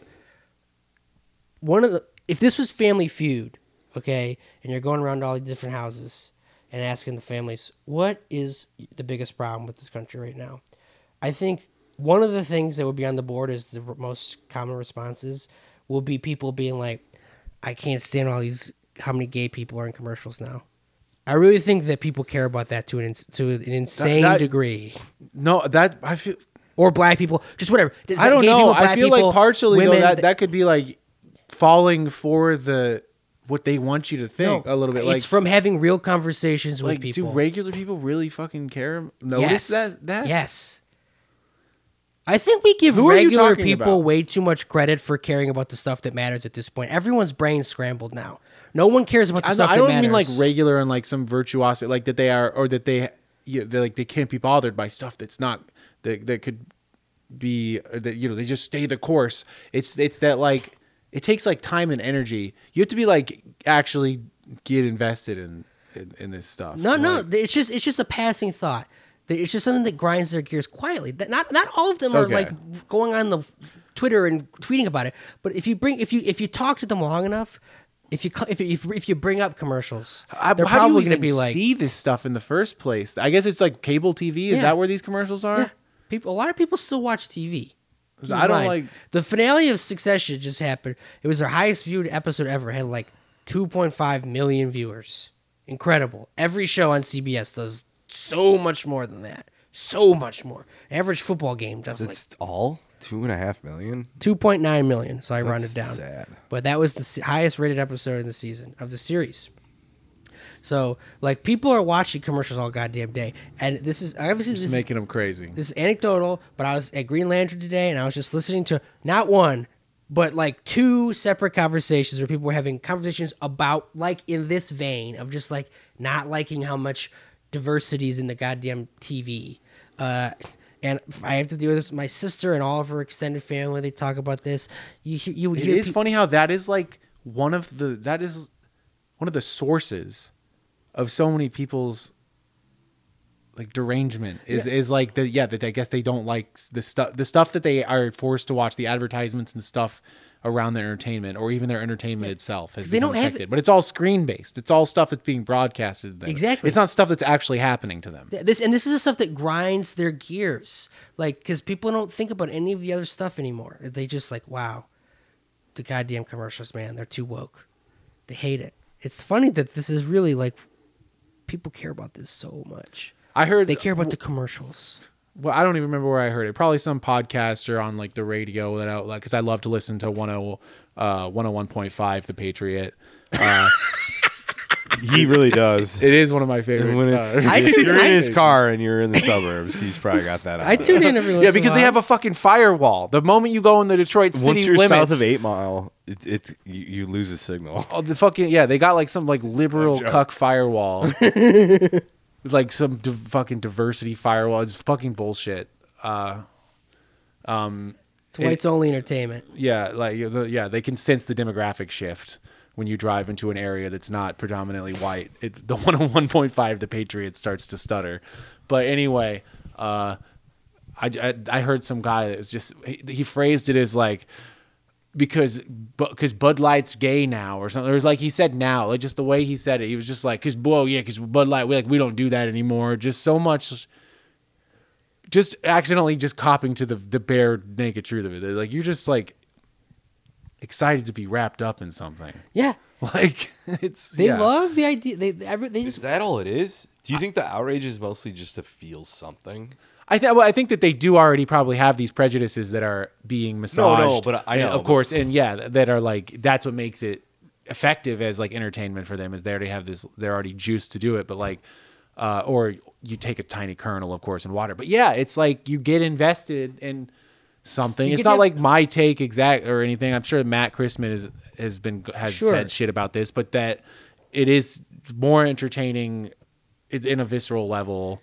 Speaker 2: one of the if this was Family Feud, okay, and you're going around to all these different houses and asking the families what is the biggest problem with this country right now. I think one of the things that would be on the board is the r- most common responses will be people being like, "I can't stand all these how many gay people are in commercials now." I really think that people care about that to an ins- to an insane
Speaker 3: that-
Speaker 2: degree,
Speaker 3: no, that I feel.
Speaker 2: or black people, just whatever. It's
Speaker 3: I
Speaker 2: not
Speaker 3: don't
Speaker 2: gay
Speaker 3: know.
Speaker 2: people,
Speaker 3: I
Speaker 2: black
Speaker 3: feel
Speaker 2: people,
Speaker 3: like partially
Speaker 2: women,
Speaker 3: though that
Speaker 2: th-
Speaker 3: that could be like falling for the what they want you to think a
Speaker 2: no,
Speaker 3: little bit.
Speaker 2: It's
Speaker 3: Like
Speaker 2: from having real conversations with
Speaker 3: like do
Speaker 2: people.
Speaker 3: regular people really fucking care?
Speaker 2: yes.
Speaker 3: Notice that that
Speaker 2: yes. I think we give
Speaker 3: Who are you
Speaker 2: regular
Speaker 3: talking
Speaker 2: people
Speaker 3: about?
Speaker 2: way too much credit for caring about the stuff that matters at this point. Everyone's brain's scrambled now. No one cares about the
Speaker 3: I, don't-
Speaker 2: stuff
Speaker 3: I
Speaker 2: that
Speaker 3: don't
Speaker 2: matters.
Speaker 3: mean like regular and like some virtuosity, like that they are, or that they, you know, they're like they can't be bothered by stuff that's not that that could be or that you know they just stay the course. It's it's that like it takes like time and energy. You have to be like actually get invested in in, in this stuff.
Speaker 2: No, no,
Speaker 3: Like,
Speaker 2: th- it's just it's just a passing thought. Th- It's just something that grinds their gears quietly. That not not all of them are
Speaker 3: Okay.
Speaker 2: like going on the Twitter and tweeting about it. But if you bring if you if you talk to them long enough, if you cu- if you- if, if you bring up commercials,
Speaker 3: I,
Speaker 2: they're
Speaker 3: how
Speaker 2: probably
Speaker 3: do you
Speaker 2: going
Speaker 3: even
Speaker 2: to be like
Speaker 3: see this stuff in the first place? I guess it's like cable TV. Is
Speaker 2: Yeah.
Speaker 3: that where these commercials are?
Speaker 2: Yeah. People, a lot of people still watch TV. Keep
Speaker 3: I don't
Speaker 2: in mind,
Speaker 3: like-
Speaker 2: the finale of Succession just happened. It was their highest viewed episode ever. It had like 2.5 million viewers. Incredible. Every show on CBS does so much more than that. So much more. Average football game does
Speaker 4: that's all two and a half million.
Speaker 2: like 2.9 million. So I rounded down.
Speaker 4: sad.
Speaker 2: But that was the se- highest rated episode in the season of the series. So like people are watching commercials all goddamn day, and this is obviously this
Speaker 3: It's
Speaker 2: is-
Speaker 3: making them crazy.
Speaker 2: this is anecdotal, but I was at Green Lantern today and I was just listening to not one, but like two separate conversations where people were having conversations about like in this vein of just like not liking how much diversity is in the goddamn TV. Uh and I have to deal with this. My sister and all of her extended family. They talk about this. You hear- you would
Speaker 3: It
Speaker 2: hear
Speaker 3: is
Speaker 2: peop-
Speaker 3: funny how that is like one of the that is one of the sources of so many people's like derangement is is like the yeah that I guess they don't like s- the stuff the stuff that they are forced to watch the advertisements and stuff around their entertainment or even their entertainment itself has
Speaker 2: they
Speaker 3: they
Speaker 2: don't
Speaker 3: don't
Speaker 2: have-
Speaker 3: affected. but it's all screen based. It's all stuff that's being broadcasted to them.
Speaker 2: Exactly.
Speaker 3: It's not stuff that's actually happening to them.
Speaker 2: Th- this and this is the stuff that grinds their gears like because people don't think about any of the other stuff anymore they just like wow the goddamn commercials man they're too woke they hate it it's funny that this is really like people care about this so much
Speaker 3: I heard
Speaker 2: they care about the commercials
Speaker 3: well, I don't even remember where I heard it. Probably some podcaster on like the radio that outlet because I love to listen to 10, uh, 101.5 The Patriot.
Speaker 4: He really does.
Speaker 3: It is one of my favorite.
Speaker 4: And when
Speaker 3: uh,
Speaker 4: it's,
Speaker 2: I
Speaker 4: if
Speaker 2: tune-
Speaker 4: you're
Speaker 2: I-
Speaker 4: in his car and you're in the suburbs, he's probably got that. On
Speaker 2: i tune in every once
Speaker 3: yeah, because
Speaker 2: in a
Speaker 3: they have
Speaker 2: while.
Speaker 3: a fucking firewall. The moment you go in the Detroit city
Speaker 4: Once you're
Speaker 3: limits,
Speaker 4: south of Eight Mile, it, it you, you lose a signal.
Speaker 3: oh, the fucking yeah, they got like some like liberal
Speaker 4: joke.
Speaker 3: cuck firewall, like some di- fucking diversity firewall. It's fucking bullshit.
Speaker 2: it's whites only entertainment
Speaker 3: Yeah, like you know, the, yeah, they can sense the demographic shift when you drive into an area that's not predominantly white. It, the 101.5, the Patriot starts to stutter. But anyway, uh, I, I I heard some guy that was just he, he phrased it as like because because Bud Light's gay now or something. It was like he said now, like just the way he said it. He was just like, "Cause whoa, yeah, cause Bud Light, we like we don't do that anymore." Just so much, just accidentally just copping to the the bare naked truth of it. They're like you're just like excited to be wrapped up in something.
Speaker 2: yeah
Speaker 3: Like it's
Speaker 2: they
Speaker 3: yeah.
Speaker 2: love the idea they they, every- they just
Speaker 4: that all it is? Do you think the outrage is mostly just to feel something?
Speaker 3: I think well, I think that they do already probably have these prejudices that are being massaged.
Speaker 4: but I
Speaker 3: and
Speaker 4: know,
Speaker 3: of
Speaker 4: but-
Speaker 3: course, and yeah, that are like that's what makes it effective as like entertainment for them is they already have this they're already juiced to do it but like uh, or you take a tiny kernel of course in water but yeah it's like you get invested in something
Speaker 2: You
Speaker 3: it's
Speaker 2: get
Speaker 3: not
Speaker 2: in-
Speaker 3: like my take exact or anything i'm sure matt chrisman is has been has
Speaker 2: Sure.
Speaker 3: said shit about this but that it is more entertaining it- in a visceral level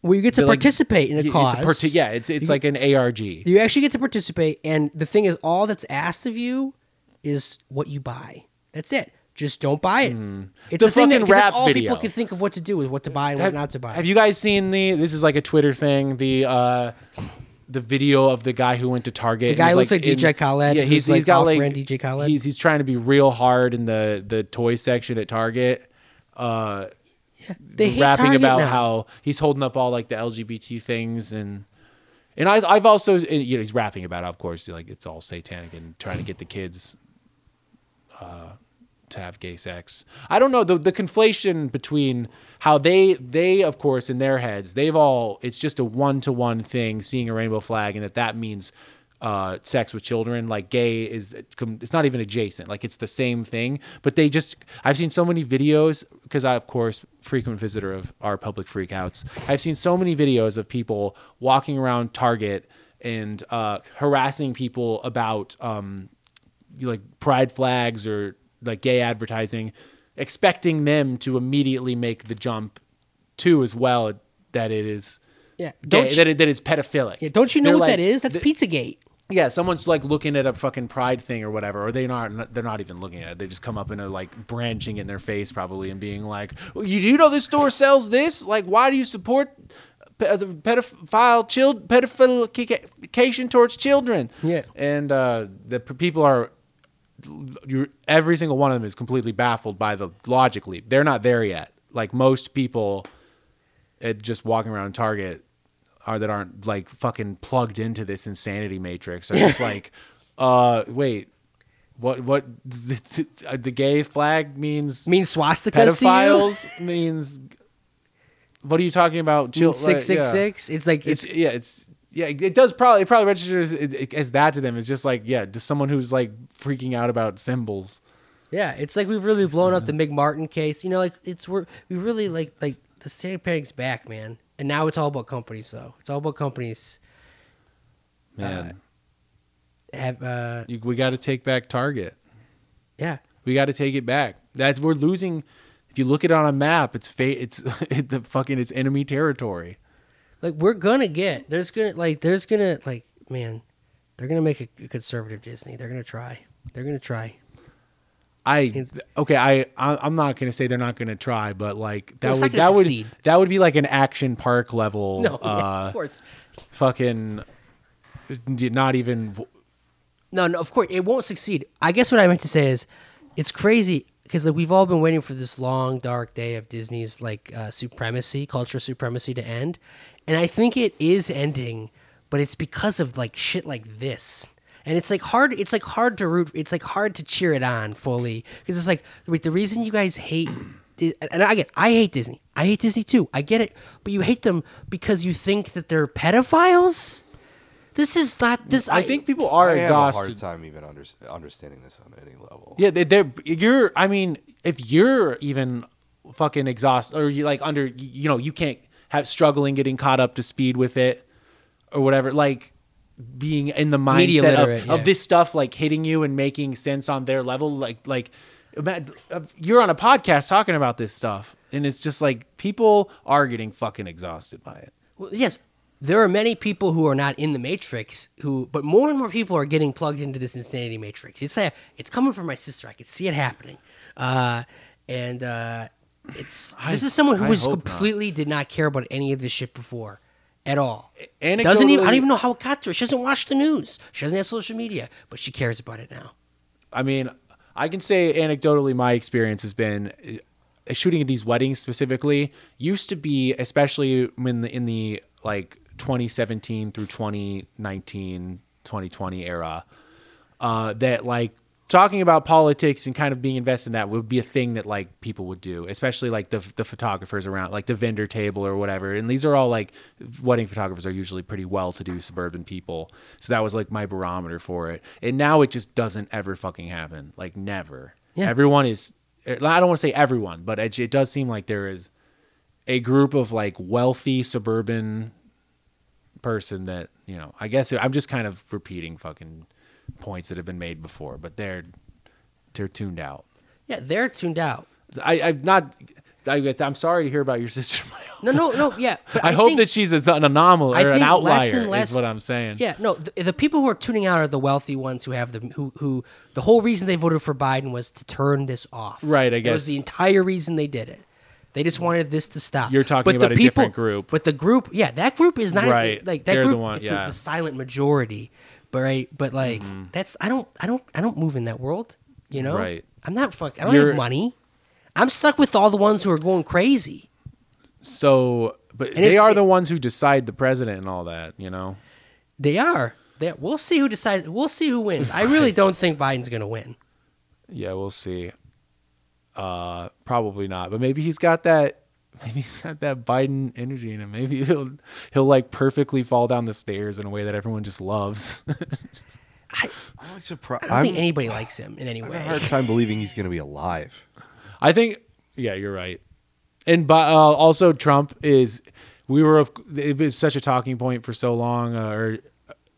Speaker 2: Where you get to
Speaker 3: They're like-
Speaker 2: participate in a
Speaker 3: It's
Speaker 2: cause.
Speaker 3: parti- yeah it's it's like an arg
Speaker 2: You actually get to participate, and the thing is, all that's asked of you is what you buy. That's it. Just don't buy it. It's
Speaker 3: Mm-hmm. The
Speaker 2: a thing
Speaker 3: fucking
Speaker 2: that 'cause that's
Speaker 3: rap
Speaker 2: all
Speaker 3: video.
Speaker 2: people can think of what to do is what to buy and
Speaker 3: have,
Speaker 2: what not to buy.
Speaker 3: Have you guys seen the? This is like a Twitter thing. The uh, the video of the guy who went to Target.
Speaker 2: The
Speaker 3: and
Speaker 2: guy
Speaker 3: he's,
Speaker 2: looks like DJ Khaled,
Speaker 3: Yeah,
Speaker 2: who's,
Speaker 3: he's, he's
Speaker 2: like,
Speaker 3: got like
Speaker 2: off-brand DJ Khaled.
Speaker 3: He's he's trying to be real hard in the the toy section at Target. Uh,
Speaker 2: they hate
Speaker 3: rapping
Speaker 2: Target
Speaker 3: about
Speaker 2: now.
Speaker 3: how he's holding up all like the LGBT things and. And I, I've also, and, you know, he's rapping about, it, of course, like it's all satanic and trying to get the kids to have gay sex. I don't know the the conflation between how they they of course in their heads they've all it's just a one to one thing seeing a rainbow flag and that that means uh, sex with children like gay is it's not even adjacent like it's the same thing but they just I've seen so many videos because I of course frequent visitor of our public freakouts I've seen so many videos of people walking around Target and uh, harassing people about um, you- like pride flags or like gay advertising, expecting them to immediately make the jump to as well that it is
Speaker 2: Yeah.
Speaker 3: gay,
Speaker 2: Don't you,
Speaker 3: that, it, that it's pedophilic.
Speaker 2: yeah, don't you know
Speaker 3: They're
Speaker 2: what
Speaker 3: like-
Speaker 2: that is? That's Pizzagate.
Speaker 3: yeah, someone's like looking at a fucking pride thing or whatever, or they not they're not even looking at it. They just come up and are like branching it in their face probably and being like, well, "You do know this store sells this? Like, why do you support pe- uh, the pedophile child pedophilication towards children?"
Speaker 2: Yeah.
Speaker 3: and uh, the p- people are you every single one of them is completely baffled by the logic leap. They're not there yet. Like most people at just walking around Target are that aren't like fucking plugged into this insanity matrix are just like, uh, wait, what? What? The gay flag means
Speaker 2: Mean swastikas to you?
Speaker 3: pedophiles means. What are you talking about? Chil-
Speaker 2: Means six
Speaker 3: like,
Speaker 2: six
Speaker 3: yeah.
Speaker 2: six. It's like
Speaker 3: It's,
Speaker 2: it's
Speaker 3: yeah. It's yeah. It does probably it probably registers as, as that to them. It's just like yeah, to someone who's like freaking out about symbols.
Speaker 2: Yeah, it's like we've really blown up the Mig Martin case. You know, like it's we're we really like like the standard parenting's back, man. And now it's all about companies, though. It's all about companies
Speaker 3: Man,
Speaker 2: have uh
Speaker 3: you, we got to take back Target.
Speaker 2: yeah.
Speaker 3: We got to take it back. That's we're losing. If you look at it on a map, it's fa- it's it, the fucking it's enemy territory.
Speaker 2: Like we're gonna get there's gonna like there's gonna like man, they're gonna make a, a conservative Disney. They're gonna try. They're gonna try.
Speaker 3: I
Speaker 2: It's-
Speaker 3: okay. I, I I'm not gonna say they're not gonna try, but like that
Speaker 2: Well, it's
Speaker 3: would
Speaker 2: not gonna
Speaker 3: that
Speaker 2: succeed.
Speaker 3: would that would be like an action park level.
Speaker 2: No, yeah,
Speaker 3: uh,
Speaker 2: of course.
Speaker 3: fucking not even.
Speaker 2: No, no, of course it won't succeed. I guess what I meant to say is, it's crazy because like we've all been waiting for this long dark day of Disney's like uh, supremacy, cultural supremacy to end, and I think it is ending, but it's because of like shit like this. And it's like hard. It's like hard to root. It's like hard to cheer it on fully because it's like wait. The reason you guys hate, Di- and I get, I hate Disney. I hate Disney too. I get it, but you hate them because you think that they're pedophiles. This is not this.
Speaker 3: I think people are
Speaker 4: I have a
Speaker 3: exhausted.
Speaker 4: hard time even under, understanding this on any level.
Speaker 3: Yeah, they- they're you're. I mean, if you're even fucking exhausted, or you like under, you know, you can't have struggling getting caught up to speed with it, or whatever. Like being in the
Speaker 2: Media
Speaker 3: mindset of,
Speaker 2: literate, yeah.
Speaker 3: of this stuff, like hitting you and making sense on their level. Like like, ima- uh, you're on a podcast talking about this stuff, and it's just like people are getting fucking exhausted by it.
Speaker 2: Well, yes, there are many people who are not in the matrix who, but more and more people are getting plugged into this insanity matrix. It's uh, it's coming from my sister. I can see it happening, uh, and uh, it's this is someone who
Speaker 3: I
Speaker 2: was
Speaker 3: hope not.
Speaker 2: completely did not care about any of this shit before, at all. Doesn't even I don't
Speaker 3: Anecdotally-
Speaker 2: even know how it got to her. She doesn't watch the news. She doesn't have social media, but she cares about it now.
Speaker 3: I mean, I can say anecdotally, my experience has been uh, shooting at these weddings specifically used to be, especially when the, in the like 2017 through 2019, 2020 era, uh, that like talking about politics and kind of being invested in that would be a thing that like people would do, especially like the the photographers around, like the vendor table or whatever. And these are all like wedding photographers are usually pretty well-to-do suburban people, so that was like my barometer for it. And now it just doesn't ever fucking happen, like never.
Speaker 2: Yeah.
Speaker 3: Everyone is. I don't want to say everyone, but it, it does seem like there is a group of like wealthy suburban person that you know i guess i'm just kind of repeating fucking points that have been made before but they're they're tuned out
Speaker 2: Yeah, they're tuned out.
Speaker 3: i i'm not I, i'm sorry to hear about your sister Mayo.
Speaker 2: No, no, no. Yeah, but
Speaker 3: i,
Speaker 2: I,
Speaker 3: hope
Speaker 2: think,
Speaker 3: that she's an anomaly
Speaker 2: I
Speaker 3: or an
Speaker 2: think less
Speaker 3: outlier
Speaker 2: and less-
Speaker 3: is what i'm saying
Speaker 2: Yeah, no. The, the people who are tuning out are the wealthy ones who have the who who the whole reason they voted for Biden was to turn this off.
Speaker 3: Right, I
Speaker 2: That was
Speaker 3: guess.
Speaker 2: the entire reason they did it. They just wanted this to stop.
Speaker 3: You're talking about a different group.
Speaker 2: but the group, yeah, that group is not
Speaker 3: Right,
Speaker 2: like that
Speaker 3: they're the
Speaker 2: group.
Speaker 3: one-
Speaker 2: it's
Speaker 3: yeah. Mm-hmm.
Speaker 2: the, the silent majority, but right, but like that's I don't I don't I don't move in that world. You know,
Speaker 3: Right.
Speaker 2: I'm not fuck. I don't
Speaker 3: You're-
Speaker 2: have money. I'm stuck with all the ones who are going crazy.
Speaker 3: so but they
Speaker 2: it's-
Speaker 3: are
Speaker 2: it-
Speaker 3: the ones who decide the president and all that you know
Speaker 2: They are. They, we'll see who decides. We'll see who wins. I really don't think Biden's going to win.
Speaker 3: yeah we'll see uh probably not but maybe he's got that maybe he's got that biden energy in him maybe he'll he'll like perfectly fall down the stairs in a way that everyone just loves
Speaker 4: I'm like surprised.
Speaker 2: I don't
Speaker 4: I'm,
Speaker 2: think anybody likes him in any
Speaker 4: I have a
Speaker 2: way.
Speaker 4: hard time believing he's gonna be alive.
Speaker 3: I think, yeah, you're right. And but uh, also Trump is, we were of- it was such a talking point for so long, uh, or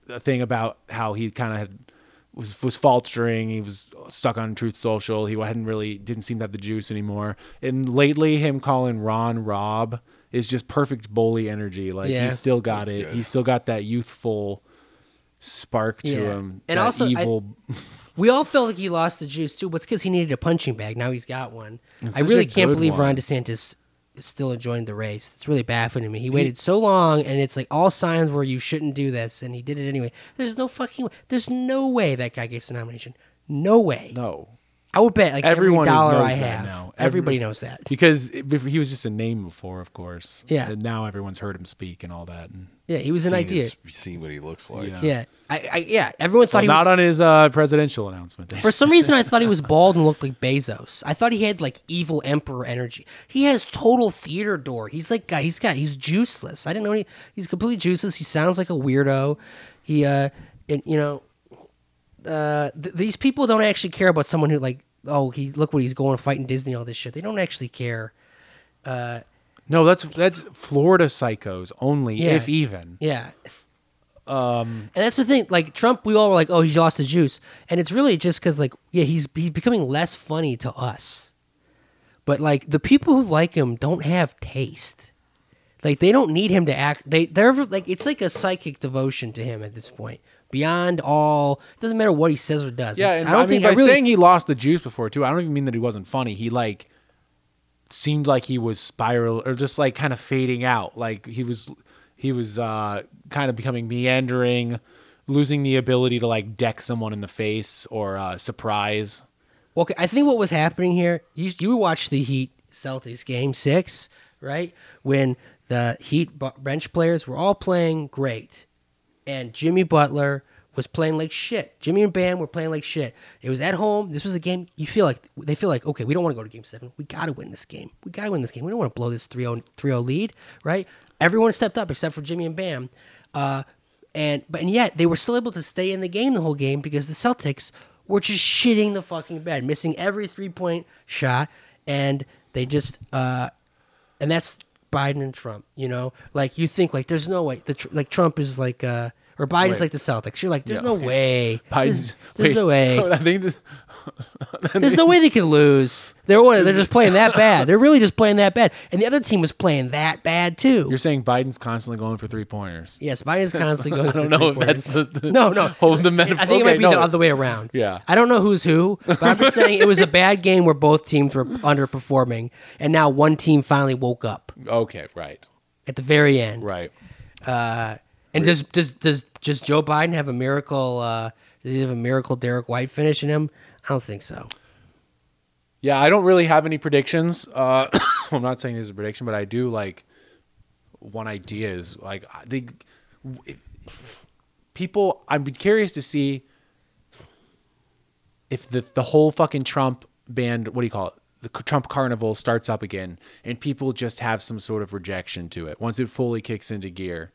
Speaker 3: a thing about how he kind of had was was faltering. He was stuck on Truth Social. He hadn't really didn't seem to have the juice anymore. And lately, him calling Ron Rob is just perfect bully energy. Like
Speaker 2: Yeah.
Speaker 3: he's still got
Speaker 4: That's
Speaker 3: it.
Speaker 4: good.
Speaker 3: He's still got that youthful spark to
Speaker 2: Yeah.
Speaker 3: him. that
Speaker 2: And also, I-
Speaker 3: evil.
Speaker 2: We all felt like he lost the juice too, but it's because he needed a punching bag. Now he's got one. I
Speaker 3: such a
Speaker 2: really can't
Speaker 3: good
Speaker 2: believe
Speaker 3: one.
Speaker 2: Ron DeSantis is still enjoying the race. It's really baffling to me. He waited so long, and it's like all signs were you shouldn't do this, and he did it anyway. There's no fucking. way- There's no way that guy gets the nomination. No way.
Speaker 3: no,
Speaker 2: I would bet like
Speaker 3: Everyone
Speaker 2: every dollar
Speaker 3: knows
Speaker 2: I
Speaker 3: that
Speaker 2: have.
Speaker 3: now. Every-
Speaker 2: Everybody knows that.
Speaker 3: because it, bef- he was just a name before, of course.
Speaker 2: Yeah.
Speaker 3: And now everyone's heard him speak and all that. And,
Speaker 2: Yeah, he was an
Speaker 4: Seeing
Speaker 2: idea.
Speaker 4: his- Seeing what he looks like.
Speaker 3: Yeah.
Speaker 2: Yeah, I, I yeah. Everyone thought
Speaker 3: Well,
Speaker 2: he was
Speaker 3: not on his uh, presidential announcement.
Speaker 2: For some reason, I thought he was bald and looked like Bezos. I thought he had like evil emperor energy. He has total theater door. He's like guy. He's got. He's juiceless. I didn't know any. He's completely juiceless. He sounds like a weirdo. He uh, and you know, uh, th- these people don't actually care about someone who like. Oh, he look what he's going fighting Disney all this shit. They don't actually care.
Speaker 3: no, that's that's Florida psychos only,
Speaker 2: Yeah.
Speaker 3: if even.
Speaker 2: Yeah. Um, and that's the thing. Like Trump, we all were like, "Oh, he lost the juice," and it's really just because, like, yeah, he's he's becoming less funny to us. But like the people who like him don't have taste. Like they don't need him to act. They they're like it's like a psychic devotion to him at this point. Beyond all, it doesn't matter what he says or does.
Speaker 3: Yeah,
Speaker 2: It's-
Speaker 3: and
Speaker 2: I don't think
Speaker 3: by
Speaker 2: I really.
Speaker 3: saying he lost the juice before too, I don't even mean that he wasn't funny. He like seemed like he was spiral or just like kind of fading out. Like he was he was uh kind of becoming meandering, losing the ability to like deck someone in the face or uh surprise.
Speaker 2: Well, okay, I think what was happening here, you you watched the Heat Celtics game six, right? When the Heat bu- bench players were all playing great, and Jimmy Butler was playing like shit. Jimmy and Bam were playing like shit. It was at home. This was a game you feel like they feel like, okay, we don't want to go to game seven. We got to win this game. We got to win this game. We don't want to blow this 3-0, 3-0 lead, right? Everyone stepped up except for Jimmy and Bam. Uh, and but and yet they were still able to stay in the game the whole game because the Celtics were just shitting the fucking bed, missing every three point shot, and they just uh, and that's Biden and Trump. You know, like you think like there's no way the tr- like Trump is like uh or Biden's
Speaker 3: Wait.
Speaker 2: like the Celtics. You're like there's no way.
Speaker 3: Biden's-
Speaker 2: there's, there's
Speaker 3: wait,
Speaker 2: no way.
Speaker 3: I think this,
Speaker 2: There's no way they can lose. They're what, they're just playing that bad. They're really just playing that bad. And the other team was playing that bad too.
Speaker 3: you're saying Biden's constantly going for three pointers.
Speaker 2: Yes, Biden's constantly going. I
Speaker 3: don't know if that's the- the-
Speaker 2: no, no.
Speaker 3: hold the
Speaker 2: It-
Speaker 3: metaphor-
Speaker 2: I think it
Speaker 3: okay,
Speaker 2: might be
Speaker 3: no.
Speaker 2: the other way around.
Speaker 3: Yeah.
Speaker 2: I don't know who's who, but I'm just saying it was a bad game where both teams were underperforming, and now one team finally woke up
Speaker 3: Okay, right,
Speaker 2: at the very end.
Speaker 3: right.
Speaker 2: And does does does just Joe Biden have a miracle? Uh, does he have a miracle Derek White finish in him? I don't think so.
Speaker 3: Yeah, I don't really have any predictions. Uh, I'm not saying this is a prediction, but I do like one idea is like I think if- people. I'm curious to see if the the whole fucking Trump band, what do you call it? The c- Trump carnival starts up again, and people just have some sort of rejection to it once it fully kicks into gear.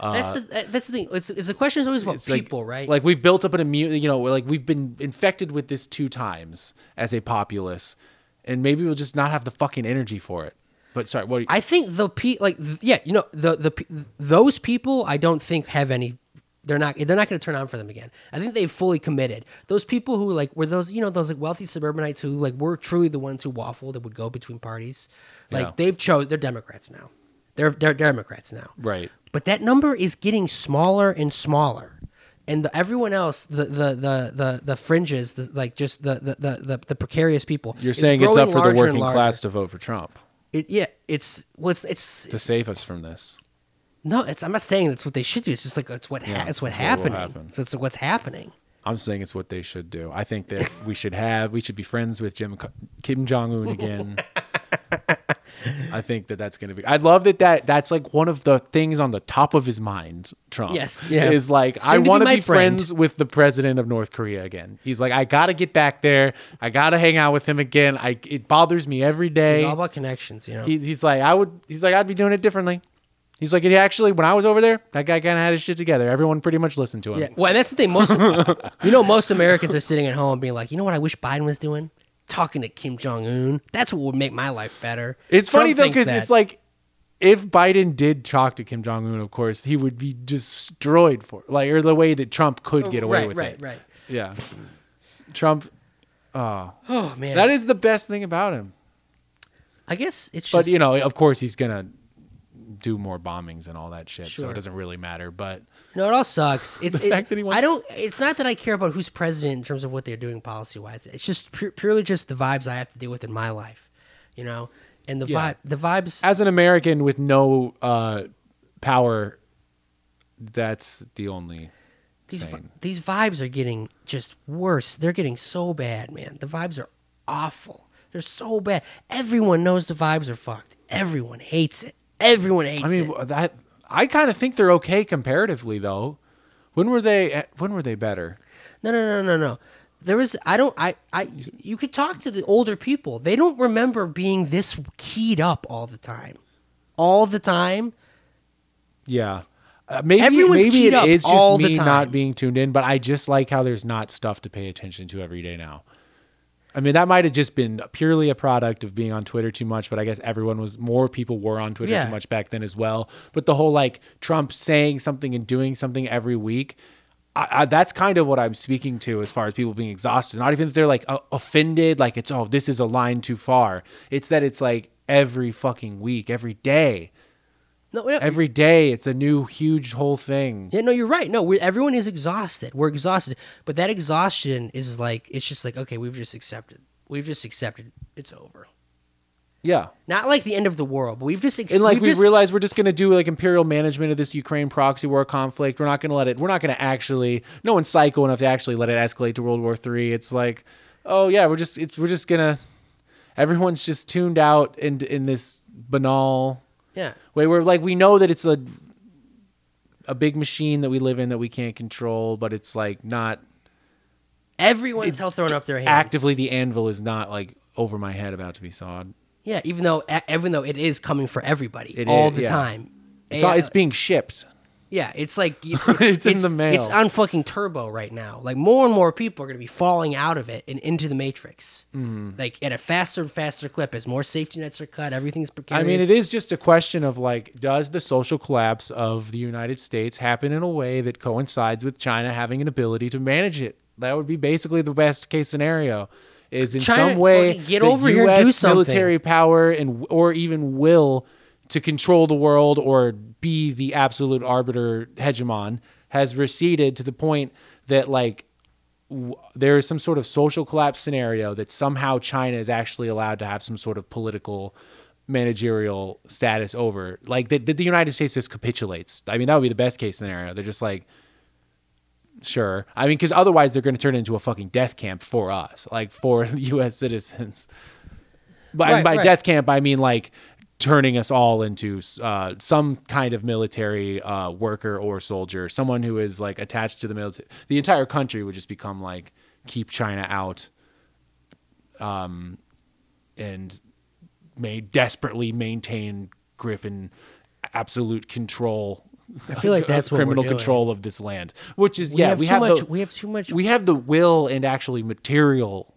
Speaker 2: that's the that- that's the thing. It's, it's the question is always about
Speaker 3: Uh, It's like-
Speaker 2: people, right?
Speaker 3: Like we've built up an immune, you know, like we've been infected with this two times as a populace, and maybe we'll just not have the fucking energy for it. But sorry, what?
Speaker 2: I think the pe like th- yeah, you know the the pe- those people I don't think have any. They're not. They're not going to turn on for them again. I think they've fully committed. Those people who like were those you know those like wealthy suburbanites who like were truly the ones who waffled and would go between parties. Like
Speaker 3: Yeah.
Speaker 2: they've chose. They're Democrats now. They're they're Democrats now.
Speaker 3: Right.
Speaker 2: But that number is getting smaller and smaller. And the, everyone else, the the the the, the fringes, the, like just the the, the the the precarious people.
Speaker 3: You're
Speaker 2: is
Speaker 3: saying it's up
Speaker 2: growing
Speaker 3: for the
Speaker 2: larger and
Speaker 3: working
Speaker 2: larger.
Speaker 3: class to vote for Trump
Speaker 2: It, yeah, it's well, it's it's
Speaker 3: to save us from this.
Speaker 2: no, it's, I'm not saying that's what they should do. It's just like it's what ha-
Speaker 3: Yeah,
Speaker 2: it's what
Speaker 3: it's what will
Speaker 2: happening.
Speaker 3: happen.
Speaker 2: So it's what's happening.
Speaker 3: I'm saying it's what they should do. I think that we should have, we should be friends with Jim Kim Jong Un again. I think that that's going to be. I love that that that's like one of the things on the top of his mind. Trump,
Speaker 2: Yes, yeah.
Speaker 3: is like
Speaker 2: Soon
Speaker 3: I
Speaker 2: to be
Speaker 3: want to
Speaker 2: my
Speaker 3: be friends with the president of North Korea again. He's like, I got to get back there. I got to hang out with him again. I it bothers me every day.
Speaker 2: It's all about connections, you know.
Speaker 3: He, he's like, I would. He's like, I'd be doing it differently. He's like, he actually, when I was over there, that guy kind of had his shit together. Everyone pretty much listened to him.
Speaker 2: yeah. Well, and that's the thing. Most you know, most Americans are sitting at home being like, you know what, I wish Biden was doing talking to Kim Jong Un. That's what would make my life better.
Speaker 3: It's
Speaker 2: Trump
Speaker 3: funny though
Speaker 2: thinks
Speaker 3: because
Speaker 2: that.
Speaker 3: it's like if Biden did talk to Kim Jong Un, of course he would be destroyed for like or the way that Trump could get away
Speaker 2: Oh, right,
Speaker 3: with
Speaker 2: right,
Speaker 3: it.
Speaker 2: right.
Speaker 3: Yeah, Trump.
Speaker 2: Oh man,
Speaker 3: That is the best thing about him.
Speaker 2: I guess it's
Speaker 3: But
Speaker 2: just
Speaker 3: you know, of course, he's gonna do more bombings and all that shit, so
Speaker 2: Sure.
Speaker 3: it doesn't really matter. But
Speaker 2: No, it all sucks. It's it-
Speaker 3: fact that he wants-
Speaker 2: I don't. It's not that I care about who's president in terms of what they're doing policy wise. It's just pu- purely just the vibes I have to deal with in my life, you know. And the
Speaker 3: Yeah.
Speaker 2: vibe, the vibes.
Speaker 3: as an American with no uh, power, that's the only.
Speaker 2: These vi-
Speaker 3: same.
Speaker 2: these vibes are getting just worse. They're getting so bad, man. The vibes are awful. They're so bad. Everyone knows the vibes are fucked. Everyone hates it. Everyone hates
Speaker 3: I mean
Speaker 2: it.
Speaker 3: that I kind of think they're okay comparatively though. When were they? When were they better?
Speaker 2: No, no, no, no, no. There was I don't I I you could talk to the older people. They don't remember being this keyed up all the time. All the time.
Speaker 3: Yeah. Uh, maybe
Speaker 2: Everyone's
Speaker 3: maybe
Speaker 2: keyed
Speaker 3: it
Speaker 2: up
Speaker 3: is just
Speaker 2: all the
Speaker 3: me
Speaker 2: time.
Speaker 3: not being tuned in, but I just like how there's not stuff to pay attention to every day now. I mean, that might have just been purely a product of being on Twitter too much, but I guess everyone was more people were on Twitter
Speaker 2: Yeah.
Speaker 3: too much back then as well. But the whole like Trump saying something and doing something every week, I, I, that's kind of what I'm speaking to as far as people being exhausted. Not even that they're like uh, offended, like it's oh this is a line too far. It's that it's like every fucking week, every day
Speaker 2: No, no
Speaker 3: every day it's a new huge whole thing
Speaker 2: yeah, no, you're right. No, we're, everyone is exhausted. We're exhausted, but that exhaustion is like it's just like okay, we've just accepted. We've just accepted it's over.
Speaker 3: yeah
Speaker 2: Not like the end of the world, but we've just ex-
Speaker 3: and like
Speaker 2: we've
Speaker 3: we
Speaker 2: just-
Speaker 3: realize we're just going to do like imperial management of this ukraine proxy war conflict we're not going to let it we're not going to actually no one's psycho enough to actually let it escalate to world war three it's like oh yeah we're just it's, we're just going to everyone's just tuned out in in this banal
Speaker 2: yeah.
Speaker 3: way where like we know that it's a a big machine that we live in that we can't control but it's like not
Speaker 2: Everyone's hell throwing up their hands.
Speaker 3: actively the anvil is not like over my head about to be sawed
Speaker 2: Yeah, even though a- even though it is coming for everybody
Speaker 3: It
Speaker 2: all
Speaker 3: is,
Speaker 2: the
Speaker 3: yeah.
Speaker 2: time.
Speaker 3: it's, all,
Speaker 2: AI
Speaker 3: it's being shipped
Speaker 2: Yeah, it's like it's,
Speaker 3: It's in the mail.
Speaker 2: It's on fucking turbo right now. Like more and more people are going to be falling out of it and into the matrix,
Speaker 3: Mm.
Speaker 2: like at a faster and faster clip as more safety nets are cut. Everything's
Speaker 3: I
Speaker 2: precarious.
Speaker 3: mean, it is just a question of like, does the social collapse of the United States happen in a way that coincides with China having an ability to manage it? That would be basically the best case scenario. Is in
Speaker 2: China,
Speaker 3: some way
Speaker 2: fucking get
Speaker 3: the
Speaker 2: over
Speaker 3: US
Speaker 2: here and do something.
Speaker 3: military power and or even will to control the world or be the absolute arbiter hegemon has receded to the point that like w- there is some sort of social collapse scenario that somehow China is actually allowed to have some sort of political managerial status over, like that, that the United States just capitulates. I mean, that would be the best case scenario. They're just like, sure. I mean, because otherwise they're going to turn into a fucking death camp for us, like for U.S. citizens. But
Speaker 2: Right,
Speaker 3: by
Speaker 2: right.
Speaker 3: death camp, I mean like turning us all into uh, some kind of military uh, worker or soldier, someone who is like attached to the military. The entire country would just become like keep China out, um, and may desperately maintain grip and absolute control.
Speaker 2: I feel like
Speaker 3: of
Speaker 2: that's what we're
Speaker 3: criminal
Speaker 2: doing.
Speaker 3: control of this land, which is
Speaker 2: We
Speaker 3: yeah
Speaker 2: have
Speaker 3: we
Speaker 2: too
Speaker 3: have
Speaker 2: much.
Speaker 3: the,
Speaker 2: we have too much.
Speaker 3: we have the will and actually material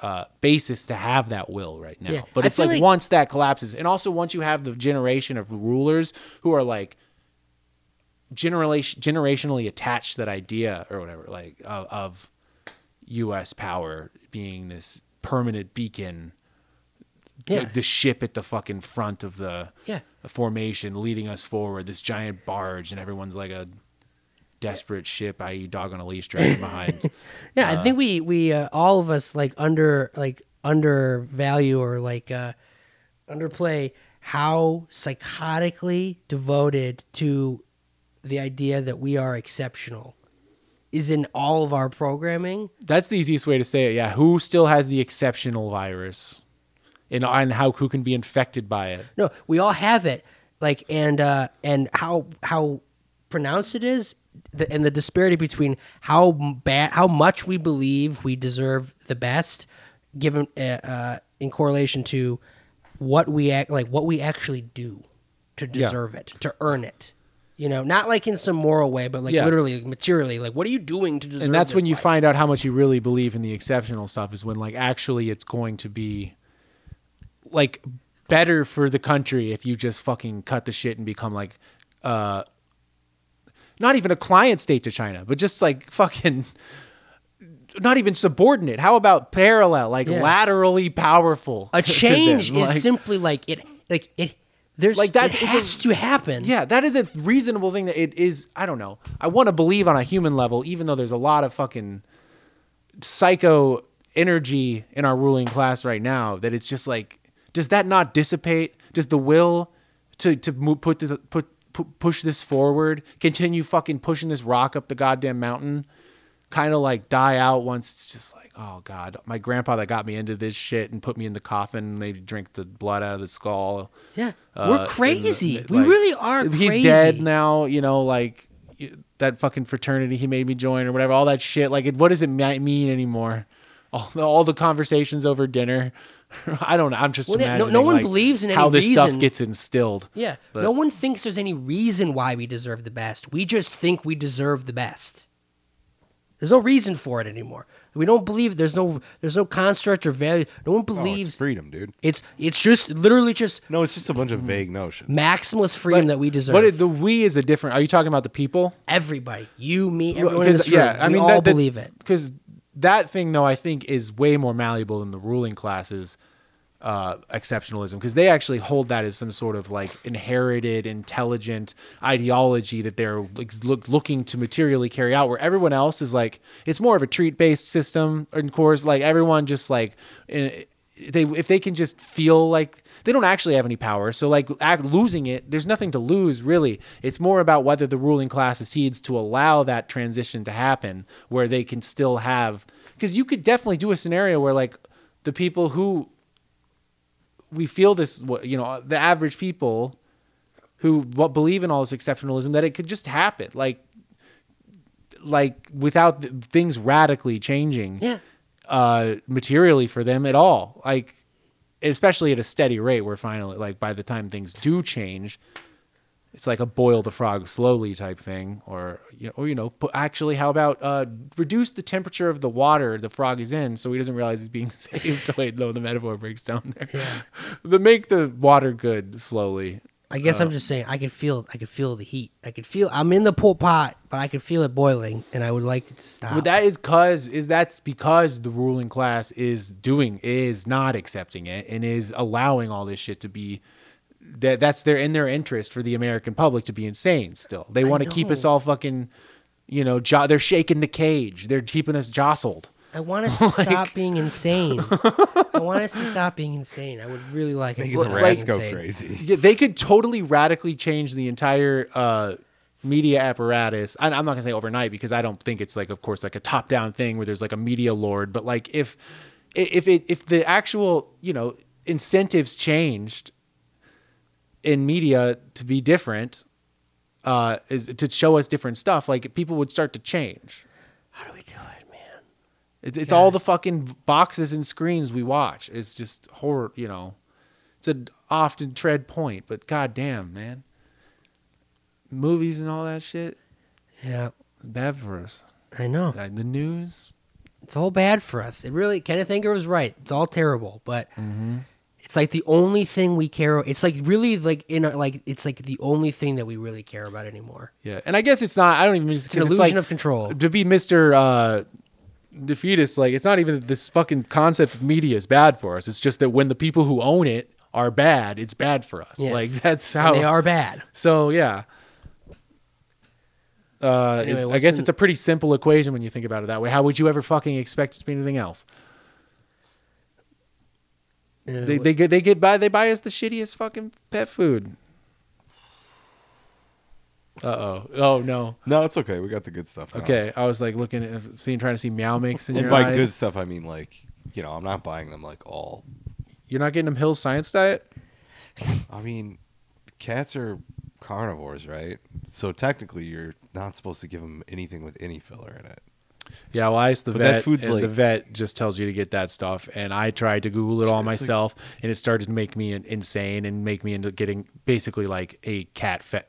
Speaker 3: uh, basis to have that will right now.
Speaker 2: Yeah.
Speaker 3: But
Speaker 2: I
Speaker 3: it's
Speaker 2: feel
Speaker 3: like,
Speaker 2: like-
Speaker 3: once that collapses, and also once you have the generation of rulers who are like generation generationally attached to that idea or whatever, like of, of U.S. power being this permanent beacon. the-
Speaker 2: Yeah.
Speaker 3: The, ship at the fucking front of the
Speaker 2: Yeah.
Speaker 3: formation leading us forward, this giant barge, and everyone's like a desperate ship, i.e., dog on a leash dragging behind.
Speaker 2: yeah, I think we we uh, all of us like under like undervalue or like uh, underplay how psychotically devoted to the idea that we are exceptional is in all of our programming.
Speaker 3: That's the easiest way to say it. Yeah, who still has the exceptional virus, and and how who can be infected by it?
Speaker 2: No, we all have it. Like and uh and how how pronounced it is, the, and the disparity between how bad, how much we believe we deserve the best, given uh, uh in correlation to what we act like, what we actually do to deserve it, to earn it. You know, not like in some moral way, but like
Speaker 3: Yeah.
Speaker 2: literally, like materially. Like, what are you doing to deserve?
Speaker 3: And that's when
Speaker 2: this
Speaker 3: you
Speaker 2: life?
Speaker 3: find out how much you really believe in the exceptional stuff is when like actually it's going to be like better for the country if you just fucking cut the shit and become like uh not even a client state to China, but just like fucking not even subordinate. How about parallel, like
Speaker 2: Yeah.
Speaker 3: laterally powerful?
Speaker 2: a
Speaker 3: to them?
Speaker 2: change is
Speaker 3: Like-
Speaker 2: simply like it, like it. There's
Speaker 3: Like, that is
Speaker 2: it
Speaker 3: a-
Speaker 2: has to happen.
Speaker 3: Yeah, that is a reasonable thing that it is. I don't know. I want to believe on a human level, even though there's a lot of fucking psycho energy in our ruling class right now, that it's just like, does that not dissipate? Does the will to to move, put this, put pu- push this forward, continue fucking pushing this rock up the goddamn mountain, kind of like die out once it's just like, oh god, my grandpa that got me into this shit and put me in the coffin, and they drink the blood out of the skull.
Speaker 2: Yeah.
Speaker 3: Uh,
Speaker 2: We're
Speaker 3: and,
Speaker 2: crazy.
Speaker 3: like,
Speaker 2: we really are
Speaker 3: He's
Speaker 2: crazy.
Speaker 3: dead now, you know, like y- that fucking fraternity he made me join or whatever, all that shit. Like, it, what does it ma- mean anymore? All the, all the conversations over dinner. I don't know. I'm just
Speaker 2: Well, yeah, no- no
Speaker 3: imagining.
Speaker 2: one
Speaker 3: like,
Speaker 2: believes in any
Speaker 3: how this
Speaker 2: reason.
Speaker 3: stuff gets instilled.
Speaker 2: Yeah.
Speaker 3: But-
Speaker 2: no one thinks there's any reason why we deserve the best. We just think we deserve the best. There's no reason for it anymore. We don't believe there's no there's no construct or value. No one
Speaker 4: Oh, it's
Speaker 2: believes
Speaker 4: freedom, dude.
Speaker 2: it's, it's just literally just
Speaker 4: No, it's just a bunch of vague notions.
Speaker 2: maximalist freedom that we deserve.
Speaker 3: But it, the we is a different. Are you talking about the people?
Speaker 2: Everybody, you, me, everyone in this room, we all believe it.
Speaker 3: Because that thing, though, I think is way more malleable than the ruling classes. Uh, exceptionalism because they actually hold that as some sort of like inherited intelligent ideology that they're like, look, looking to materially carry out where everyone else is like it's more of a treat based system and course like everyone just like eh, they if they can just feel like they don't actually have any power so like act, losing it there's nothing to lose really it's more about whether the ruling class accedes to allow that transition to happen where they can still have because you could definitely do a scenario where like the people who we feel this what- you know the average people who what believe in all this exceptionalism that it could just happen like like without th- things radically changing
Speaker 2: Yeah.
Speaker 3: uh materially for them at all like especially at a steady rate we're finally like by the time things do change it's like a boil the frog slowly type thing or you know, or you know pu- actually how about uh reduce the temperature of the water the frog is in so he doesn't realize he's being saved wait no the metaphor breaks down there but make the water good slowly
Speaker 2: I guess
Speaker 3: Uh,
Speaker 2: I'm just saying I could feel I could feel the heat. I could feel I'm in the pot pot, but I could feel it boiling, and I would like it to stop.
Speaker 3: But that is cause is that's because the ruling class is doing is not accepting it and is allowing all this shit to be that that's their in their interest for the American public to be insane still. They want to keep us
Speaker 2: know.
Speaker 3: all fucking you know, jo- they're shaking the cage. They're keeping us jostled.
Speaker 2: I want us to stop being insane. I want us to stop being insane. I would really like us to
Speaker 4: These
Speaker 2: stop
Speaker 3: Like-
Speaker 4: rats
Speaker 2: being
Speaker 4: go
Speaker 2: insane.
Speaker 4: crazy.
Speaker 3: Yeah, they could totally radically change the entire uh, media apparatus. I, I'm not gonna say overnight because I don't think it's like, of course, like a top down thing where there's like a media lord. But like if if it if the actual you know incentives changed in media to be different, uh, is to show us different stuff, like people would start to change.
Speaker 2: How do we do it, man?
Speaker 3: It's, it's all the fucking boxes and screens we watch. It's just horror, you know. It's an often tread point, but goddamn, man. Movies and all that shit,
Speaker 2: Yeah,
Speaker 3: bad for us.
Speaker 2: I know.
Speaker 3: Like the news,
Speaker 2: It's all bad for us. It really, Kenneth Anger was right. It's all terrible, but it's like the only thing we care. It's like really like in our, like it's like the only thing that we really care about anymore.
Speaker 3: yeah. And I guess it's not. I don't even.
Speaker 2: It's an illusion
Speaker 3: like,
Speaker 2: of control.
Speaker 3: to be Mr. Uh, defeatist, like it's not even that this fucking concept of media is bad for us. It's just that when the people who own it are bad, it's bad for us.
Speaker 2: Yes.
Speaker 3: Like that's
Speaker 2: And
Speaker 3: how
Speaker 2: they are bad.
Speaker 3: So yeah. Uh,
Speaker 2: Anyway,
Speaker 3: it- I
Speaker 2: what's
Speaker 3: guess
Speaker 2: in-
Speaker 3: it's a pretty simple equation when you think about it that way. How would you ever fucking expect it to be anything else?
Speaker 2: Uh,
Speaker 3: They, they get they get by they buy us the shittiest fucking pet food. Uh oh! Oh no!
Speaker 4: No, it's okay. We got the good stuff. Now.
Speaker 3: Okay, I was like looking at seeing trying to see meow mix in
Speaker 4: And
Speaker 3: your
Speaker 4: by
Speaker 3: eyes.
Speaker 4: Oh good stuff, I mean like you know, I'm not buying them like all.
Speaker 3: You're not getting them Hill Science Diet.
Speaker 4: I mean, cats are carnivores, right? So technically, you're not supposed to give them anything with any filler in it.
Speaker 3: Yeah, well, I used the
Speaker 4: But
Speaker 3: vet,
Speaker 4: that food's
Speaker 3: and the
Speaker 4: like-
Speaker 3: vet just tells you to get that stuff, and I tried to Google it all
Speaker 4: It's like-
Speaker 3: myself, and it started to make me in- insane and make me into getting basically like a cat fet,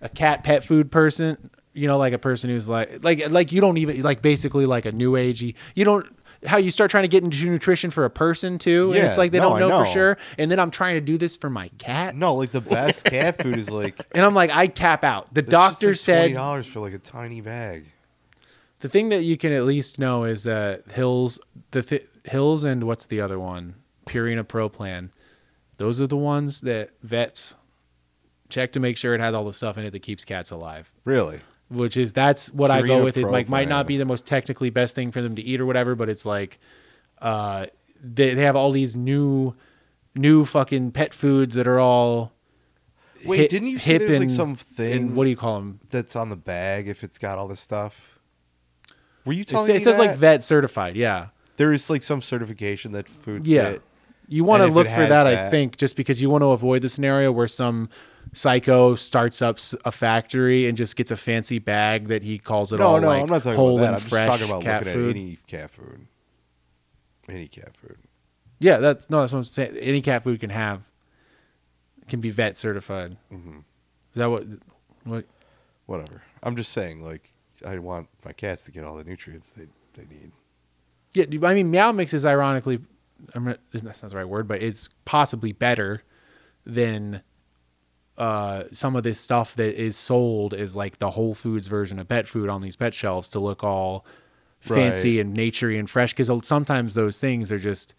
Speaker 3: a cat pet food person. You know, like a person who's like, like, like you don't even like basically like a new agey. You don't how you start trying to get into nutrition for a person too, and
Speaker 4: Yeah,
Speaker 3: it's like they
Speaker 4: no,
Speaker 3: don't
Speaker 4: I
Speaker 3: know, for
Speaker 4: know.
Speaker 3: sure. And then I'm trying to do this for my cat,
Speaker 4: No, like the best cat food is like.
Speaker 3: and I'm like, I tap out. The
Speaker 4: that's just,
Speaker 3: doctor
Speaker 4: like,
Speaker 3: said
Speaker 4: twenty dollars for like a tiny bag.
Speaker 3: The thing that you can at least know is that Hills, the th- Hills, and what's the other one? Purina Pro Plan. Those are the ones that vets check to make sure it has all the stuff in it that keeps cats alive.
Speaker 4: Really?
Speaker 3: Which is that's what I go
Speaker 4: Purina
Speaker 3: with. It
Speaker 4: Pro
Speaker 3: like might not
Speaker 4: Plan.
Speaker 3: be the most technically best thing for them to eat or whatever, but it's like uh, they they have all these new new fucking pet foods that are all
Speaker 4: Wait,
Speaker 3: hip-
Speaker 4: didn't you say
Speaker 3: hip
Speaker 4: there's like
Speaker 3: and-
Speaker 4: some
Speaker 3: and
Speaker 4: thing
Speaker 3: what do you call them?
Speaker 4: that's on the bag if it's got all this stuff? Were you
Speaker 3: It,
Speaker 4: telling
Speaker 3: sa-
Speaker 4: me
Speaker 3: it says like
Speaker 4: that?
Speaker 3: vet certified. Yeah.
Speaker 4: there is like some certification that food
Speaker 3: Yeah.
Speaker 4: fit.
Speaker 3: You want to
Speaker 4: And if
Speaker 3: look
Speaker 4: it
Speaker 3: for
Speaker 4: has
Speaker 3: that, I
Speaker 4: that-
Speaker 3: think, just because you want to avoid the scenario where some psycho starts up s- a factory and just gets a fancy bag that he calls it
Speaker 4: No,
Speaker 3: all
Speaker 4: no,
Speaker 3: like
Speaker 4: I'm not talking
Speaker 3: whole
Speaker 4: about that.
Speaker 3: and
Speaker 4: I'm just
Speaker 3: fresh
Speaker 4: talking about
Speaker 3: cat
Speaker 4: looking
Speaker 3: food.
Speaker 4: at any cat food. Any cat food.
Speaker 3: Yeah, that's no, that's what I'm saying. Any cat food can have can be vet certified.
Speaker 4: Mm-hmm.
Speaker 3: Is that what? What?
Speaker 4: Whatever. I'm just saying, like, I want my cats to get all the nutrients they, they need.
Speaker 3: Yeah, I mean, Meow Mix is ironically, I'm not, that's not the right word, but it's possibly better than uh, some of this stuff that is sold as like the Whole Foods version of pet food on these pet shelves to look all fancy and naturey and fresh. Because sometimes those things are just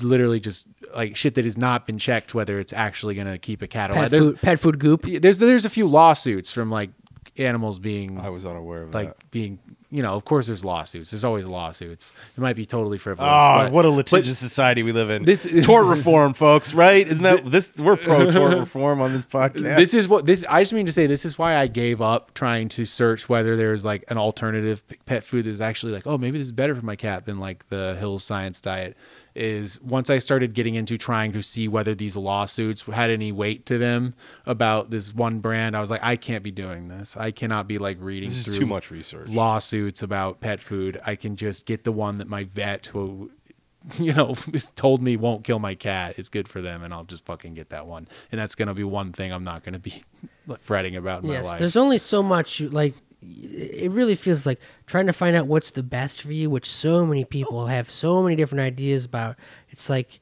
Speaker 3: literally just like shit that has not been checked whether it's actually going to keep a cat alive.
Speaker 2: pet
Speaker 3: There's,
Speaker 2: food, pet food goop.
Speaker 3: there's there's a few lawsuits from like animals being
Speaker 4: I was unaware of
Speaker 3: like
Speaker 4: that.
Speaker 3: being you know of course there's lawsuits there's always lawsuits it might be totally frivolous
Speaker 4: Oh,
Speaker 3: but
Speaker 4: what a litigious society we live in.
Speaker 3: This
Speaker 4: This
Speaker 3: is-
Speaker 4: is tort reform, folks, right? Isn't that this we're pro tort reform on this podcast.
Speaker 3: this is what this i just mean to say this is why i gave up trying to search whether there's like an alternative p- pet food that's actually like oh maybe this is better for my cat than like the hills science diet is once i started getting into trying to see whether these lawsuits had any weight to them about this one brand i was like i can't be doing this i cannot be like reading
Speaker 4: This
Speaker 3: through
Speaker 4: is too much research.
Speaker 3: lawsuits about pet food. I can just get the one that my vet who you know is told me won't kill my cat is good for them and I'll just fucking get that one. And that's going to be one thing I'm not going to be like, fretting about in
Speaker 2: Yes,
Speaker 3: my life.
Speaker 2: there's only so much you- like. It really feels like trying to find out what's the best for you, which so many
Speaker 3: Oh.
Speaker 2: people have so many different ideas about. It's like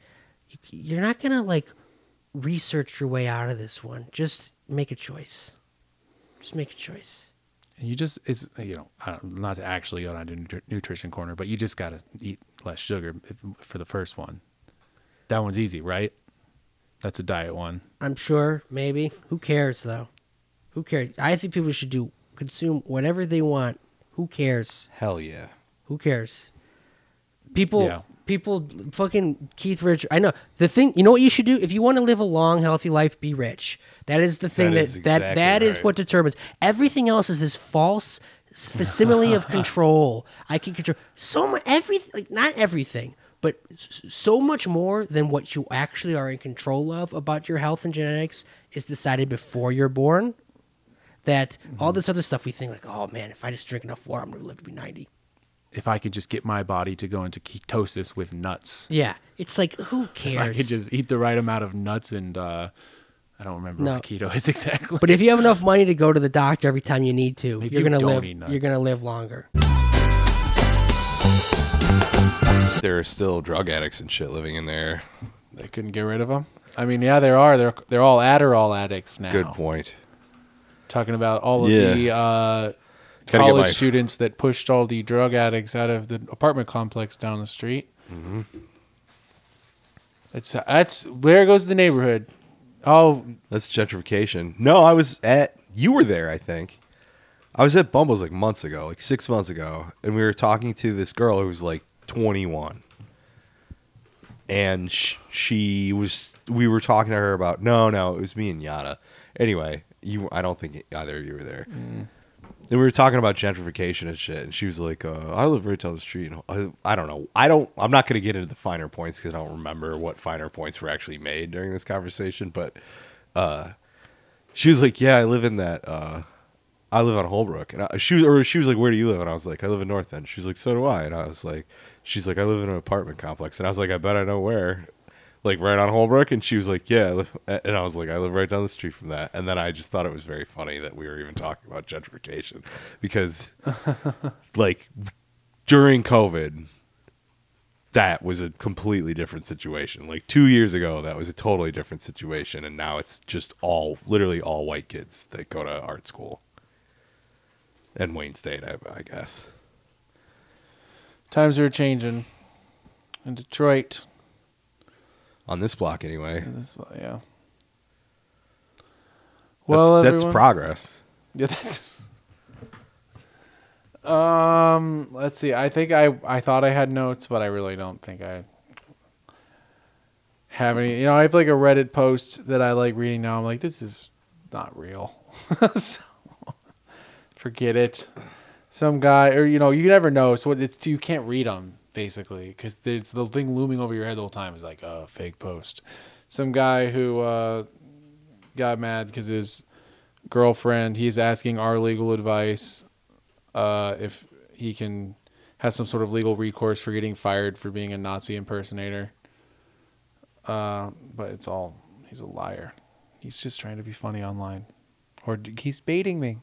Speaker 2: you- you're not gonna like research your way out of this one. Just make a choice. Just make a choice.
Speaker 3: And you just it's you know, I don't, not to actually go down to nutri- nutrition corner, but you just got to eat less sugar if- for the first one. That one's easy, right? That's a diet one.
Speaker 2: I'm sure, maybe. Who cares though? Who cares? I think people should do consume whatever they want. Who cares?
Speaker 4: Hell yeah.
Speaker 2: Who cares? People,
Speaker 3: Yeah.
Speaker 2: people, fucking Keith Rich. I know the thing. You know what you should do if you want to live a long, healthy life. Be rich. That is the thing
Speaker 4: That
Speaker 2: that
Speaker 4: is
Speaker 2: that
Speaker 4: exactly
Speaker 2: that is
Speaker 4: right.
Speaker 2: what determines everything else. Is this false s- facsimile of control? I can control so much. Everything, like not everything, but s- s- so much more than what you actually are in control of about your health and genetics is decided before you're born.
Speaker 4: Mm-hmm.
Speaker 2: That all this other stuff we think like, oh man, if I just drink enough water, I'm gonna live to be ninety.
Speaker 3: if I could just get my body to go into ketosis with nuts.
Speaker 2: Yeah. It's like who cares?
Speaker 3: If I could just eat the right amount of nuts and uh, I don't remember
Speaker 2: No.
Speaker 3: what keto is exactly.
Speaker 2: But if you have enough money to go to the doctor every time you need to,
Speaker 3: Maybe
Speaker 2: you're
Speaker 3: you
Speaker 2: gonna
Speaker 3: don't
Speaker 2: live.
Speaker 3: eat nuts.
Speaker 2: You're gonna live longer.
Speaker 4: There are still drug addicts and shit living in there.
Speaker 3: they couldn't get rid of them. I mean, yeah, there are. They're they're all Adderall addicts now.
Speaker 4: Good point.
Speaker 3: Talking about all of
Speaker 4: Yeah.
Speaker 3: the uh,
Speaker 4: Gotta get
Speaker 3: college
Speaker 4: my-
Speaker 3: students that pushed all the drug addicts out of the apartment complex down the street.
Speaker 4: Mm-hmm.
Speaker 3: That's that's where goes the neighborhood. Oh,
Speaker 4: That's gentrification. No, I was at. You were there, I think. I was at Bumble's like months ago, like six months ago, and we were talking to this girl who was like 21, and sh- she was. We were talking to her about no, no, it was me and Yada. Anyway, you. I don't think either of you were there. And we were talking about gentrification and shit, and she was like, uh, "I live right down the street." And I, I don't know. I don't. I'm not going to get into the finer points because I don't remember what finer points were actually made during this conversation. But uh, she was like, "Yeah, I live in that. Uh, I live on Holbrook." And I, she was, or she was like, "Where do you live?" And I was like, "I live in North End." She's like, "So do I." And I was like, "She's like, I live in an apartment complex." And I was like, "I bet I know where." Like right on Holbrook, and she was like, "Yeah," I live, and I was like, "I live right down the street from that." And then I just thought it was very funny that we were even talking about gentrification because, like, during COVID, that was a completely different situation. Like two years ago, that was a totally different situation, and now it's just all literally all white kids that go to art school and Wayne State, I, I guess.
Speaker 3: times are changing in Detroit.
Speaker 4: On this block, anyway.
Speaker 3: This, yeah.
Speaker 4: Well, that's,
Speaker 3: everyone-
Speaker 4: progress.
Speaker 3: Yeah, that's. Um, let's see. I think I I thought I had notes, but I really don't think I have any. You know, I have like a Reddit post that I like reading now. I'm like, this is not real. so, forget it. Some guy, or you know, you never know. So it's you can't read them basically because there's the thing looming over your head the whole time is like a fake post. Some guy who uh, got mad because his girlfriend. He's asking our legal advice uh, if he can has some sort of legal recourse for getting fired for being a Nazi impersonator. Uh, but it's all he's a liar. He's just trying to be funny online, or d- he's baiting me.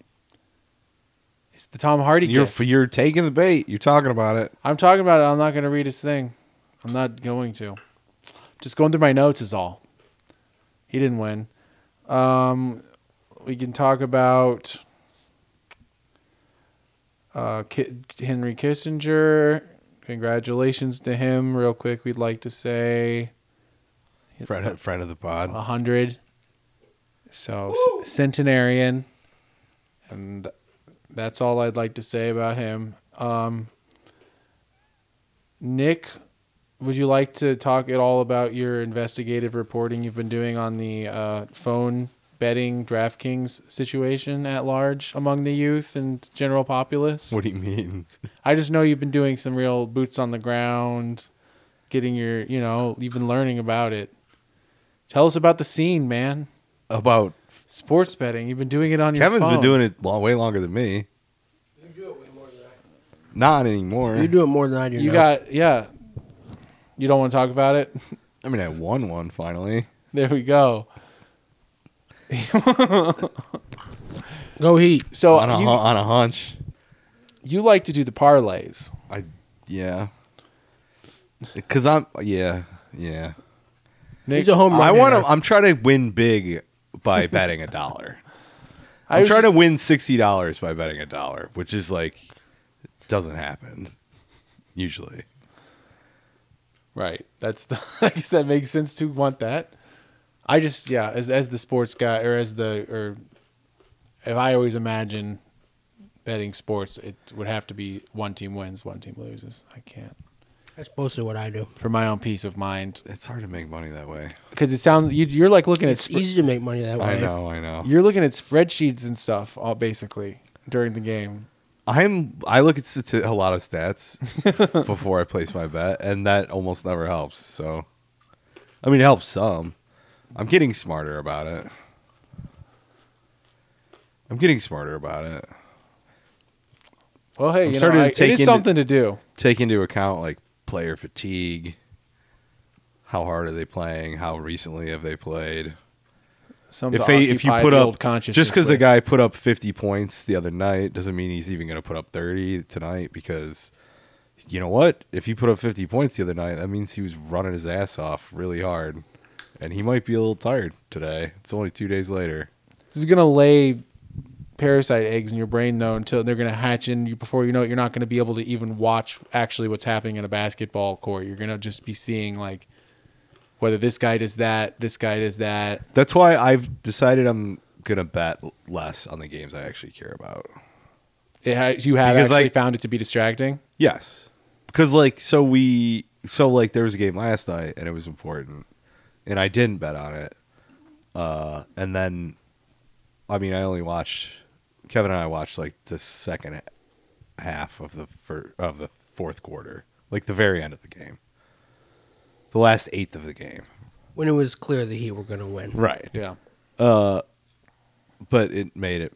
Speaker 3: It's the Tom Hardy.
Speaker 4: You're
Speaker 3: Gift.
Speaker 4: f- you're taking the bait. You're talking about it.
Speaker 3: I'm talking about it. I'm not going to read his thing. I'm not going to. Just going through my notes is all. He didn't win. Um, we can talk about uh, Ki- Henry Kissinger. Congratulations to him, real quick. We'd like to say
Speaker 4: Friend, friend of the pod.
Speaker 3: a hundred. So c- centenarian, and that's all I'd like to say about him. Um, Nick, would you like to talk at all about your investigative reporting you've been doing on the uh, phone betting DraftKings situation at large among the youth and general populace?
Speaker 4: What do you mean?
Speaker 3: I just know you've been doing some real boots on the ground, getting your, you know, you've been learning about it. Tell us about the scene, man.
Speaker 4: About
Speaker 3: Sports betting. You've been doing it on your
Speaker 4: Kevin's
Speaker 3: phone.
Speaker 4: been doing it long, way longer than me.
Speaker 2: You do it way more than I.
Speaker 4: Not anymore.
Speaker 2: You do it more than I do.
Speaker 3: You
Speaker 2: now.
Speaker 3: got yeah. You don't want to talk about it.
Speaker 4: I mean, I won one finally.
Speaker 3: there we go.
Speaker 2: go heat.
Speaker 3: So
Speaker 4: on a
Speaker 3: you,
Speaker 4: hu- on a hunch.
Speaker 3: you like to do the parlays.
Speaker 4: I yeah. Cause I'm yeah yeah.
Speaker 3: Nick,
Speaker 2: He's a home run.
Speaker 4: I want
Speaker 2: hitter.
Speaker 4: to. I'm trying to win big by betting a dollar.
Speaker 3: I
Speaker 4: I'm
Speaker 3: was
Speaker 4: trying
Speaker 3: ju-
Speaker 4: to win sixty dollars by betting a dollar, which is like doesn't happen usually.
Speaker 3: Right. That's the. I guess that makes sense to want that. I just yeah, as as the sports guy or as the or, if I always imagine betting sports, it would have to be one team wins, one team loses. I can't
Speaker 2: That's mostly what I do.
Speaker 3: for my own peace of mind
Speaker 4: It's hard to make money that way.
Speaker 3: because it sounds you, you're like looking at
Speaker 2: It's
Speaker 3: spr-
Speaker 2: easy to make money that way.
Speaker 4: I know. I know.
Speaker 3: you're looking at spreadsheets and stuff all basically during the game.
Speaker 4: I'm. I look at stati- a lot of stats before I place my bet, and that almost never helps. So, I mean, it helps some. I'm getting smarter about it. I'm getting smarter about it.
Speaker 3: Well, hey,
Speaker 4: I'm
Speaker 3: you know,
Speaker 4: starting to
Speaker 3: I,
Speaker 4: take
Speaker 3: it is
Speaker 4: into-
Speaker 3: something to do.
Speaker 4: Take into account like player fatigue. How hard are they playing? How recently have they played?
Speaker 3: Some
Speaker 4: If
Speaker 3: to
Speaker 4: they, if you
Speaker 3: occupy
Speaker 4: put
Speaker 3: the old
Speaker 4: up
Speaker 3: consciousness
Speaker 4: just because the
Speaker 3: with.
Speaker 4: guy put up 50 points the other night doesn't mean he's even going to put up 30 tonight because you know what? If he put up 50 points the other night, that means he was running his ass off really hard, and he might be a little tired today. It's only two days later.
Speaker 3: This is gonna lay parasite eggs in your brain though until they're gonna hatch in you before you know it you're not gonna be able to even watch actually what's happening in a basketball court you're gonna just be seeing like whether this guy does that this guy does that
Speaker 4: That's why I've decided I'm gonna bet l- less on the games I actually care about.
Speaker 3: it ha- you have
Speaker 4: Because,
Speaker 3: actually
Speaker 4: like-
Speaker 3: found it to be distracting
Speaker 4: Yes, because like so we so like there was a game last night and it was important, and I didn't bet on it. Uh, and then, I mean, I only watched Kevin and I watched like the second h- half of the fir- of the fourth quarter, like the very end of the game, the last eighth of the game.
Speaker 2: When it was clear the Heat were going to win.
Speaker 4: Right.
Speaker 3: yeah
Speaker 4: but it made it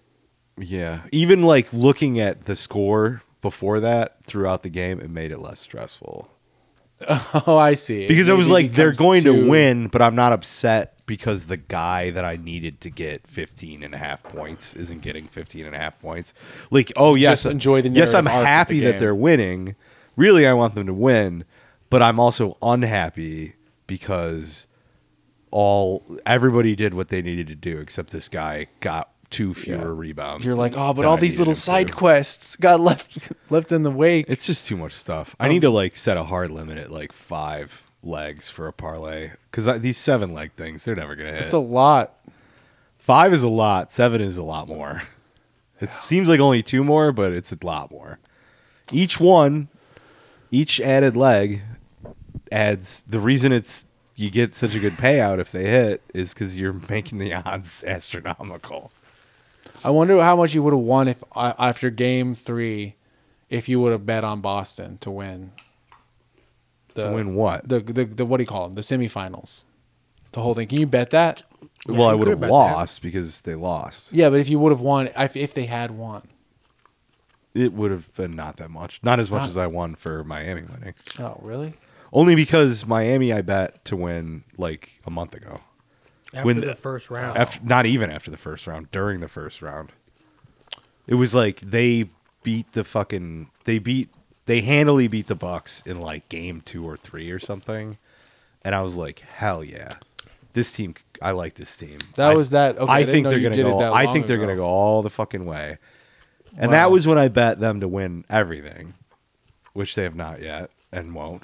Speaker 4: yeah even like looking at the score before that throughout the game it made it less stressful
Speaker 3: oh i see
Speaker 4: because it, was
Speaker 3: Maybe
Speaker 4: like they're
Speaker 3: becomes
Speaker 4: going to
Speaker 3: too-
Speaker 4: win but i'm not upset because the guy that i needed to get 15 and a half points isn't getting 15 and a half points like oh yes
Speaker 3: Just enjoy the
Speaker 4: yes i'm
Speaker 3: narrative arc of the
Speaker 4: happy that
Speaker 3: game.
Speaker 4: they're winning really i want them to win but i'm also unhappy because all everybody did what they needed to do except this guy got two fewer rebounds
Speaker 3: you're
Speaker 4: than-
Speaker 3: like oh but
Speaker 4: than
Speaker 3: all
Speaker 4: I
Speaker 3: these
Speaker 4: needed
Speaker 3: little
Speaker 4: him to."
Speaker 3: side quests got left left in the wake
Speaker 4: It's just too much stuff.
Speaker 3: Um,
Speaker 4: I need to like set a hard limit at like five legs for a parlay because these seven leg things they're never gonna hit.
Speaker 3: it's a lot
Speaker 4: five is a lot. Seven is a lot more. It seems like only two more, but it's a lot more. Each one, each added leg adds the reason it's you get such a good payout if they hit is because you're making the odds astronomical.
Speaker 3: I wonder how much you would have won if uh, after game three, if you would have bet on Boston to win. The,
Speaker 4: to win what?
Speaker 3: The, the the what do you call them? The semifinals. The whole thing. Can you bet that?
Speaker 4: well, I
Speaker 2: you
Speaker 4: would
Speaker 2: could
Speaker 4: have
Speaker 2: bet that.
Speaker 4: lost because they lost.
Speaker 3: Yeah, but if you would have won, if, if they had won.
Speaker 4: It would have been not that much, not as much
Speaker 3: Not-
Speaker 4: as I won for Miami winning.
Speaker 3: Oh, really?
Speaker 4: Only because Miami, I bet to win like a month ago.
Speaker 2: After
Speaker 4: When
Speaker 2: the,
Speaker 4: the-
Speaker 2: first
Speaker 3: Oh.
Speaker 2: round.
Speaker 4: After not even after the first round, during the first round, it was like they beat the fucking they beat they handily beat the Bucks in like game two or three or something, and I was like, hell yeah, this team. I like this team.
Speaker 3: That
Speaker 4: I-
Speaker 3: was that. Okay, I,
Speaker 4: I
Speaker 3: didn't
Speaker 4: think
Speaker 3: know
Speaker 4: they're
Speaker 3: you
Speaker 4: gonna
Speaker 3: did it
Speaker 4: go.
Speaker 3: that
Speaker 4: I
Speaker 3: long
Speaker 4: think they're
Speaker 3: ago.
Speaker 4: gonna go all the fucking way, and
Speaker 3: Wow.
Speaker 4: that was when I bet them to win everything, which they have not yet and won't.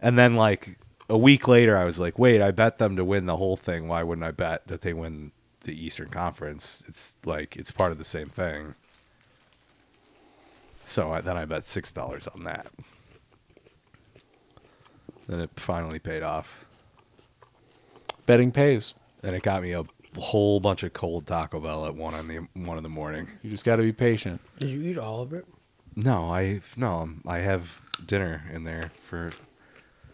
Speaker 4: And then like a week later, I was like, wait, I bet them to win the whole thing. Why wouldn't I bet that they win the Eastern Conference? It's like it's part of the same thing. So I, then I bet six dollars on that. Then it finally paid off
Speaker 3: Betting pays.
Speaker 4: and it got me a whole bunch of cold Taco Bell at one on the one in the morning.
Speaker 3: You just got to be patient.
Speaker 2: Did you eat all of it?
Speaker 4: No, I no, I'm- I have dinner in there for.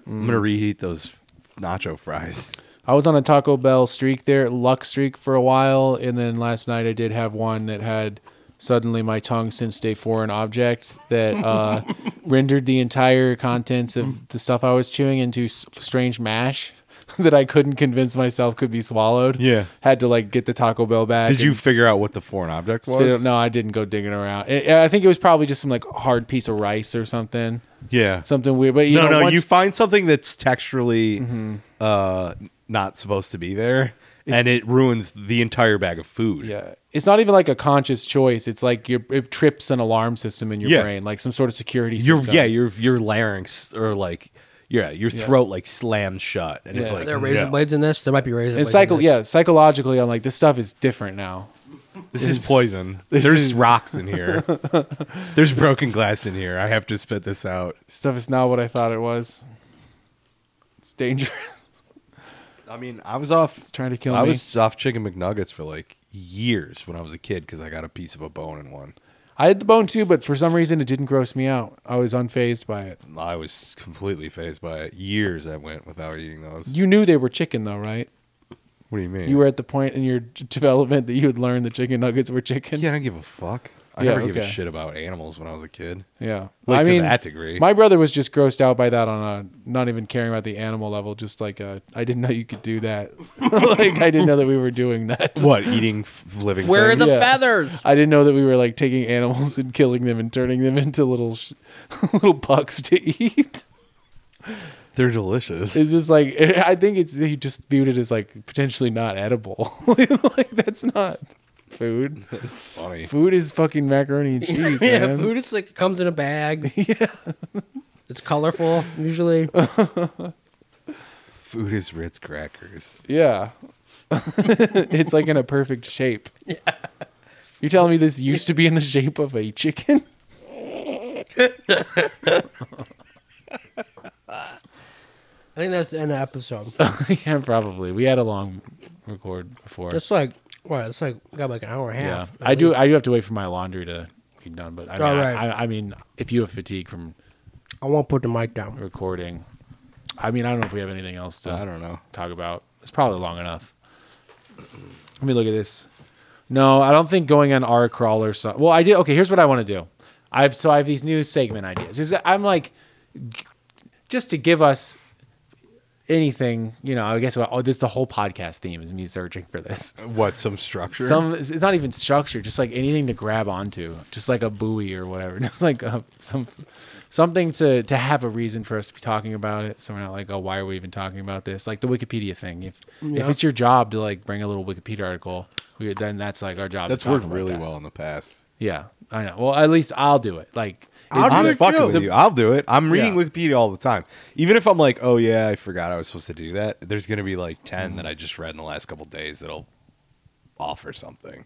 Speaker 4: I'm
Speaker 3: Mm.
Speaker 4: gonna reheat those nacho fries.
Speaker 3: I was on a Taco Bell streak there, luck streak for a while, and then last night I did have one that had suddenly my tongue since day four an object that uh, rendered the entire contents of the stuff I was chewing into s- strange mash that I couldn't convince myself could be swallowed.
Speaker 4: Yeah.
Speaker 3: had to like get the Taco Bell back.
Speaker 4: Did you
Speaker 3: and
Speaker 4: figure out what the foreign object
Speaker 3: spit it-
Speaker 4: was?
Speaker 3: No, I didn't go digging around. I I think it was probably just some like hard piece of rice or something,
Speaker 4: Yeah.
Speaker 3: something weird. But you
Speaker 4: no,
Speaker 3: know,
Speaker 4: no.
Speaker 3: once- Mm-hmm.
Speaker 4: you find something that's texturally uh, not supposed to be there, and it ruins the entire bag of food.
Speaker 3: Yeah. It's not even like a conscious choice. It's like your it trips an alarm system in your
Speaker 4: Yeah.
Speaker 3: brain, like some sort of security
Speaker 4: Your
Speaker 3: system.
Speaker 4: yeah, your your larynx or like yeah, your throat like slams shut, and it's
Speaker 3: Yeah.
Speaker 4: like
Speaker 2: Are there razor
Speaker 4: no.
Speaker 2: blades in this? There might be razor
Speaker 3: and
Speaker 2: blades.
Speaker 3: psycho
Speaker 2: in this.
Speaker 3: yeah, psychologically I'm like this stuff is different now.
Speaker 4: This is poison. There's rocks in here. There's broken glass in here. I have to spit this out.
Speaker 3: This stuff is not what I thought it was. It's dangerous.
Speaker 4: I mean, I was off.
Speaker 3: It's trying to kill
Speaker 4: I
Speaker 3: me.
Speaker 4: was off chicken McNuggets for like years when I was a kid because I got a piece of a bone in one.
Speaker 3: I had the bone too, but for some reason it didn't gross me out. I was unfazed by it.
Speaker 4: I was completely phased by it. Years I went without eating those.
Speaker 3: You knew they were chicken though, right?
Speaker 4: what do you mean?
Speaker 3: You were at the point in your d- development that you had learned that chicken nuggets were chicken.
Speaker 4: yeah, I don't give a fuck. I
Speaker 3: Yeah,
Speaker 4: never gave a
Speaker 3: okay.
Speaker 4: shit about animals when I was a kid.
Speaker 3: Yeah.
Speaker 4: Like
Speaker 3: I
Speaker 4: to
Speaker 3: mean,
Speaker 4: that degree.
Speaker 3: My brother was just grossed out by that on a not even caring about the animal level, just like uh, I didn't know you could do that. like I didn't know that we were doing that.
Speaker 4: What eating f- living?
Speaker 2: Where are
Speaker 4: things?
Speaker 2: the
Speaker 3: Yeah.
Speaker 2: feathers?
Speaker 3: I didn't know that we were like taking animals and killing them and turning them into little sh- little pucks to eat.
Speaker 4: They're delicious.
Speaker 3: It's just like I think it's he just viewed it as like potentially not edible. like that's not food.
Speaker 4: It's funny.
Speaker 3: Food is fucking macaroni and cheese,
Speaker 2: yeah,
Speaker 3: man.
Speaker 2: food is like comes in a bag. yeah. It's colorful usually.
Speaker 4: Food is Ritz crackers.
Speaker 3: Yeah. it's like in a perfect shape. You're telling me this used to be in the shape of a chicken?
Speaker 2: I think that's the end of the episode.
Speaker 3: yeah, probably. We had a long record before.
Speaker 2: It's like what? It's like got like an hour and a
Speaker 3: yeah.
Speaker 2: half. at
Speaker 3: I do
Speaker 2: least.
Speaker 3: I do have to wait for my laundry to be done, but I mean,
Speaker 2: All
Speaker 3: I-
Speaker 2: right.
Speaker 3: I, I mean if you have fatigue from
Speaker 2: I won't put the mic down.
Speaker 3: recording, I mean I don't know if we have anything else to
Speaker 4: I don't know.
Speaker 3: talk about. It's probably long enough. Let me look at this. No, I don't think going on our crawler. So- well, I did. Okay, here's what I want to do. I've so I have these new segment ideas. Just, I'm like, g- just to give us anything, you know. I guess oh, this the whole podcast theme is me searching for this.
Speaker 4: What? Some structure?
Speaker 3: Some it's not even structure, just like anything to grab onto, just like a buoy or whatever, just like a, some something to to have a reason for us to be talking about it. So we're not like, oh, why are we even talking about this? Like the Wikipedia thing. If if
Speaker 2: Yeah.
Speaker 3: it's your job to like bring a little Wikipedia article, we, then that's like our job. to
Speaker 4: That's
Speaker 3: talk
Speaker 4: worked
Speaker 3: about
Speaker 4: really
Speaker 3: that.
Speaker 4: well in the past.
Speaker 3: Yeah, I know. Well, at least I'll do it. Like
Speaker 2: I'll
Speaker 3: it-
Speaker 2: do
Speaker 4: I'm
Speaker 2: it
Speaker 4: fucking
Speaker 2: too.
Speaker 4: with
Speaker 2: The-
Speaker 4: you. I'll do it. I'm reading
Speaker 3: Yeah.
Speaker 4: Wikipedia all the time. Even if I'm like, oh yeah, I forgot I was supposed to do that. There's gonna be like ten that I just read in the last couple days that'll offer something.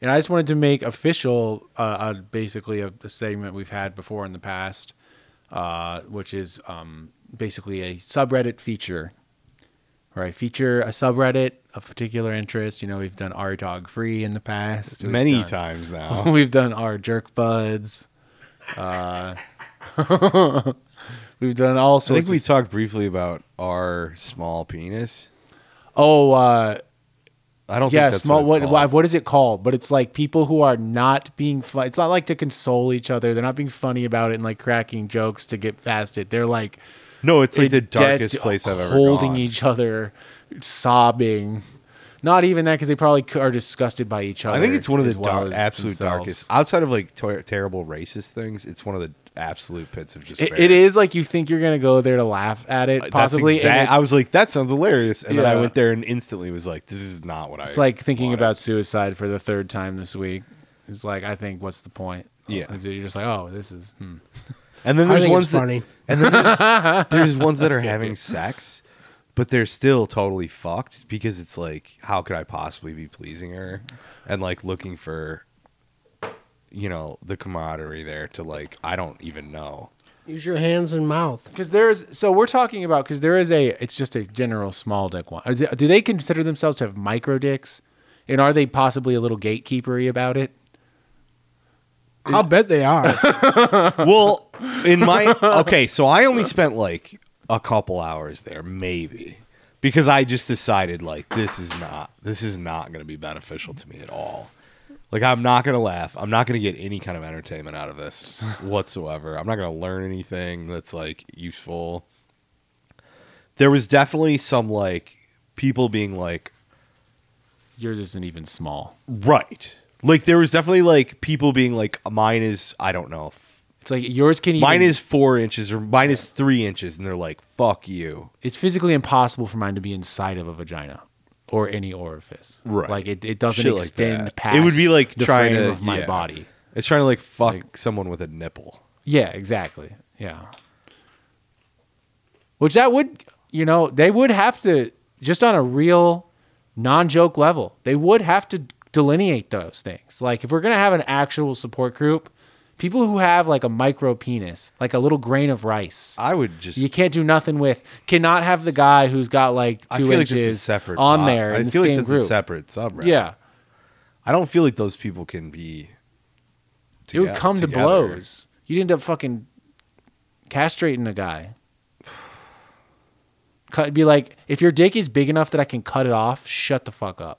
Speaker 3: and I just wanted to make official, uh, uh, basically a, a segment we've had before in the past, uh, which is um, basically a subreddit feature, where I feature a subreddit of particular interest. You know, we've done our dog free in the past, We've
Speaker 4: Many
Speaker 3: done-
Speaker 4: times now.
Speaker 3: We've done our jerk buds. Uh, we've done all
Speaker 4: I
Speaker 3: sorts.
Speaker 4: think we
Speaker 3: of,
Speaker 4: talked briefly about our small penis.
Speaker 3: oh, uh,
Speaker 4: I don't
Speaker 3: yeah,
Speaker 4: think that's
Speaker 3: small. What,
Speaker 4: what, it's
Speaker 3: why-
Speaker 4: called.
Speaker 3: what is it called? But it's like people who are not being. Fu- it's not like to console each other. They're not being funny about it and like cracking jokes to get past it. They're like
Speaker 4: No, it's like the
Speaker 3: in debt,
Speaker 4: darkest place I've ever
Speaker 3: Holding
Speaker 4: gone.
Speaker 3: each other, sobbing. Not even that because they probably c- are disgusted by each other.
Speaker 4: I think it's one of the
Speaker 3: as well
Speaker 4: dark,
Speaker 3: as
Speaker 4: absolute
Speaker 3: themselves.
Speaker 4: darkest. Outside of like ter- terrible racist things, it's one of the absolute pits of
Speaker 3: It,
Speaker 4: despair.
Speaker 3: it is like you think you're gonna go there to laugh at
Speaker 4: Uh,
Speaker 3: it,
Speaker 4: that's
Speaker 3: possibly. and
Speaker 4: exact-
Speaker 3: it's-
Speaker 4: I was like, that sounds hilarious, and then I
Speaker 3: Yeah.
Speaker 4: went there and instantly was like, this is not what I.
Speaker 3: It's like thinking
Speaker 4: wanted.
Speaker 3: about suicide for the third time this week. It's like I think, what's the point?
Speaker 4: Yeah.
Speaker 3: you're just like, oh, this is. Hmm.
Speaker 4: And then
Speaker 2: I
Speaker 4: there's
Speaker 2: think
Speaker 4: ones
Speaker 2: it's
Speaker 4: that,
Speaker 2: funny.
Speaker 4: and then there's, there's ones that are having sex, but they're still totally fucked because it's like, how could I possibly be pleasing her, and like looking for, you know, the camaraderie there to like, I don't even know.
Speaker 2: Use your hands and mouth.
Speaker 3: because there is so we're talking about because there is a it's just a general small dick one. Is it- do they consider themselves to have micro dicks, and are they possibly a little gatekeepery about it?
Speaker 2: I'll bet they are.
Speaker 4: well, in my okay, so I only spent like a couple hours there, maybe, because I just decided like this is not this is not going to be beneficial to me at all. Like I'm not going to laugh. I'm not going to get any kind of entertainment out of this whatsoever. I'm not going to learn anything that's like useful. There was definitely some like people being like,
Speaker 3: Yours isn't even small.
Speaker 4: right. Like there was definitely like people being like, mine is I don't know
Speaker 3: It's like yours can even,
Speaker 4: Mine is four inches or mine is three inches, and they're like, "Fuck you."
Speaker 3: it's physically impossible for mine to be inside of a vagina or any orifice.
Speaker 4: Right.
Speaker 3: like it, it doesn't
Speaker 4: Shit like
Speaker 3: extend
Speaker 4: that.
Speaker 3: past.
Speaker 4: It would be like
Speaker 3: the
Speaker 4: trying
Speaker 3: frame
Speaker 4: to-
Speaker 3: of my
Speaker 4: yeah.
Speaker 3: body.
Speaker 4: It's trying to like fuck
Speaker 3: Like-
Speaker 4: someone with a nipple.
Speaker 3: Yeah, exactly. Yeah. Which that would, you know, they would have to just on a real non-joke level. They would have to delineate those things. Like if we're going to have an actual support group, people who have like a micro penis, like a little grain of rice.
Speaker 4: I would just.
Speaker 3: you can't do nothing with. Cannot have the guy who's got like
Speaker 4: I
Speaker 3: two
Speaker 4: feel like that's a
Speaker 3: inches
Speaker 4: separate
Speaker 3: on
Speaker 4: pod-
Speaker 3: there
Speaker 4: I
Speaker 3: in the
Speaker 4: feel like
Speaker 3: same
Speaker 4: that's
Speaker 3: group.
Speaker 4: a separate subreddit.
Speaker 3: yeah,
Speaker 4: I don't feel like those people can be.
Speaker 3: it would
Speaker 4: toge-
Speaker 3: come to
Speaker 4: together.
Speaker 3: blows. You'd end up fucking castrating a guy. Cut, be like, if your dick is big enough that I can cut it off, shut the fuck up.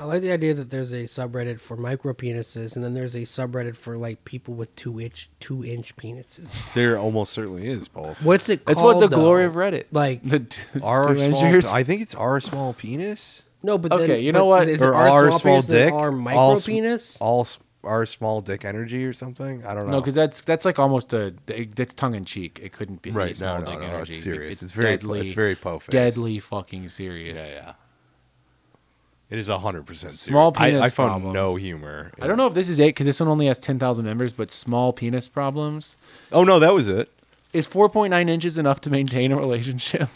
Speaker 2: I like the idea that there's a subreddit for micro penises, and then there's a subreddit for like people with two inch two inch penises.
Speaker 4: There almost certainly is, Paul.
Speaker 2: What's it called?
Speaker 3: That's what the glory
Speaker 2: though?
Speaker 3: of Reddit.
Speaker 2: Like
Speaker 3: The t-
Speaker 4: R
Speaker 3: two
Speaker 4: small.
Speaker 3: inches.
Speaker 4: I think it's R small penis.
Speaker 2: no, but
Speaker 3: Okay,
Speaker 2: then,
Speaker 3: you know
Speaker 2: but
Speaker 3: what?
Speaker 2: Is
Speaker 4: or
Speaker 2: R
Speaker 4: R
Speaker 2: small,
Speaker 4: small
Speaker 2: penis than
Speaker 4: dick,
Speaker 2: R
Speaker 4: all
Speaker 2: micro
Speaker 4: sm-
Speaker 2: penis.
Speaker 4: All s- R small dick energy or something. I don't know.
Speaker 3: No, because that's that's like almost a that's tongue in cheek. It couldn't be
Speaker 4: Right,
Speaker 3: Small
Speaker 4: no, no,
Speaker 3: dick
Speaker 4: no, no,
Speaker 3: energy.
Speaker 4: it's serious. It's very- it's very po-faced.
Speaker 3: Deadly fucking serious.
Speaker 4: yeah, yeah. It is hundred percent
Speaker 3: Small penis
Speaker 4: I, I found
Speaker 3: problems.
Speaker 4: no humor. in
Speaker 3: I don't
Speaker 4: it.
Speaker 3: know if this is it because this one only has ten thousand members, but small penis problems
Speaker 4: Oh no, that was it.
Speaker 3: is four point nine inches enough to maintain a relationship.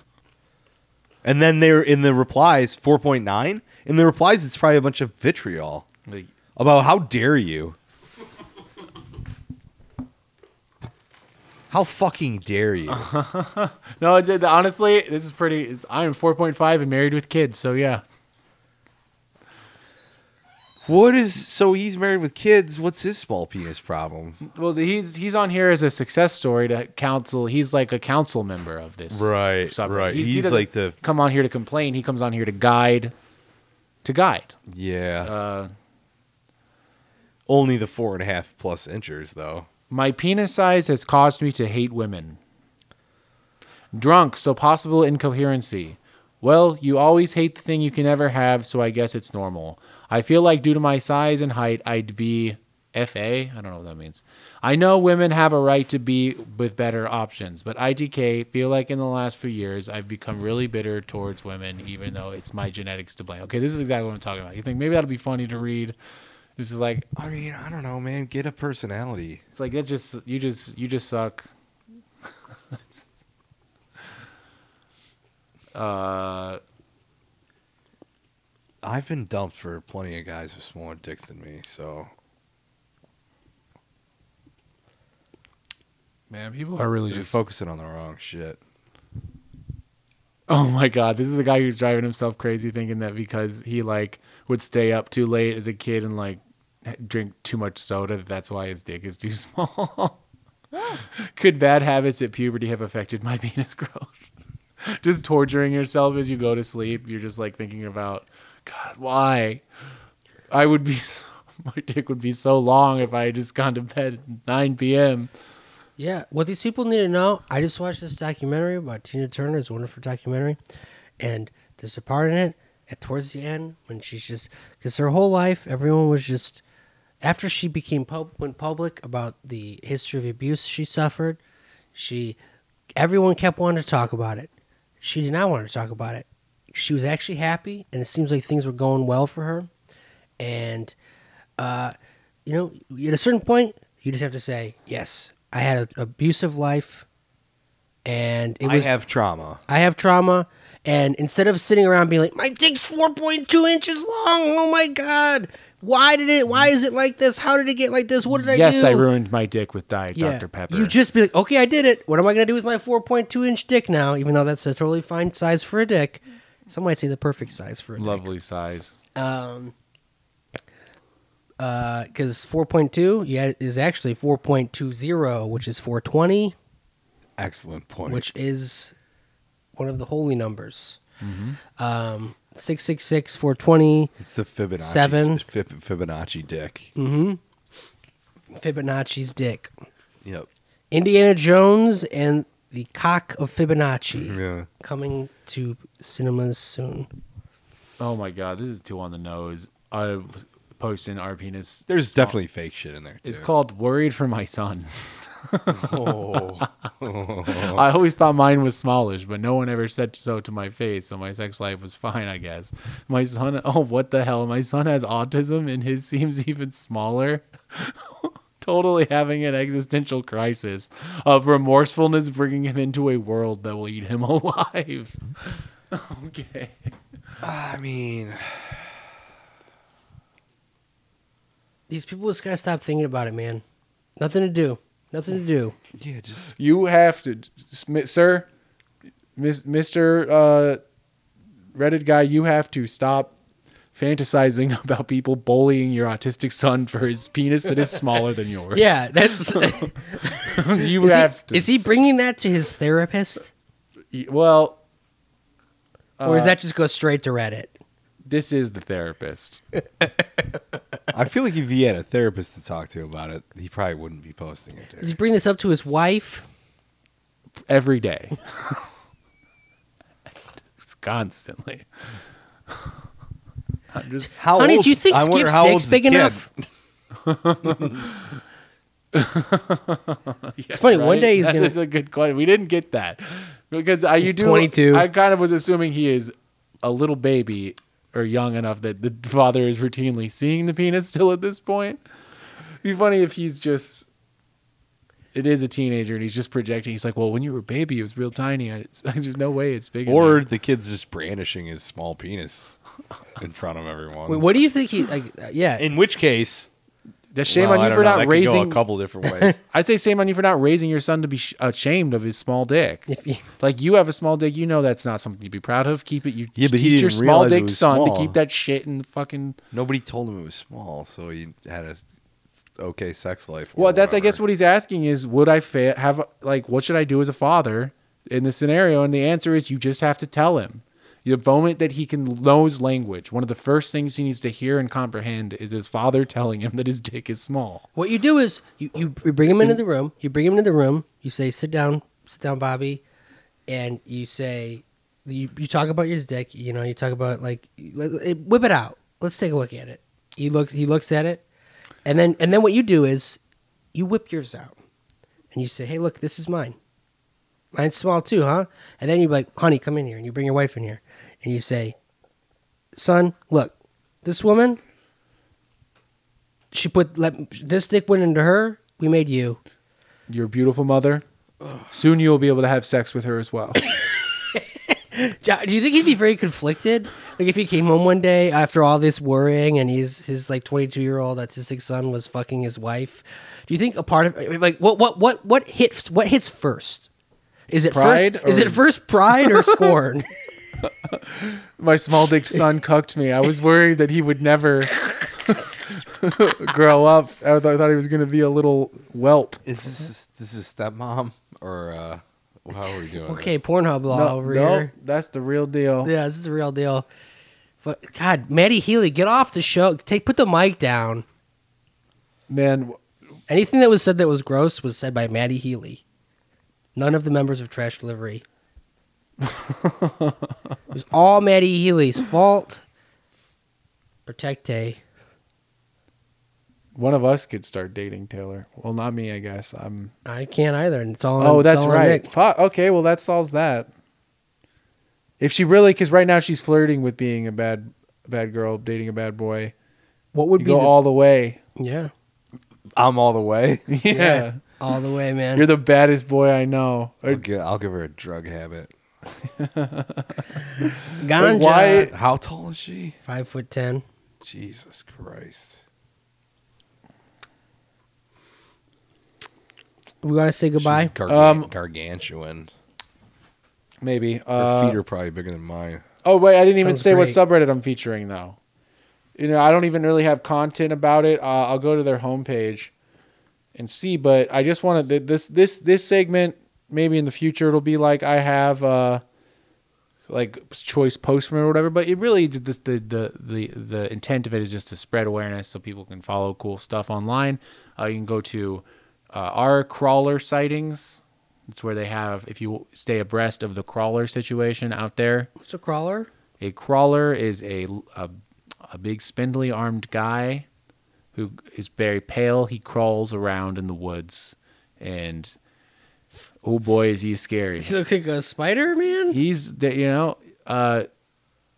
Speaker 4: And then they're in the replies four point nine. In the replies, it's probably a bunch of vitriol
Speaker 3: Like,
Speaker 4: about how dare you, how fucking dare you.
Speaker 3: Uh-huh. no, it, it- honestly, this is pretty. It's, I'm four point five and married with kids, so yeah.
Speaker 4: What is so he's married with kids? What's his small penis problem?
Speaker 3: Well, he's he's on here as a success story to counsel. He's like a council member of this,
Speaker 4: Right,
Speaker 3: subreddit.
Speaker 4: right.
Speaker 3: He- he
Speaker 4: He's
Speaker 3: doesn't
Speaker 4: like the-
Speaker 3: come on here to complain. He comes on here to guide, to guide.
Speaker 4: Yeah,
Speaker 3: Uh,
Speaker 4: only the four and a half plus inchers though.
Speaker 3: My penis size has caused me to hate women. Drunk, so possible incoherency. Well, you always hate the thing you can never have, so I guess it's normal. I feel like due to my size and height, I'd be FA? I don't know what that means. I know women have a right to be with better options, but ITK feel like in the last few years I've become really bitter towards women, even though it's my genetics to blame. Okay, this is exactly what I'm talking about. You think maybe that'll be funny to read? This is like
Speaker 4: I mean, I don't know, man. Get a personality.
Speaker 3: it's like it just you just you just suck. uh,
Speaker 4: I've been dumped for plenty of guys with smaller dicks than me, so
Speaker 3: man, people are really
Speaker 4: you're
Speaker 3: just.
Speaker 4: focusing on the wrong shit.
Speaker 3: oh my god, this is a guy who's driving himself crazy, thinking that because he like would stay up too late as a kid and like drink too much soda, that that's why his dick is too small. Could bad habits at puberty have affected my penis growth? just torturing yourself as you go to sleep. You're just like thinking about, God, why? I would be, my dick would be so long if I had just gone to bed at 9 p.m.
Speaker 2: Yeah, what these people need to know. I just watched this documentary about Tina Turner. It's a wonderful documentary, and there's a part in it at towards the end when she's just because her whole life everyone was just after she became pub went public about the history of abuse she suffered. She everyone kept wanting to talk about it. She did not want to talk about it. She was actually happy, and it seems like things were going well for her. And uh, you know, at a certain point, you just have to say, yes, I had an abusive life, and it was
Speaker 4: I have trauma.
Speaker 2: I have trauma. And instead of sitting around being like, my dick's 4.2 inches long. Oh my God. Why did it? Why is it like this? How did it get like this? What did I do?
Speaker 3: Yes, I ruined my dick with Diet
Speaker 2: Yeah.
Speaker 3: Dr. Pepper.
Speaker 2: You just be like, okay, I did it. What am I going to do with my 4.2 inch dick now? Even though that's a totally fine size for a dick. Some might say the perfect size for a dick.
Speaker 3: Lovely size.
Speaker 2: Um, uh, because four point two, yeah, is actually four point two zero, which is four twenty,
Speaker 4: Excellent point.
Speaker 2: which is one of the holy numbers.
Speaker 3: Mm-hmm.
Speaker 2: Um, six six six four twenty
Speaker 4: it's the Fibonacci
Speaker 2: Seven. Mm.
Speaker 4: Fib- Fibonacci dick.
Speaker 2: Fibonacci's dick,
Speaker 4: Yep.
Speaker 2: Indiana Jones and the cock of Fibonacci
Speaker 4: Yeah.
Speaker 2: coming to cinemas soon.
Speaker 3: Oh my god, this is too on the nose. I posted our penis.
Speaker 4: There's definitely fake shit in there. Too.
Speaker 3: It's called "Worried for My Son."
Speaker 4: Oh.
Speaker 3: I always thought mine was smallish, but no one ever said so to my face, so my sex life was fine, I guess. My son, oh, what the hell? My son has autism, and his seems even smaller. totally having an existential crisis of remorsefulness, bringing him into a world that will eat him alive. okay.
Speaker 4: I mean,
Speaker 2: These people just gotta stop thinking about it, man. Nothing to do. Nothing to do.
Speaker 4: yeah, just
Speaker 3: You have to, sm- sir, mis- Mr. Uh, Reddit guy, you have to stop fantasizing about people bullying your autistic son for his penis that is smaller than yours.
Speaker 2: Yeah, that's.
Speaker 3: you
Speaker 2: Is he-
Speaker 3: have to.
Speaker 2: is he bringing that to his therapist,
Speaker 3: bringing? Well, Uh,
Speaker 2: or does that just go straight to Reddit?
Speaker 3: This is the therapist.
Speaker 4: I feel like if he had a therapist to talk to about it, he probably wouldn't be posting it.
Speaker 2: Does
Speaker 4: There.
Speaker 2: he bring this up to his wife?
Speaker 3: every day. It's constantly. I'm just
Speaker 4: How
Speaker 2: Honey,
Speaker 4: old's-
Speaker 2: do you think
Speaker 4: I wonder
Speaker 2: Skip's
Speaker 4: how
Speaker 2: dick's
Speaker 4: old's the
Speaker 2: big
Speaker 4: kid?
Speaker 2: enough? it's funny. One
Speaker 3: right?
Speaker 2: day he's
Speaker 3: That
Speaker 2: gonna.
Speaker 3: is a good question. We didn't get that because I you
Speaker 2: He's
Speaker 3: do
Speaker 2: 22.
Speaker 3: I kind of was assuming he is a little baby or young enough that the father is routinely seeing the penis still at this point. Be funny if he's just. It is a teenager, and he's just projecting. He's like, "Well, when you were a baby, it was real tiny. I, there's no way it's big."
Speaker 4: Or
Speaker 3: enough."
Speaker 4: the kid's just brandishing his small penis in front of everyone.
Speaker 2: Wait, what do you think he like? uh, yeah,
Speaker 4: In which case,
Speaker 3: that's shame
Speaker 4: well,
Speaker 3: on
Speaker 4: I
Speaker 3: you
Speaker 4: don't
Speaker 3: for
Speaker 4: know,
Speaker 3: not
Speaker 4: that could go
Speaker 3: raising.
Speaker 4: a couple different ways.
Speaker 3: I say shame on you for not raising your son to be sh- ashamed of his small dick.
Speaker 2: If you-
Speaker 3: like you have a small dick, you know that's not something to be proud of. Keep it. You
Speaker 4: Yeah, but he
Speaker 3: teach your
Speaker 4: didn't
Speaker 3: small
Speaker 4: realize it
Speaker 3: dick
Speaker 4: was
Speaker 3: son
Speaker 4: small.
Speaker 3: to keep that shit in the fucking.
Speaker 4: Nobody told him it was small, so he had a okay sex life. or
Speaker 3: Well, that's I guess
Speaker 4: whatever.
Speaker 3: what he's asking is, would I fa- have like what should I do as a father in this scenario? And the answer is, you just have to tell him. The moment that he can knows language, one of the first things he needs to hear and comprehend is his father telling him that his dick is small.
Speaker 2: What you do is you, you you bring him into the room. You bring him into the room. You say, "Sit down, sit down, Bobby," and you say, you, you talk about your dick. You know, you talk about like let- eh, whip it out. Let's take a look at it. He looks. He looks at it, and then and then what you do is you whip yours out, and you say, "Hey, look, this is mine. Mine's small too, huh?" And then you be like, "Honey, come in here," and you bring your wife in here, and you say, "Son, look, this woman." She put let, this dick went into her. We made you.
Speaker 3: Your beautiful mother. Soon you'll be able to have sex with her as well.
Speaker 2: Jo- Do you think he'd be very conflicted? Like if he came home one day after all this worrying and he's his like twenty two year old autistic son was fucking his wife. Do you think a part of like what what what what hits what hits first? Is it
Speaker 3: Pride
Speaker 2: first? Is
Speaker 3: or-
Speaker 2: it first pride or scorn?
Speaker 3: my small dick son cucked me. I was worried that he would never grow up. I thought, I thought he was going to be a little whelp.
Speaker 4: Is this this is stepmom or uh, how are we doing?
Speaker 2: okay,
Speaker 4: this?
Speaker 2: Pornhub law
Speaker 3: no,
Speaker 2: over
Speaker 3: no,
Speaker 2: here.
Speaker 3: that's the real deal.
Speaker 2: Yeah, this is a real deal. But God, Maddie Healy, get off the show. Take put the mic down.
Speaker 3: Man, w-
Speaker 2: Anything that was said that was gross was said by Maddie Healy. None of the members of Trash Delivery. it was all Maddie Healy's fault. Protecte.
Speaker 3: one of us could start dating Taylor. Well, not me, I guess. I'm.
Speaker 2: I can't either, and it's all. on-
Speaker 3: Oh,
Speaker 2: it's
Speaker 3: that's
Speaker 2: all on
Speaker 3: right.
Speaker 2: Nick.
Speaker 3: Fuck, okay, well, that solves that. If she really, because right now she's flirting with being a bad, bad girl, dating a bad boy.
Speaker 2: What would
Speaker 3: You
Speaker 2: be
Speaker 3: go
Speaker 2: the-
Speaker 3: all the way.
Speaker 2: yeah,
Speaker 4: I'm all the way.
Speaker 3: yeah.
Speaker 2: all the way, man.
Speaker 3: You're the baddest boy I know.
Speaker 4: I'll give, I'll give her a drug habit.
Speaker 2: Ganja.
Speaker 3: why-
Speaker 4: How tall is she?
Speaker 2: Five foot ten.
Speaker 4: Jesus Christ!
Speaker 2: We gotta say goodbye.
Speaker 4: She's gargan-
Speaker 3: Um,
Speaker 4: gargantuan.
Speaker 3: Maybe.
Speaker 4: Her
Speaker 3: Uh,
Speaker 4: feet are probably bigger than mine.
Speaker 3: Oh wait, I didn't even
Speaker 2: Sounds
Speaker 3: say what
Speaker 2: great.
Speaker 3: subreddit I'm featuring though. You know, I don't even really have content about it. Uh, I'll go to their homepage and see. But I just wanted th- this this this segment. Maybe in the future it'll be like I have uh, like choice postman or whatever. But it really the the the the, the intent of it is just to spread awareness so people can follow cool stuff online. Uh, you can go to uh, our crawler sightings. It's where they have if you stay abreast of the crawler situation out there.
Speaker 2: What's a crawler?
Speaker 3: A crawler is a, a, a big spindly armed guy who is very pale. He crawls around in the woods and oh boy, is he scary.
Speaker 2: Does he look like a spider man? Can
Speaker 3: He's, the- you know, uh,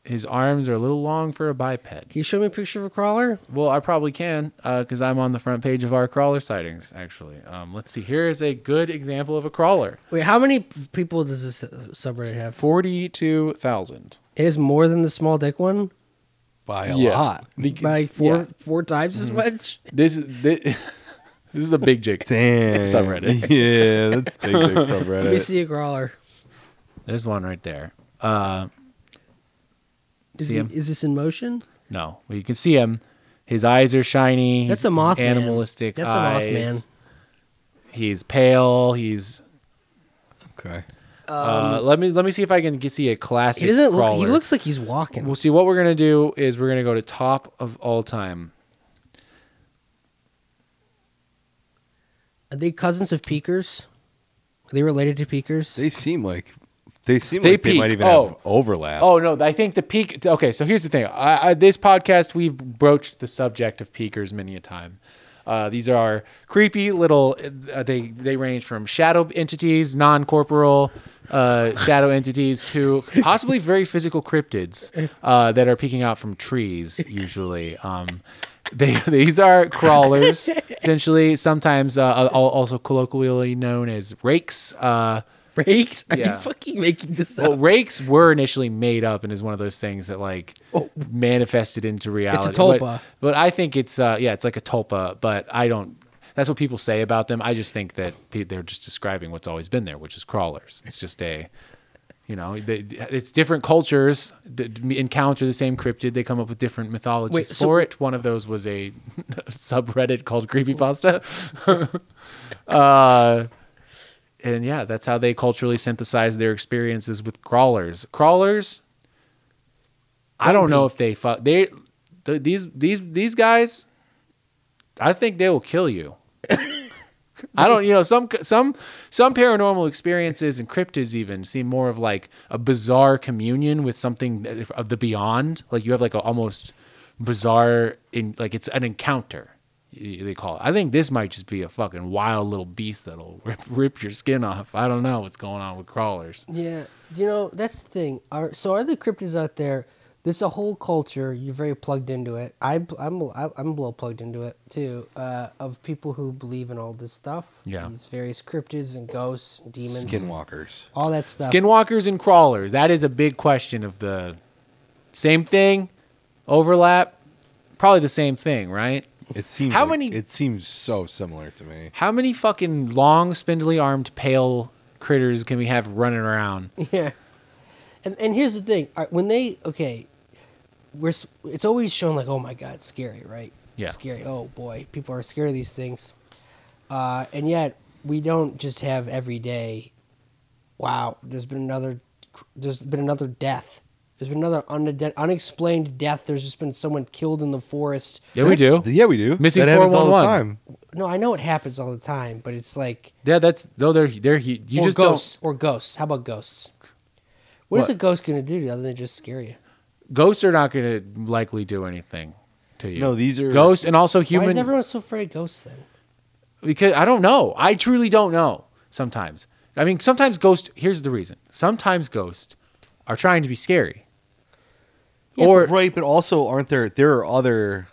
Speaker 3: his arms are a little long for a biped.
Speaker 2: you show me a picture of a crawler?
Speaker 3: Well, I probably can because I'm on the front page of our crawler sightings, actually. Um, let's see. Here is a good example of a crawler
Speaker 2: Wait, how many p- people does this uh, subreddit have?
Speaker 3: 42,000.
Speaker 2: It is more than the small dick one.
Speaker 4: By a
Speaker 3: Yeah.
Speaker 4: lot.
Speaker 3: Bec-
Speaker 2: by like four
Speaker 3: yeah.
Speaker 2: four times
Speaker 3: Mm-hmm.
Speaker 2: as much.
Speaker 3: This is, this, this is a big jig.
Speaker 4: Damn.
Speaker 3: Subreddit.
Speaker 4: Yeah, that's big, big
Speaker 2: Let me
Speaker 4: subreddit.
Speaker 2: see a crawler.
Speaker 3: There's one right there. Uh,
Speaker 2: Is,
Speaker 3: See
Speaker 2: he,
Speaker 3: him?
Speaker 2: is this in motion?
Speaker 3: no, well, you can see him. His eyes are shiny.
Speaker 2: That's a
Speaker 3: He's
Speaker 2: Mothman.
Speaker 3: Animalistic
Speaker 2: That's a
Speaker 3: eyes.
Speaker 2: Mothman.
Speaker 3: He's pale. He's
Speaker 4: Okay.
Speaker 3: uh, let me let me see if I can get, see a classic.
Speaker 2: He Um, doesn't look. He
Speaker 3: crawler.
Speaker 2: looks like he's walking.
Speaker 3: We'll see. What we're gonna do is we're gonna go to top of all time.
Speaker 2: Are they cousins of Peekers? Are they related to Peekers?
Speaker 4: They seem like they seem
Speaker 3: They
Speaker 4: like they might
Speaker 3: peak.
Speaker 4: even have
Speaker 3: Oh.
Speaker 4: overlap.
Speaker 3: Oh no, I think the peak. Okay, so here's the thing. I, I, this podcast we've broached the subject of peakers many a time. Uh, these are creepy little. Uh, they they range from shadow entities, non corporeal uh, shadow entities, to possibly very physical cryptids uh, that are peeking out from trees. Usually, um, they these are crawlers. Essentially, sometimes uh, al- also colloquially known as rakes. Uh,
Speaker 2: Rakes? Are
Speaker 3: Yeah.
Speaker 2: you fucking making this
Speaker 3: well,
Speaker 2: up?
Speaker 3: rakes were initially made up and is one of those things that like
Speaker 2: Oh.
Speaker 3: manifested into reality.
Speaker 2: tulpa.
Speaker 3: But, but I think it's uh, yeah, it's like a tulpa. But I don't. That's what people say about them. I just think that pe- they're just describing what's always been there, which is crawlers. It's just a, you know, they, it's different cultures d- d- encounter the same cryptid. They come up with different mythologies
Speaker 2: Wait, so-
Speaker 3: for it. One of those was a subreddit called Creepypasta. uh, and yeah, that's how they culturally synthesize their experiences with crawlers. Crawlers. I don't know if they fuck they th- these these these guys. I think they will kill you. I don't, you know, some some some paranormal experiences and cryptids even seem more of like a bizarre communion with something that- of the beyond. Like you have like a almost bizarre in like it's an encounter. y- They call it. I think this might just be a fucking wild little beast that'll rip, rip your skin off. I don't know what's going on with crawlers.
Speaker 2: Yeah, you know that's the thing. Are so are the cryptids out there? There's a whole culture. You're very plugged into it. I, I'm I- I'm a little plugged into it too. Uh, of people who believe in all this stuff.
Speaker 3: Yeah.
Speaker 2: These various cryptids and ghosts, and demons,
Speaker 4: Skinwalkers.
Speaker 2: all that stuff.
Speaker 3: Skinwalkers and crawlers. That is a big question of the same thing, overlap. Probably the same thing, right?
Speaker 4: It seems
Speaker 3: How
Speaker 4: like-
Speaker 3: many-
Speaker 4: It seems so similar to me.
Speaker 3: How many fucking long, spindly armed, pale critters can we have running around?
Speaker 2: yeah. And and here's the thing. All right, When they okay, we're s- it's always shown like oh my god it's scary right
Speaker 3: Yeah.
Speaker 2: scary oh boy people are scared of these things, uh, and yet we don't just have every day. Wow, there's been another there's been another death. There's been another unide- unexplained death. There's just been someone killed in the forest.
Speaker 3: Yeah, we do.
Speaker 4: Yeah, we do.
Speaker 3: Missing
Speaker 4: that happens all the
Speaker 3: 411.
Speaker 4: time.
Speaker 2: No, I know it happens all the time, but it's like
Speaker 3: Yeah, that's though they're they're you you
Speaker 2: or
Speaker 3: just
Speaker 2: ghosts or ghosts. How about ghosts? what is
Speaker 3: What?
Speaker 2: a ghost going to do to you other than just scare you?
Speaker 3: don't ghosts are not going to likely do anything to you.
Speaker 4: No, these are
Speaker 3: ghosts and also
Speaker 2: Why
Speaker 3: human
Speaker 2: is everyone so afraid of ghosts then?
Speaker 3: because I don't know. I truly don't know. Sometimes I mean sometimes ghosts. Here's the reason. Sometimes ghosts are trying to be scary.
Speaker 2: Yeah,
Speaker 3: or
Speaker 4: right, but also aren't there? There are other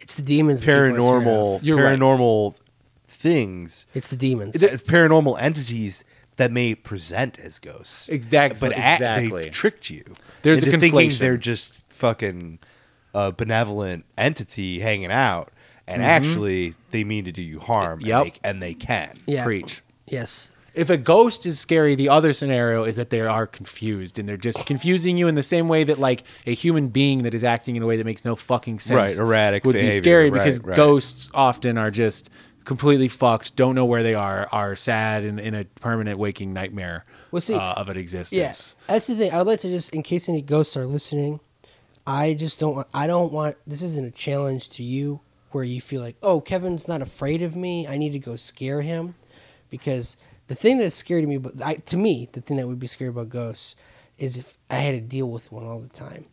Speaker 2: It's the demons. that people are scared of.
Speaker 4: paranormal
Speaker 3: You're right.
Speaker 4: paranormal things,
Speaker 2: It's the demons.
Speaker 4: th- paranormal entities that may present as ghosts.
Speaker 3: Exact-
Speaker 4: but act-
Speaker 3: exactly.
Speaker 4: they've tricked you.
Speaker 3: There's
Speaker 4: into
Speaker 3: a
Speaker 4: thinking
Speaker 3: conflation.
Speaker 4: they're just fucking a benevolent entity hanging out, and actually they mean to do you harm.
Speaker 3: Mm-hmm. Yep.
Speaker 4: and, they, and they can.
Speaker 2: yeah.
Speaker 3: preach.
Speaker 2: Yes.
Speaker 3: if a ghost is scary, the other scenario is that they are confused and they're just confusing you in the same way that like a human being that is acting in a way that makes no fucking sense.
Speaker 4: Right, erratic
Speaker 3: would
Speaker 4: behavior,
Speaker 3: be scary
Speaker 4: right,
Speaker 3: because
Speaker 4: right.
Speaker 3: ghosts often are just completely fucked, don't know where they are, are sad and in a permanent waking nightmare
Speaker 2: Well, see,
Speaker 3: uh, of an existence.
Speaker 2: Yeah. That's the thing. I would like to just, in case any ghosts are listening, I just don't want. I don't want. This isn't a challenge to you where you feel like, oh, Kevin's not afraid of me. I need to go scare him, because the thing that's scary to me, but I, to me, the thing that would be scary about ghosts is if I had to deal with one all the time,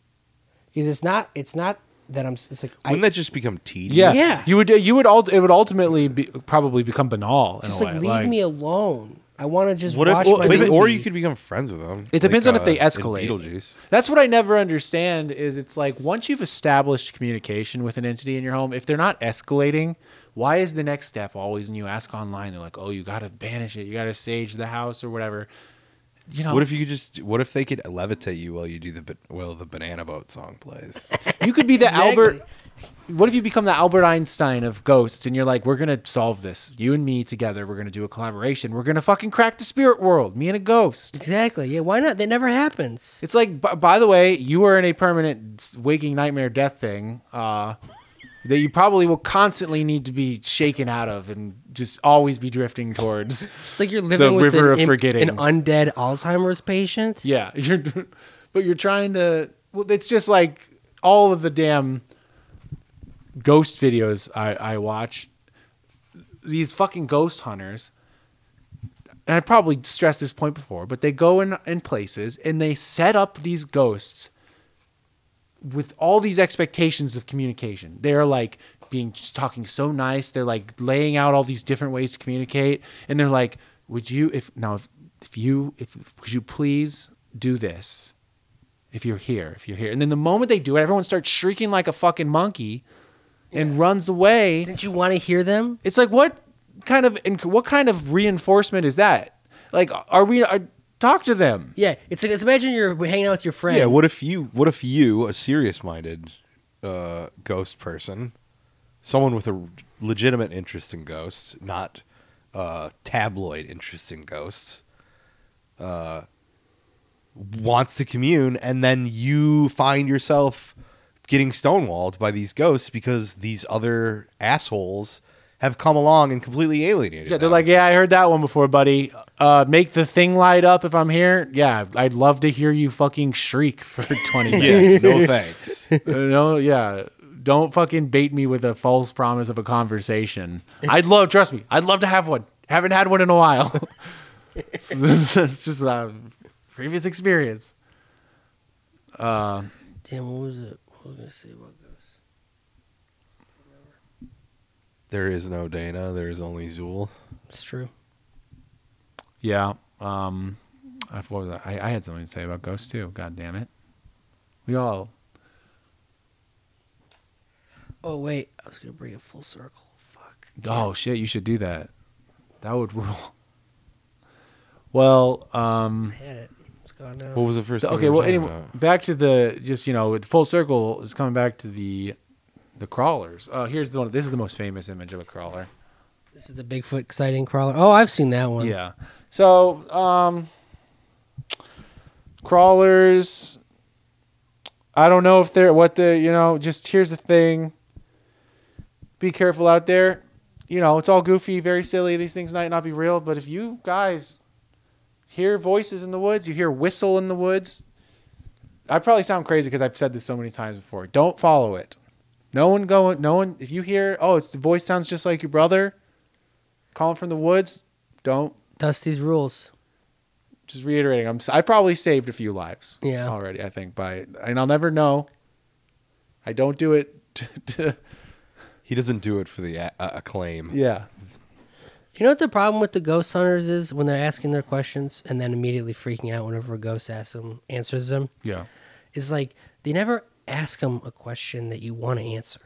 Speaker 2: because it's not. It's not that I'm. s- It's like I,
Speaker 4: Wouldn't that just become tedious?
Speaker 3: Yeah.
Speaker 2: Yeah.
Speaker 3: you would you would all it would ultimately be, probably become banal. In
Speaker 2: just
Speaker 3: a
Speaker 2: like
Speaker 3: way.
Speaker 2: leave me alone. I want to just
Speaker 4: What if,
Speaker 2: watch
Speaker 4: or,
Speaker 2: my
Speaker 4: but-
Speaker 2: movie.
Speaker 4: or you could become friends with them.
Speaker 3: It depends on if they
Speaker 4: uh, in
Speaker 3: escalate.
Speaker 4: Beetlejuice.
Speaker 3: That's what I never understand is it's like once you've established communication with an entity in your home, if they're not escalating, why is the next step always when you ask online, they're like, oh, you got to banish it. You got to sage the house or whatever. You know,
Speaker 4: What if you could just? What if they could levitate you while you do the ba- while the banana boat song plays?
Speaker 3: you could be the
Speaker 2: Exactly.
Speaker 3: Albert. What if you become the Albert Einstein of ghosts and you're like, we're going to solve this. You and me together, we're going to do a collaboration. We're going to fucking crack the spirit world, me and a ghost.
Speaker 2: Exactly. Yeah. Why not? That never happens.
Speaker 3: It's like, b- by the way, you are in a permanent s- waking nightmare death thing. Uh, that you probably will constantly need to be shaken out of and just always be drifting towards.
Speaker 2: It's like you're living with
Speaker 3: river
Speaker 2: an,
Speaker 3: of
Speaker 2: im-
Speaker 3: forgetting.
Speaker 2: an undead Alzheimer's patient.
Speaker 3: yeah, you're, but you're trying to. Well, it's just like all of the damn ghost videos I, I watch. These fucking ghost hunters. And I probably stressed this point before, but they go in, in places and they set up these ghosts with all these expectations of communication. They are like being just talking so nice. They're like laying out all these different ways to communicate, and they're like, "Would you if now if, if you if could you please do this if you're here if you're here?" And then the moment they do it, everyone starts shrieking like a fucking monkey and runs away.
Speaker 2: Didn't you want to hear them?
Speaker 3: It's like what kind of and what kind of reinforcement is that? Like, are we? Are, talk to them.
Speaker 2: Yeah, it's like it's imagine you're hanging out with your friend.
Speaker 4: Yeah, what if you what if you, a serious minded uh, ghost person, someone with a legitimate interest in ghosts, not uh, tabloid interest in ghosts, uh, wants to commune and then you find yourself getting stonewalled by these ghosts because these other assholes have come along and completely alienated.
Speaker 3: Yeah, they're
Speaker 4: them.
Speaker 3: like, yeah, I heard that one before, buddy. Uh, make the thing light up if I'm here. Yeah, I'd love to hear you fucking shriek for 20 minutes.
Speaker 4: yeah, no thanks.
Speaker 3: Uh, no, yeah. Don't fucking bait me with a false promise of a conversation. I'd love, trust me, I'd love to have one. Haven't had one in a while. So That's just uh, previous experience.
Speaker 2: Damn, what was it? What was I gonna say about this?
Speaker 4: there is no Dana. There is only Zool.
Speaker 2: It's true.
Speaker 3: Yeah. Um, I, what was I, I had something to say about ghosts too. God damn it. We all.
Speaker 2: Oh wait, I was gonna bring it full circle. Fuck.
Speaker 3: Oh shit, you should do that. That would rule. Well, um
Speaker 2: I had it. It's gone now.
Speaker 4: What was the first?
Speaker 3: th-
Speaker 4: thing
Speaker 3: okay,
Speaker 4: we were
Speaker 3: well
Speaker 4: talking
Speaker 3: anyway,
Speaker 4: about?
Speaker 3: back to the just, you know, with full circle is coming back to the the crawlers. Uh here's the one this is the most famous image of a crawler.
Speaker 2: this is the Bigfoot sighting crawler. Oh, I've seen that one.
Speaker 3: Yeah. So, um crawlers I don't know if they're what the, you know, just here's the thing. Be careful out there. You know, it's all goofy, very silly. These things might not be real, but if you guys hear voices in the woods, you hear whistle in the woods. I probably sound crazy because I've said this so many times before. Don't follow it. No one going. No one. If you hear, oh, it's the voice sounds just like your brother, calling from the woods. Don't
Speaker 2: Dusty's rules.
Speaker 3: just reiterating, I'm I probably saved a few lives.
Speaker 2: Yeah.
Speaker 3: Already, I think by and I'll never know. I don't do it. To, to,
Speaker 4: He doesn't do it for the a- uh, acclaim.
Speaker 3: yeah.
Speaker 2: You know what the problem with the ghost hunters is when they're asking their questions and then immediately freaking out whenever a ghost asks them answers them.
Speaker 3: Yeah.
Speaker 2: Is like they never ask them a question that you want to answer.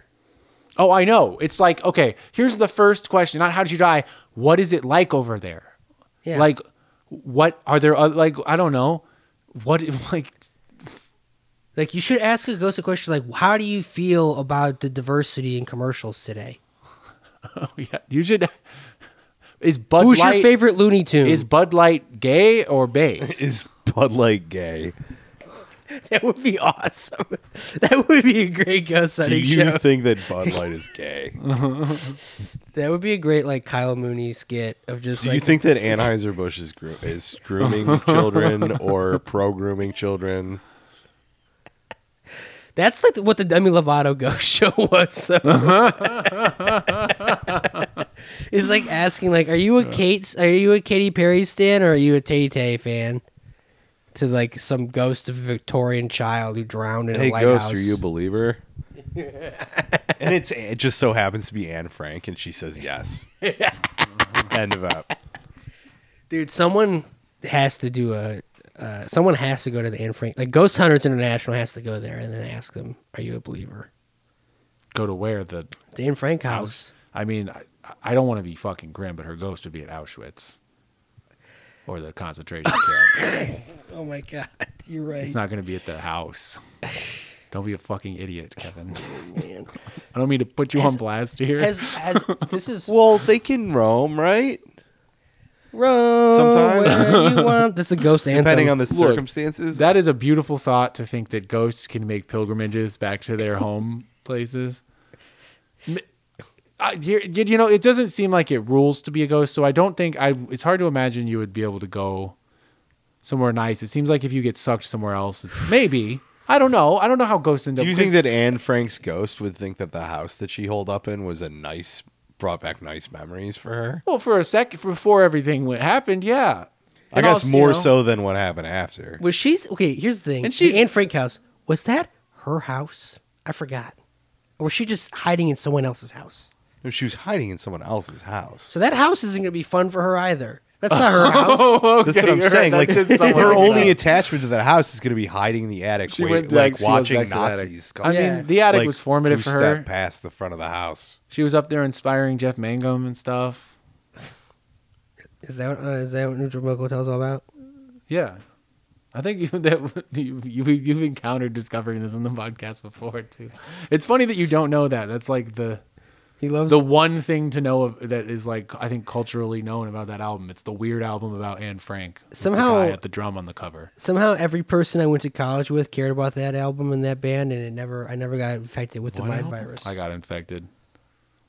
Speaker 3: Oh, I know. It's like okay. Here's the first question. Not how did you die. What is it like over there?
Speaker 2: Yeah.
Speaker 3: Like, what are there? Other, like, I don't know. What like
Speaker 2: Like you should ask a ghost a question like, "How do you feel about the diversity in commercials today?
Speaker 3: Oh yeah, you should. Is Bud
Speaker 2: Who's
Speaker 3: Light
Speaker 2: your favorite Looney Tune?"
Speaker 3: is Bud Light gay or base?
Speaker 4: Is Bud Light gay?
Speaker 2: that would be awesome. that would be a great ghost
Speaker 4: Do
Speaker 2: hunting
Speaker 4: you
Speaker 2: show.
Speaker 4: think that Bud Light is gay?
Speaker 2: that would be a great like Kyle Mooney skit of just
Speaker 4: Do
Speaker 2: like
Speaker 4: you think that Anheuser Busch is, gro- is grooming children or pro grooming children?
Speaker 2: that's like what the Demi Lovato ghost show was. Though. it's like asking like, "Are you a Kate? Are you a Katy Perry stan or are you a Tay Tay fan?" To like some ghost of a Victorian child who drowned in
Speaker 4: Hey,
Speaker 2: a lighthouse.
Speaker 4: Ghost, are you a believer? and it's it just so happens to be Anne Frank, and she says yes. End of up.
Speaker 2: dude someone has to do a uh, someone has to go to the Anne Frank like Ghost Hunters International has to go there and then ask them are you a believer
Speaker 3: Go to where the?
Speaker 2: the Anne Frank house
Speaker 3: I mean, I, I don't want to be fucking grim, but her ghost would be at Auschwitz or the concentration camp.
Speaker 2: oh my god you're right
Speaker 3: It's not going to be at the house. Don't be a fucking idiot, Kevin.
Speaker 2: man
Speaker 3: I don't mean to put you on blast here.
Speaker 2: has has this is
Speaker 4: Well, they can roam, right?
Speaker 2: Rome
Speaker 4: Sometimes.
Speaker 2: where you want that's a ghost anthem
Speaker 4: Depending on the
Speaker 3: Look,
Speaker 4: circumstances.
Speaker 3: that is a beautiful thought to think that ghosts can make pilgrimages back to their home places. I, you you know, it doesn't seem like it rules to be a ghost, so I don't think I. It's hard to imagine you would be able to go somewhere nice. It seems like if you get sucked somewhere else, it's maybe. I don't know. I don't know how ghosts end
Speaker 4: Do
Speaker 3: up.
Speaker 4: you
Speaker 3: 'cause-
Speaker 4: think that Anne Frank's ghost would think that the house that she holed up in was a nice, brought back nice memories for her?
Speaker 3: Well, for a second, before everything went, happened, yeah.
Speaker 4: I
Speaker 3: And
Speaker 4: guess
Speaker 3: also, you
Speaker 4: more
Speaker 3: know,
Speaker 4: so than what happened after.
Speaker 2: Was she's okay? Here's the thing.
Speaker 3: And she-
Speaker 2: the Anne Frank house was that her house? I forgot. Or was she just hiding in someone else's house?
Speaker 4: She was hiding in someone else's house.
Speaker 2: So that house isn't going to be fun for her either. That's not her house.
Speaker 3: Okay,
Speaker 4: That's what I'm
Speaker 3: you're right,
Speaker 4: saying.
Speaker 3: that's
Speaker 4: Like
Speaker 3: just someone
Speaker 4: her
Speaker 3: else's
Speaker 4: only
Speaker 3: house.
Speaker 4: attachment to that house is going to be hiding in the attic,
Speaker 3: She
Speaker 4: wait-
Speaker 3: went like she
Speaker 4: like
Speaker 3: goes back
Speaker 4: watching
Speaker 3: to the attic.
Speaker 4: Nazis.
Speaker 3: I mean,
Speaker 2: Yeah.
Speaker 3: the attic
Speaker 4: like,
Speaker 3: was formative for
Speaker 4: two
Speaker 3: her.
Speaker 4: Step past the front of the house.
Speaker 3: She was up there inspiring Jeff Mangum and stuff.
Speaker 2: Is that what- uh, is that what New Jermoco Hotel's all about?
Speaker 3: Yeah, I think you, that you, you you've encountered discovering this on the podcast before too. It's funny that you don't know that. That's like the
Speaker 2: He loves
Speaker 3: the one thing to know of, that is like I think culturally known about that album. It's the weird album about Anne Frank. with the
Speaker 2: Somehow-
Speaker 3: guy at the drum on the cover.
Speaker 2: somehow every person I went to college with cared about that album and that band, and it never I never got infected with the
Speaker 4: What
Speaker 2: mind
Speaker 4: album?
Speaker 2: virus.
Speaker 3: I got infected.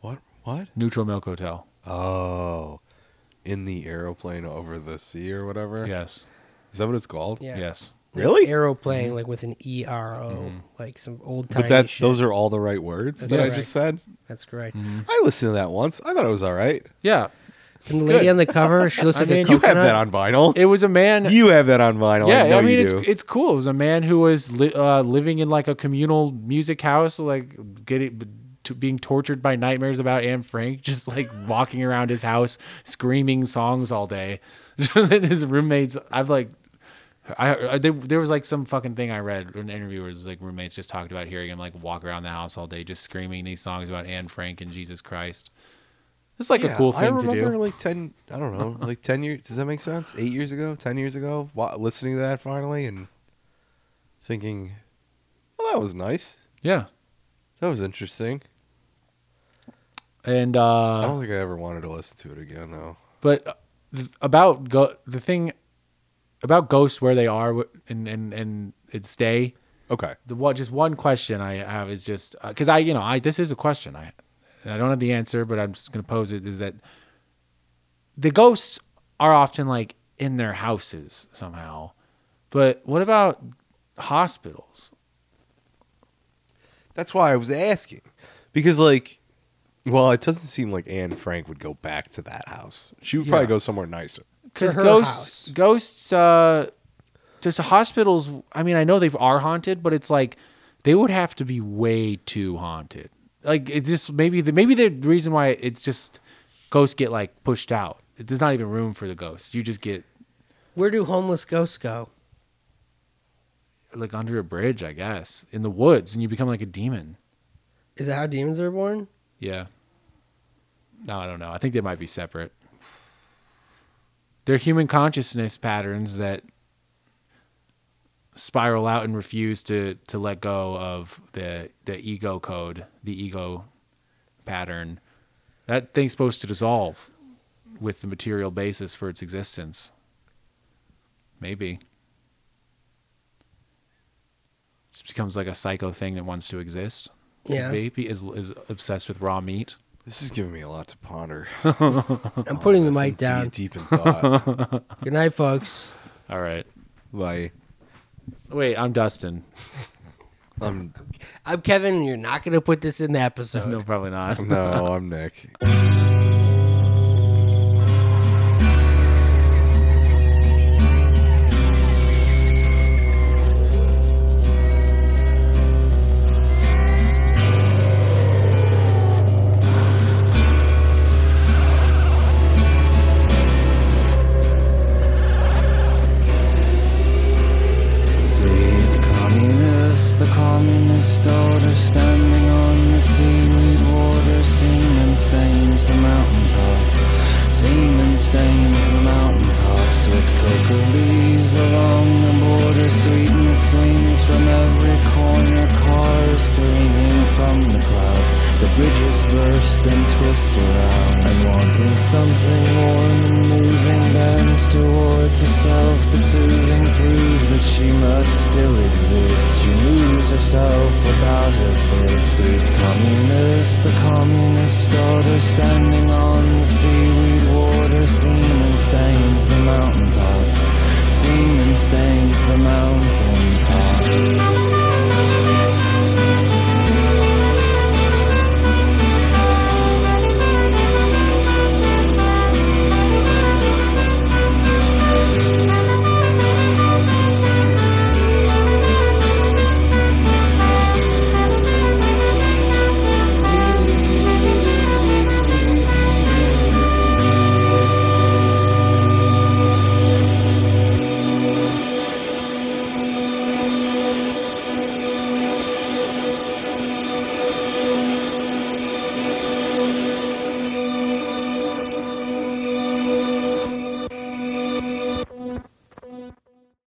Speaker 4: What? What?
Speaker 3: Neutral Milk Hotel.
Speaker 4: Oh, in the aeroplane over the sea or whatever.
Speaker 3: Yes.
Speaker 4: Is that what it's called?
Speaker 2: Yeah.
Speaker 3: Yes.
Speaker 2: It's
Speaker 4: Really? Mm-hmm.
Speaker 2: Aeroplaying like with an E R O, like some old time.
Speaker 4: But that's those are Mm-hmm. all the right words
Speaker 2: That's
Speaker 4: that I
Speaker 2: correct.
Speaker 4: just said.
Speaker 2: That's correct.
Speaker 4: I listened to that once. I thought it was all right.
Speaker 3: Yeah.
Speaker 2: And the lady
Speaker 3: Good.
Speaker 2: on the cover, she looks
Speaker 3: I
Speaker 2: like
Speaker 3: mean,
Speaker 2: a
Speaker 3: you
Speaker 4: You
Speaker 2: coconut.
Speaker 4: have that on vinyl.
Speaker 3: It was a man.
Speaker 4: you have that on vinyl.
Speaker 3: yeah,
Speaker 4: I know
Speaker 3: mean
Speaker 4: you
Speaker 3: it's
Speaker 4: do.
Speaker 3: it's cool. It was a man who was li- uh, living in like a communal music house, like getting to being tortured by nightmares about Anne Frank, just like walking around his house screaming songs all day. and his roommates, I've like. I, I they, there was like some fucking thing I read in an interview where it was like roommates just talked about hearing him like walk around the house all day just screaming these songs about Anne Frank and Jesus Christ. It's like a
Speaker 4: Yeah,
Speaker 3: cool
Speaker 4: I
Speaker 3: thing to
Speaker 4: remember
Speaker 3: do.
Speaker 4: like ten. I don't know, like ten years. Does that make sense? Eight years ago, ten years ago, wa- listening to that finally and thinking, well, that was nice.
Speaker 3: Yeah,
Speaker 4: That was interesting.
Speaker 3: and uh,
Speaker 4: I don't think I ever wanted to listen to it again though.
Speaker 3: But uh, th- about go- the thing about ghosts where they are w- and and and its stay.
Speaker 4: Okay.
Speaker 3: The what just one question I have is just because I you know I this is a question I and I don't have the answer but I'm just gonna pose it is that the ghosts are often like in their houses somehow, but what about hospitals?
Speaker 4: That's why I was asking, because like, well, it doesn't seem like Anne Frank would go back to that house. She would probably
Speaker 3: Yeah.
Speaker 4: go somewhere nicer.
Speaker 3: because
Speaker 2: To her
Speaker 3: ghosts
Speaker 2: house.
Speaker 3: ghosts uh just hospitals i mean i know they are haunted but it's like they would have to be way too haunted like it's just maybe the maybe the reason why it's just ghosts get like pushed out there's not even room for the ghosts you just get
Speaker 2: Where do homeless ghosts go?
Speaker 3: like under a bridge i guess in the woods and you become like a demon
Speaker 2: Is that how demons are born?
Speaker 3: yeah no i don't know i think they might be separate they're human consciousness patterns that spiral out and refuse to to let go of the the ego code, the ego pattern. That thing's supposed to dissolve with the material basis for its existence. Maybe. Just becomes like a psycho thing that wants to exist.
Speaker 2: Yeah.
Speaker 3: Baby is is obsessed with raw meat.
Speaker 4: This is giving me a lot to ponder.
Speaker 2: I'm putting the
Speaker 4: That's
Speaker 2: mic
Speaker 4: some
Speaker 2: down.
Speaker 4: Deep, deep in thought.
Speaker 2: Good night, folks.
Speaker 3: All right.
Speaker 4: Bye.
Speaker 3: Wait, I'm Dustin.
Speaker 4: I'm
Speaker 2: I'm Kevin, and you're not going to put this in the episode.
Speaker 3: No, probably not.
Speaker 4: no, I'm Nick.
Speaker 5: Sweet communist, the communist daughter standing on the seaweed water, semen stains the mountaintop. Semen stains the mountaintops with cocoa leaves along the border. Sweetness swings from every corner, cars careening from the cloud. The bridges burst and twist around. And wanting something more and moving bends towards herself. The soothing proves that she she must still exist. She moves herself about her face. It's communist, the communist daughter standing on the seaweed water. Semen stains the mountaintops. Semen stains the mountaintops.